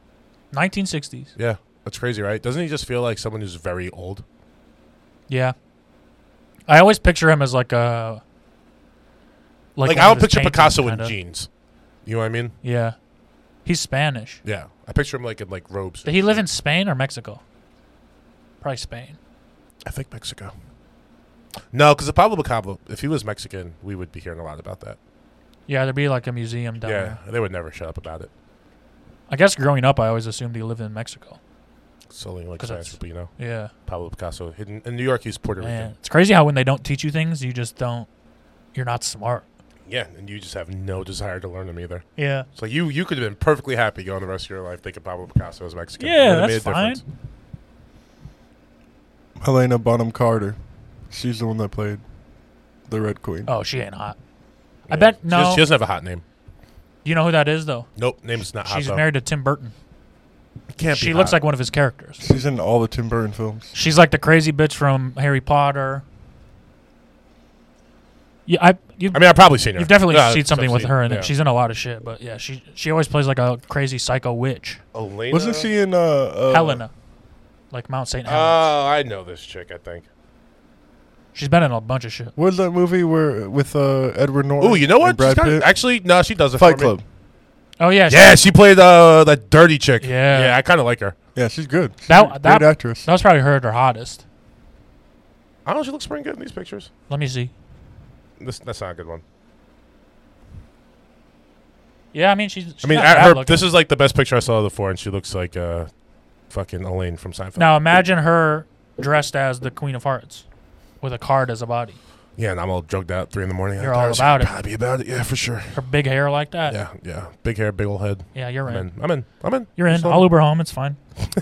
1960s. Yeah, that's crazy, right? Doesn't he just feel like someone who's very old? Yeah. I always picture him as like a. Like, one I of would his picture paintings, Picasso kinda. in jeans. You know what I mean? Yeah. He's Spanish. Yeah, I picture him like in like robes. Did he live in Spain or Mexico? Probably Spain. I think Mexico. No, because Pablo Picasso, if he was Mexican, we would be hearing a lot about that. Yeah, there'd be like a museum down yeah, there. they would never shut up about it. I guess growing up, I always assumed he lived in Mexico. Solely like 'Cause science it's- people, you know, Yeah. Pablo Picasso. In, in New York, he's Puerto Man, Rican. it's crazy how when they don't teach you things, you just don't. You're not smart. Yeah, and you just have no desire to learn them either. Yeah. So you you could have been perfectly happy going the rest of your life thinking Pablo Picasso was Mexican. Yeah, Would've that's made a difference. Helena Bonham Carter. She's the one that played the Red Queen. Oh, she ain't hot. Yeah. I bet She, does- no. she doesn't have a hot name. you know who that is though. Nope, name's not hot. She's though. married to Tim Burton. Can't She looks like one of his characters. She's in all the Tim Burton films. She's like the crazy bitch from Harry Potter. Yeah, I you I mean, I've probably seen her. You've definitely Yeah, seen I've something with seen- her, and yeah. she's in a lot of shit. But yeah, she she always plays like a crazy psycho witch, Elena. Wasn't she in uh, uh Helena, like Mount Saint Oh, Helena. I know this chick. I think. she's been in a bunch of shit. What was that movie where with uh Edward Norton? Oh, you know what? and She's Brad got- Pitt? actually, no, she does it. Fight for me. Club. Oh yeah, she- Yeah, she played uh, that dirty chick. Yeah. yeah, I kind of like her. Yeah, she's good. She's That- a that- great actress. that was probably her at her hottest. I don't know. She looks pretty good in these pictures. Let me see. This that's not a good one. Yeah, I mean she's. she's I mean, not at bad her, looking. this is like the best picture I saw of the four, and she looks like uh, fucking Elaine from Seinfeld. now imagine her dressed as the Queen of Hearts, with a card as a body, Yeah, and I'm all drugged out three in the morning. You're I'm all tired, so about it. Probably be about it. Yeah, for sure. her big hair like that. Yeah, yeah. Big hair, big old head. Yeah, you're I'm in. in. I'm in. I'm in. You're in. Just I'll love Uber home. It's fine. it.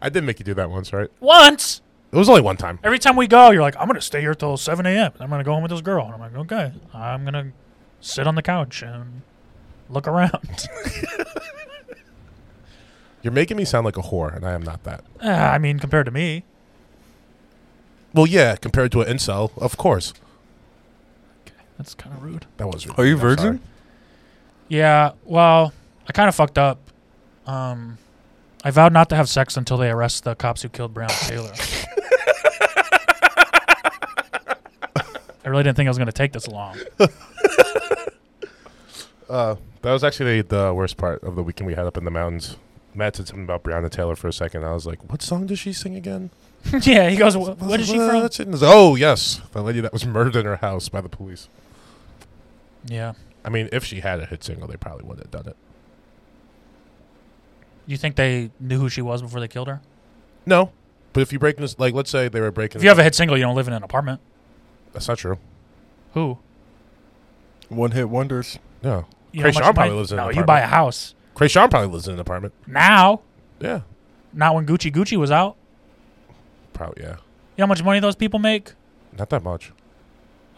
I did make you do that once, right? Once It was only one time. every time we go, you're like, I'm gonna stay here till 7 a.m. I'm gonna go home with this girl, and I'm like, okay, I'm gonna sit on the couch and look around. You're making me sound like a whore, and I am not that. Uh, I mean, compared to me, Well, yeah, compared to an incel, of course. that's kind of rude. That was. Are you I'm sorry. virgin? Yeah, well, I kind of fucked up. Um, I vowed not to have sex until they arrest the cops who killed Brown Taylor. I really didn't think I was going to take this long. Uh, that was actually the, the worst part of the weekend we had up in the mountains. Matt said something about Breonna Taylor for a second. I was like, "What song does she sing again?" yeah, he goes, "Wh- "What is she from?" What's it? And it's like, Oh, yes, the lady that was murdered in her house by the police. Yeah, I mean, if she had a hit single, they probably would have done it. you think they knew who she was before they killed her? No, but if you break this, like, let's say they were breaking. If you have a hit single, you don't live in an apartment. that's not true. Who? One hit wonders. No, You know how much Krayshawn you probably buy- lives in an No, you buy a apartment. house Krayshawn probably lives in an apartment. now. Yeah, Not when Gucci Gucci was out. probably. Yeah, You know how much money those people make? not that much,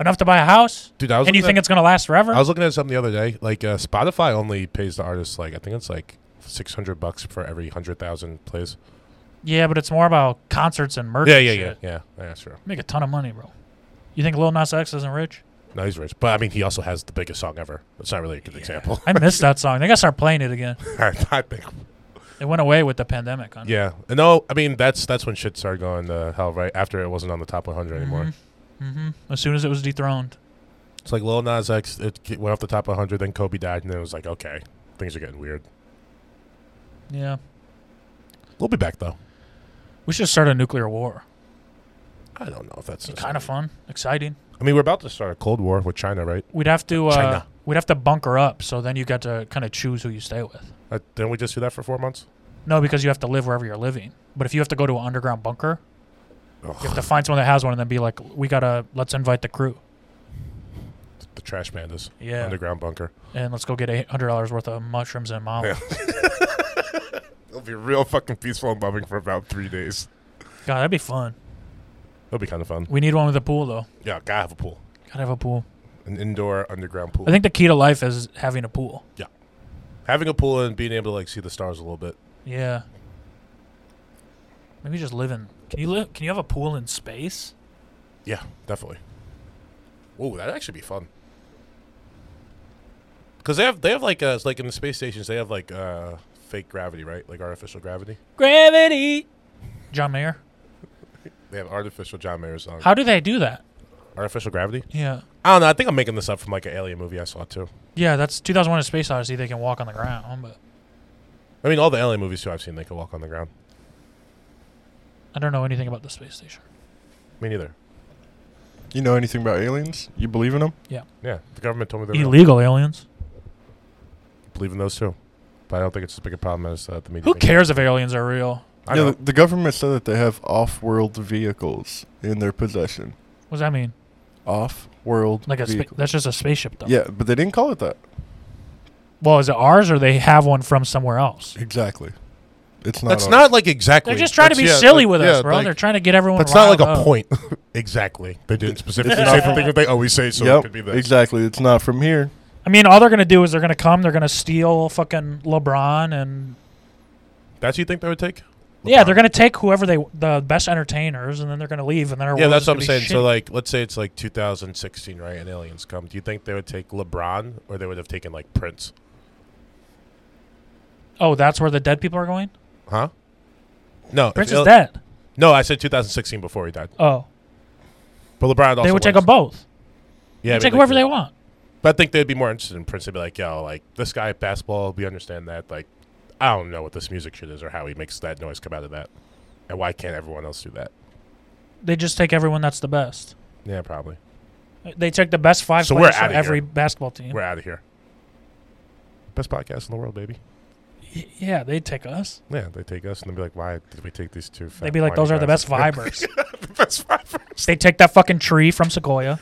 Enough to buy a house. dude. I was. and you looking think at, it's gonna last forever? I was looking at something the other day. Like uh, Spotify only pays the artists like I think it's like six hundred bucks for every hundred thousand plays. yeah, but it's more about concerts and merch. Yeah, and yeah, yeah, shit. yeah. Yeah, that's true. Make a ton of money, bro. You think Lil Nas X isn't rich? No, he's rich, but I mean, he also has the biggest song ever. That's not really a good example. I missed that song. They gotta start playing it again. I think It went away with the pandemic. On Yeah, and no, I mean that's that's when shit started going to hell, right? After it wasn't on the top 100 anymore. hmm As soon as it was dethroned, It's like Lil Nas X it ke- went off the top 100, then Kobe died, and then it was like, okay, things are getting weird. yeah, We'll be back though. we should start a nuclear war. I don't know if that's It's kind of fun, exciting. I mean, we're about to start a cold war with China, right? We'd have to uh, China. we'd have to bunker up. So then you got to kind of choose who you stay with. Uh, didn't we just do that for four months? No, because you have to live wherever you're living. But if you have to go to an underground bunker, you Ugh, have to find someone that has one and then be like, we gotta let's invite the crew. the trash pandas, Yeah. underground bunker. and let's go get eight hundred dollars worth of mushrooms and mom. Yeah. It'll be real fucking peaceful and loving for about three days. God, that'd be fun. It'll be kind of fun. We need one with a pool though. Yeah, gotta have a pool, Gotta have a pool. an indoor underground pool. I think the key to life is having a pool. Having a pool and being able to like see the stars a little bit. Yeah. Maybe just live in. Can you live? Can you have a pool in space? Yeah, definitely. Whoa, that'd actually be fun. Cause they have they have like uh it's like in the space stations they have like uh fake gravity right like artificial gravity Gravity. John Mayer. they have artificial John Mayer song How do they do that? artificial gravity Yeah. I don't know I think I'm making this up from like an alien movie I saw too Yeah, that's 2001: A Space Odyssey. They can walk on the ground, but I mean all the alien movies too I've seen they can walk on the ground I don't know anything about the space station. me neither You know anything about aliens? You believe in them? yeah the government told me they're real. Illegal aliens. believe in those too but I don't think it's as big a problem as uh, the media Who thinks. cares if aliens are real? I yeah, know. the, the government said that they have off-world vehicles in their possession. What does that mean? off-world Like a Oh. spa- vehicle. that's just a spaceship though. yeah, but they didn't call it that. Well, is it ours or they have one from somewhere else? Exactly. It's not. That's ours. not like exactly. They're just trying to be That's- yeah, silly like- with yeah, us, bro. like, They're trying to get everyone. That's not like riled a up. point. exactly. They didn't specifically It's say not- the thing that they always say, so it yep. could be this. exactly. It's not from here. I mean, all they're gonna do is they're gonna come. They're gonna steal fucking LeBron and That's what you think they would take? yeah, they're gonna take whoever they the best entertainers, and then they're gonna leave, and then our Yeah, world that's is what gonna I'm be saying. Shit. So, like, let's say it's like 2016, right? And aliens come. Do you think they would take LeBron, or they would have taken like Prince? oh, that's where the dead people are going. Huh? No, if Prince is al- dead. No, I said 2016 before he died. Oh, But LeBron also they would take was- them both. Yeah, I mean, take like, whoever they want. But I think they'd be more interested in Prince. They'd be like, yo, like this guy at basketball. We understand that. Like, I don't know what this music shit is or how he makes that noise come out of that, and why can't everyone else do that? They just take everyone that's the best. Yeah, probably. They take the best five So we're players from outta every here. basketball team. We're out of here. Best podcast in the world, baby. Y- Yeah, they take us. Yeah, they take us and they'd be like, why did we take these two? fat, They'd be like, whiny those are the guys?" best vibers. the best vibers. they take that fucking tree from Sequoia.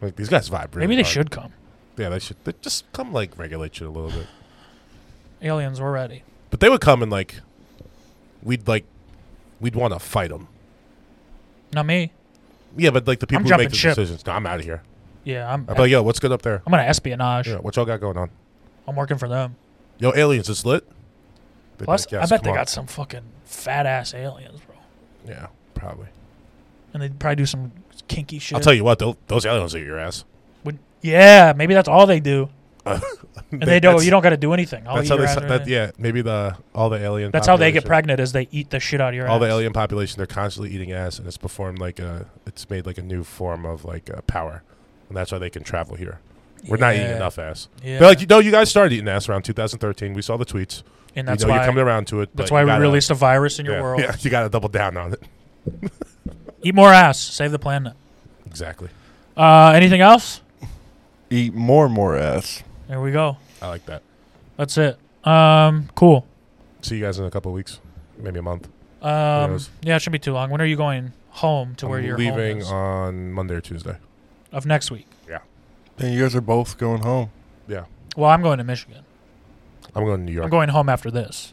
Like these guys vibe. Really Maybe they hard. should come. Yeah, they should. They just come like regulate you a little bit. Aliens, we're ready. But they would come and like, we'd like, we'd want to fight them. Not me. Yeah, but like the people who jumping make the ship. decisions. No, I'm out of here. Yeah, I'm. I'd be like, yo, what's good up there? I'm gonna espionage. Yeah, what y'all got going on? I'm working for them. Yo, aliens, it's lit. They'd be Plus, like, "Yes, I bet they come on." got some fucking fat ass aliens, bro. Yeah, probably. And they'd probably do some kinky shit. I'll tell you what, they'll- those aliens will eat your ass. Would- yeah, maybe that's all they do, and they, don't. that's- You don't got to do anything. I'll That's eat how your they. ass s- right That, now. yeah, maybe the all the alien. That's how they get population- pregnant is they eat the shit out of your All ass. the alien population, they're constantly eating ass, and it's performed like a. It's made like a new form of like uh, power, and that's why they can travel here. We're not eating Yeah. enough ass. Yeah. They're like, you know, you guys started eating ass around 2013. We saw the tweets. and that's we know you're why coming around to it. that's but why you we gotta- released a virus in your yeah, world. Yeah, you got to double down on it. Eat more ass, save the planet. Exactly. Uh, anything else? Eat more and more ass. There we go. I like that. That's it. Um, cool. See you guys in a couple of weeks, maybe a month. Um, knows? yeah, it shouldn't be too long. When are you going home to where I'm you're leaving on Monday or Tuesday. of next week? And you guys are both going home. Well, I'm going to Michigan. I'm going to New York. I'm I'm, going home after this.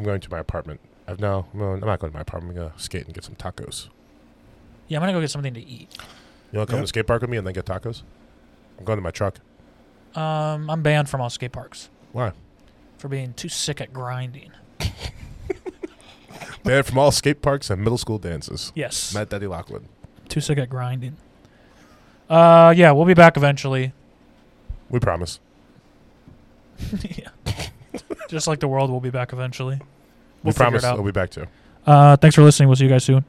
going to my apartment. I've no, I'm going- I'm not going to my apartment. I'm going to skate and get some tacos. Yeah, I'm gonna go get something to eat. You want to come to Yeah. the skate park with me and then get tacos? I'm going to my truck. Um, I'm banned from all skate parks Why? for being too sick at grinding. They're from all skate parks and middle school dances. Yes, Matt Daddy Lockwood. too sick at grinding. Uh, yeah, we'll be back eventually. We promise. yeah. Just like the world, we'll be back eventually. we We'll figure it promise. out. We'll be back too. Uh, thanks for listening. We'll see you guys soon.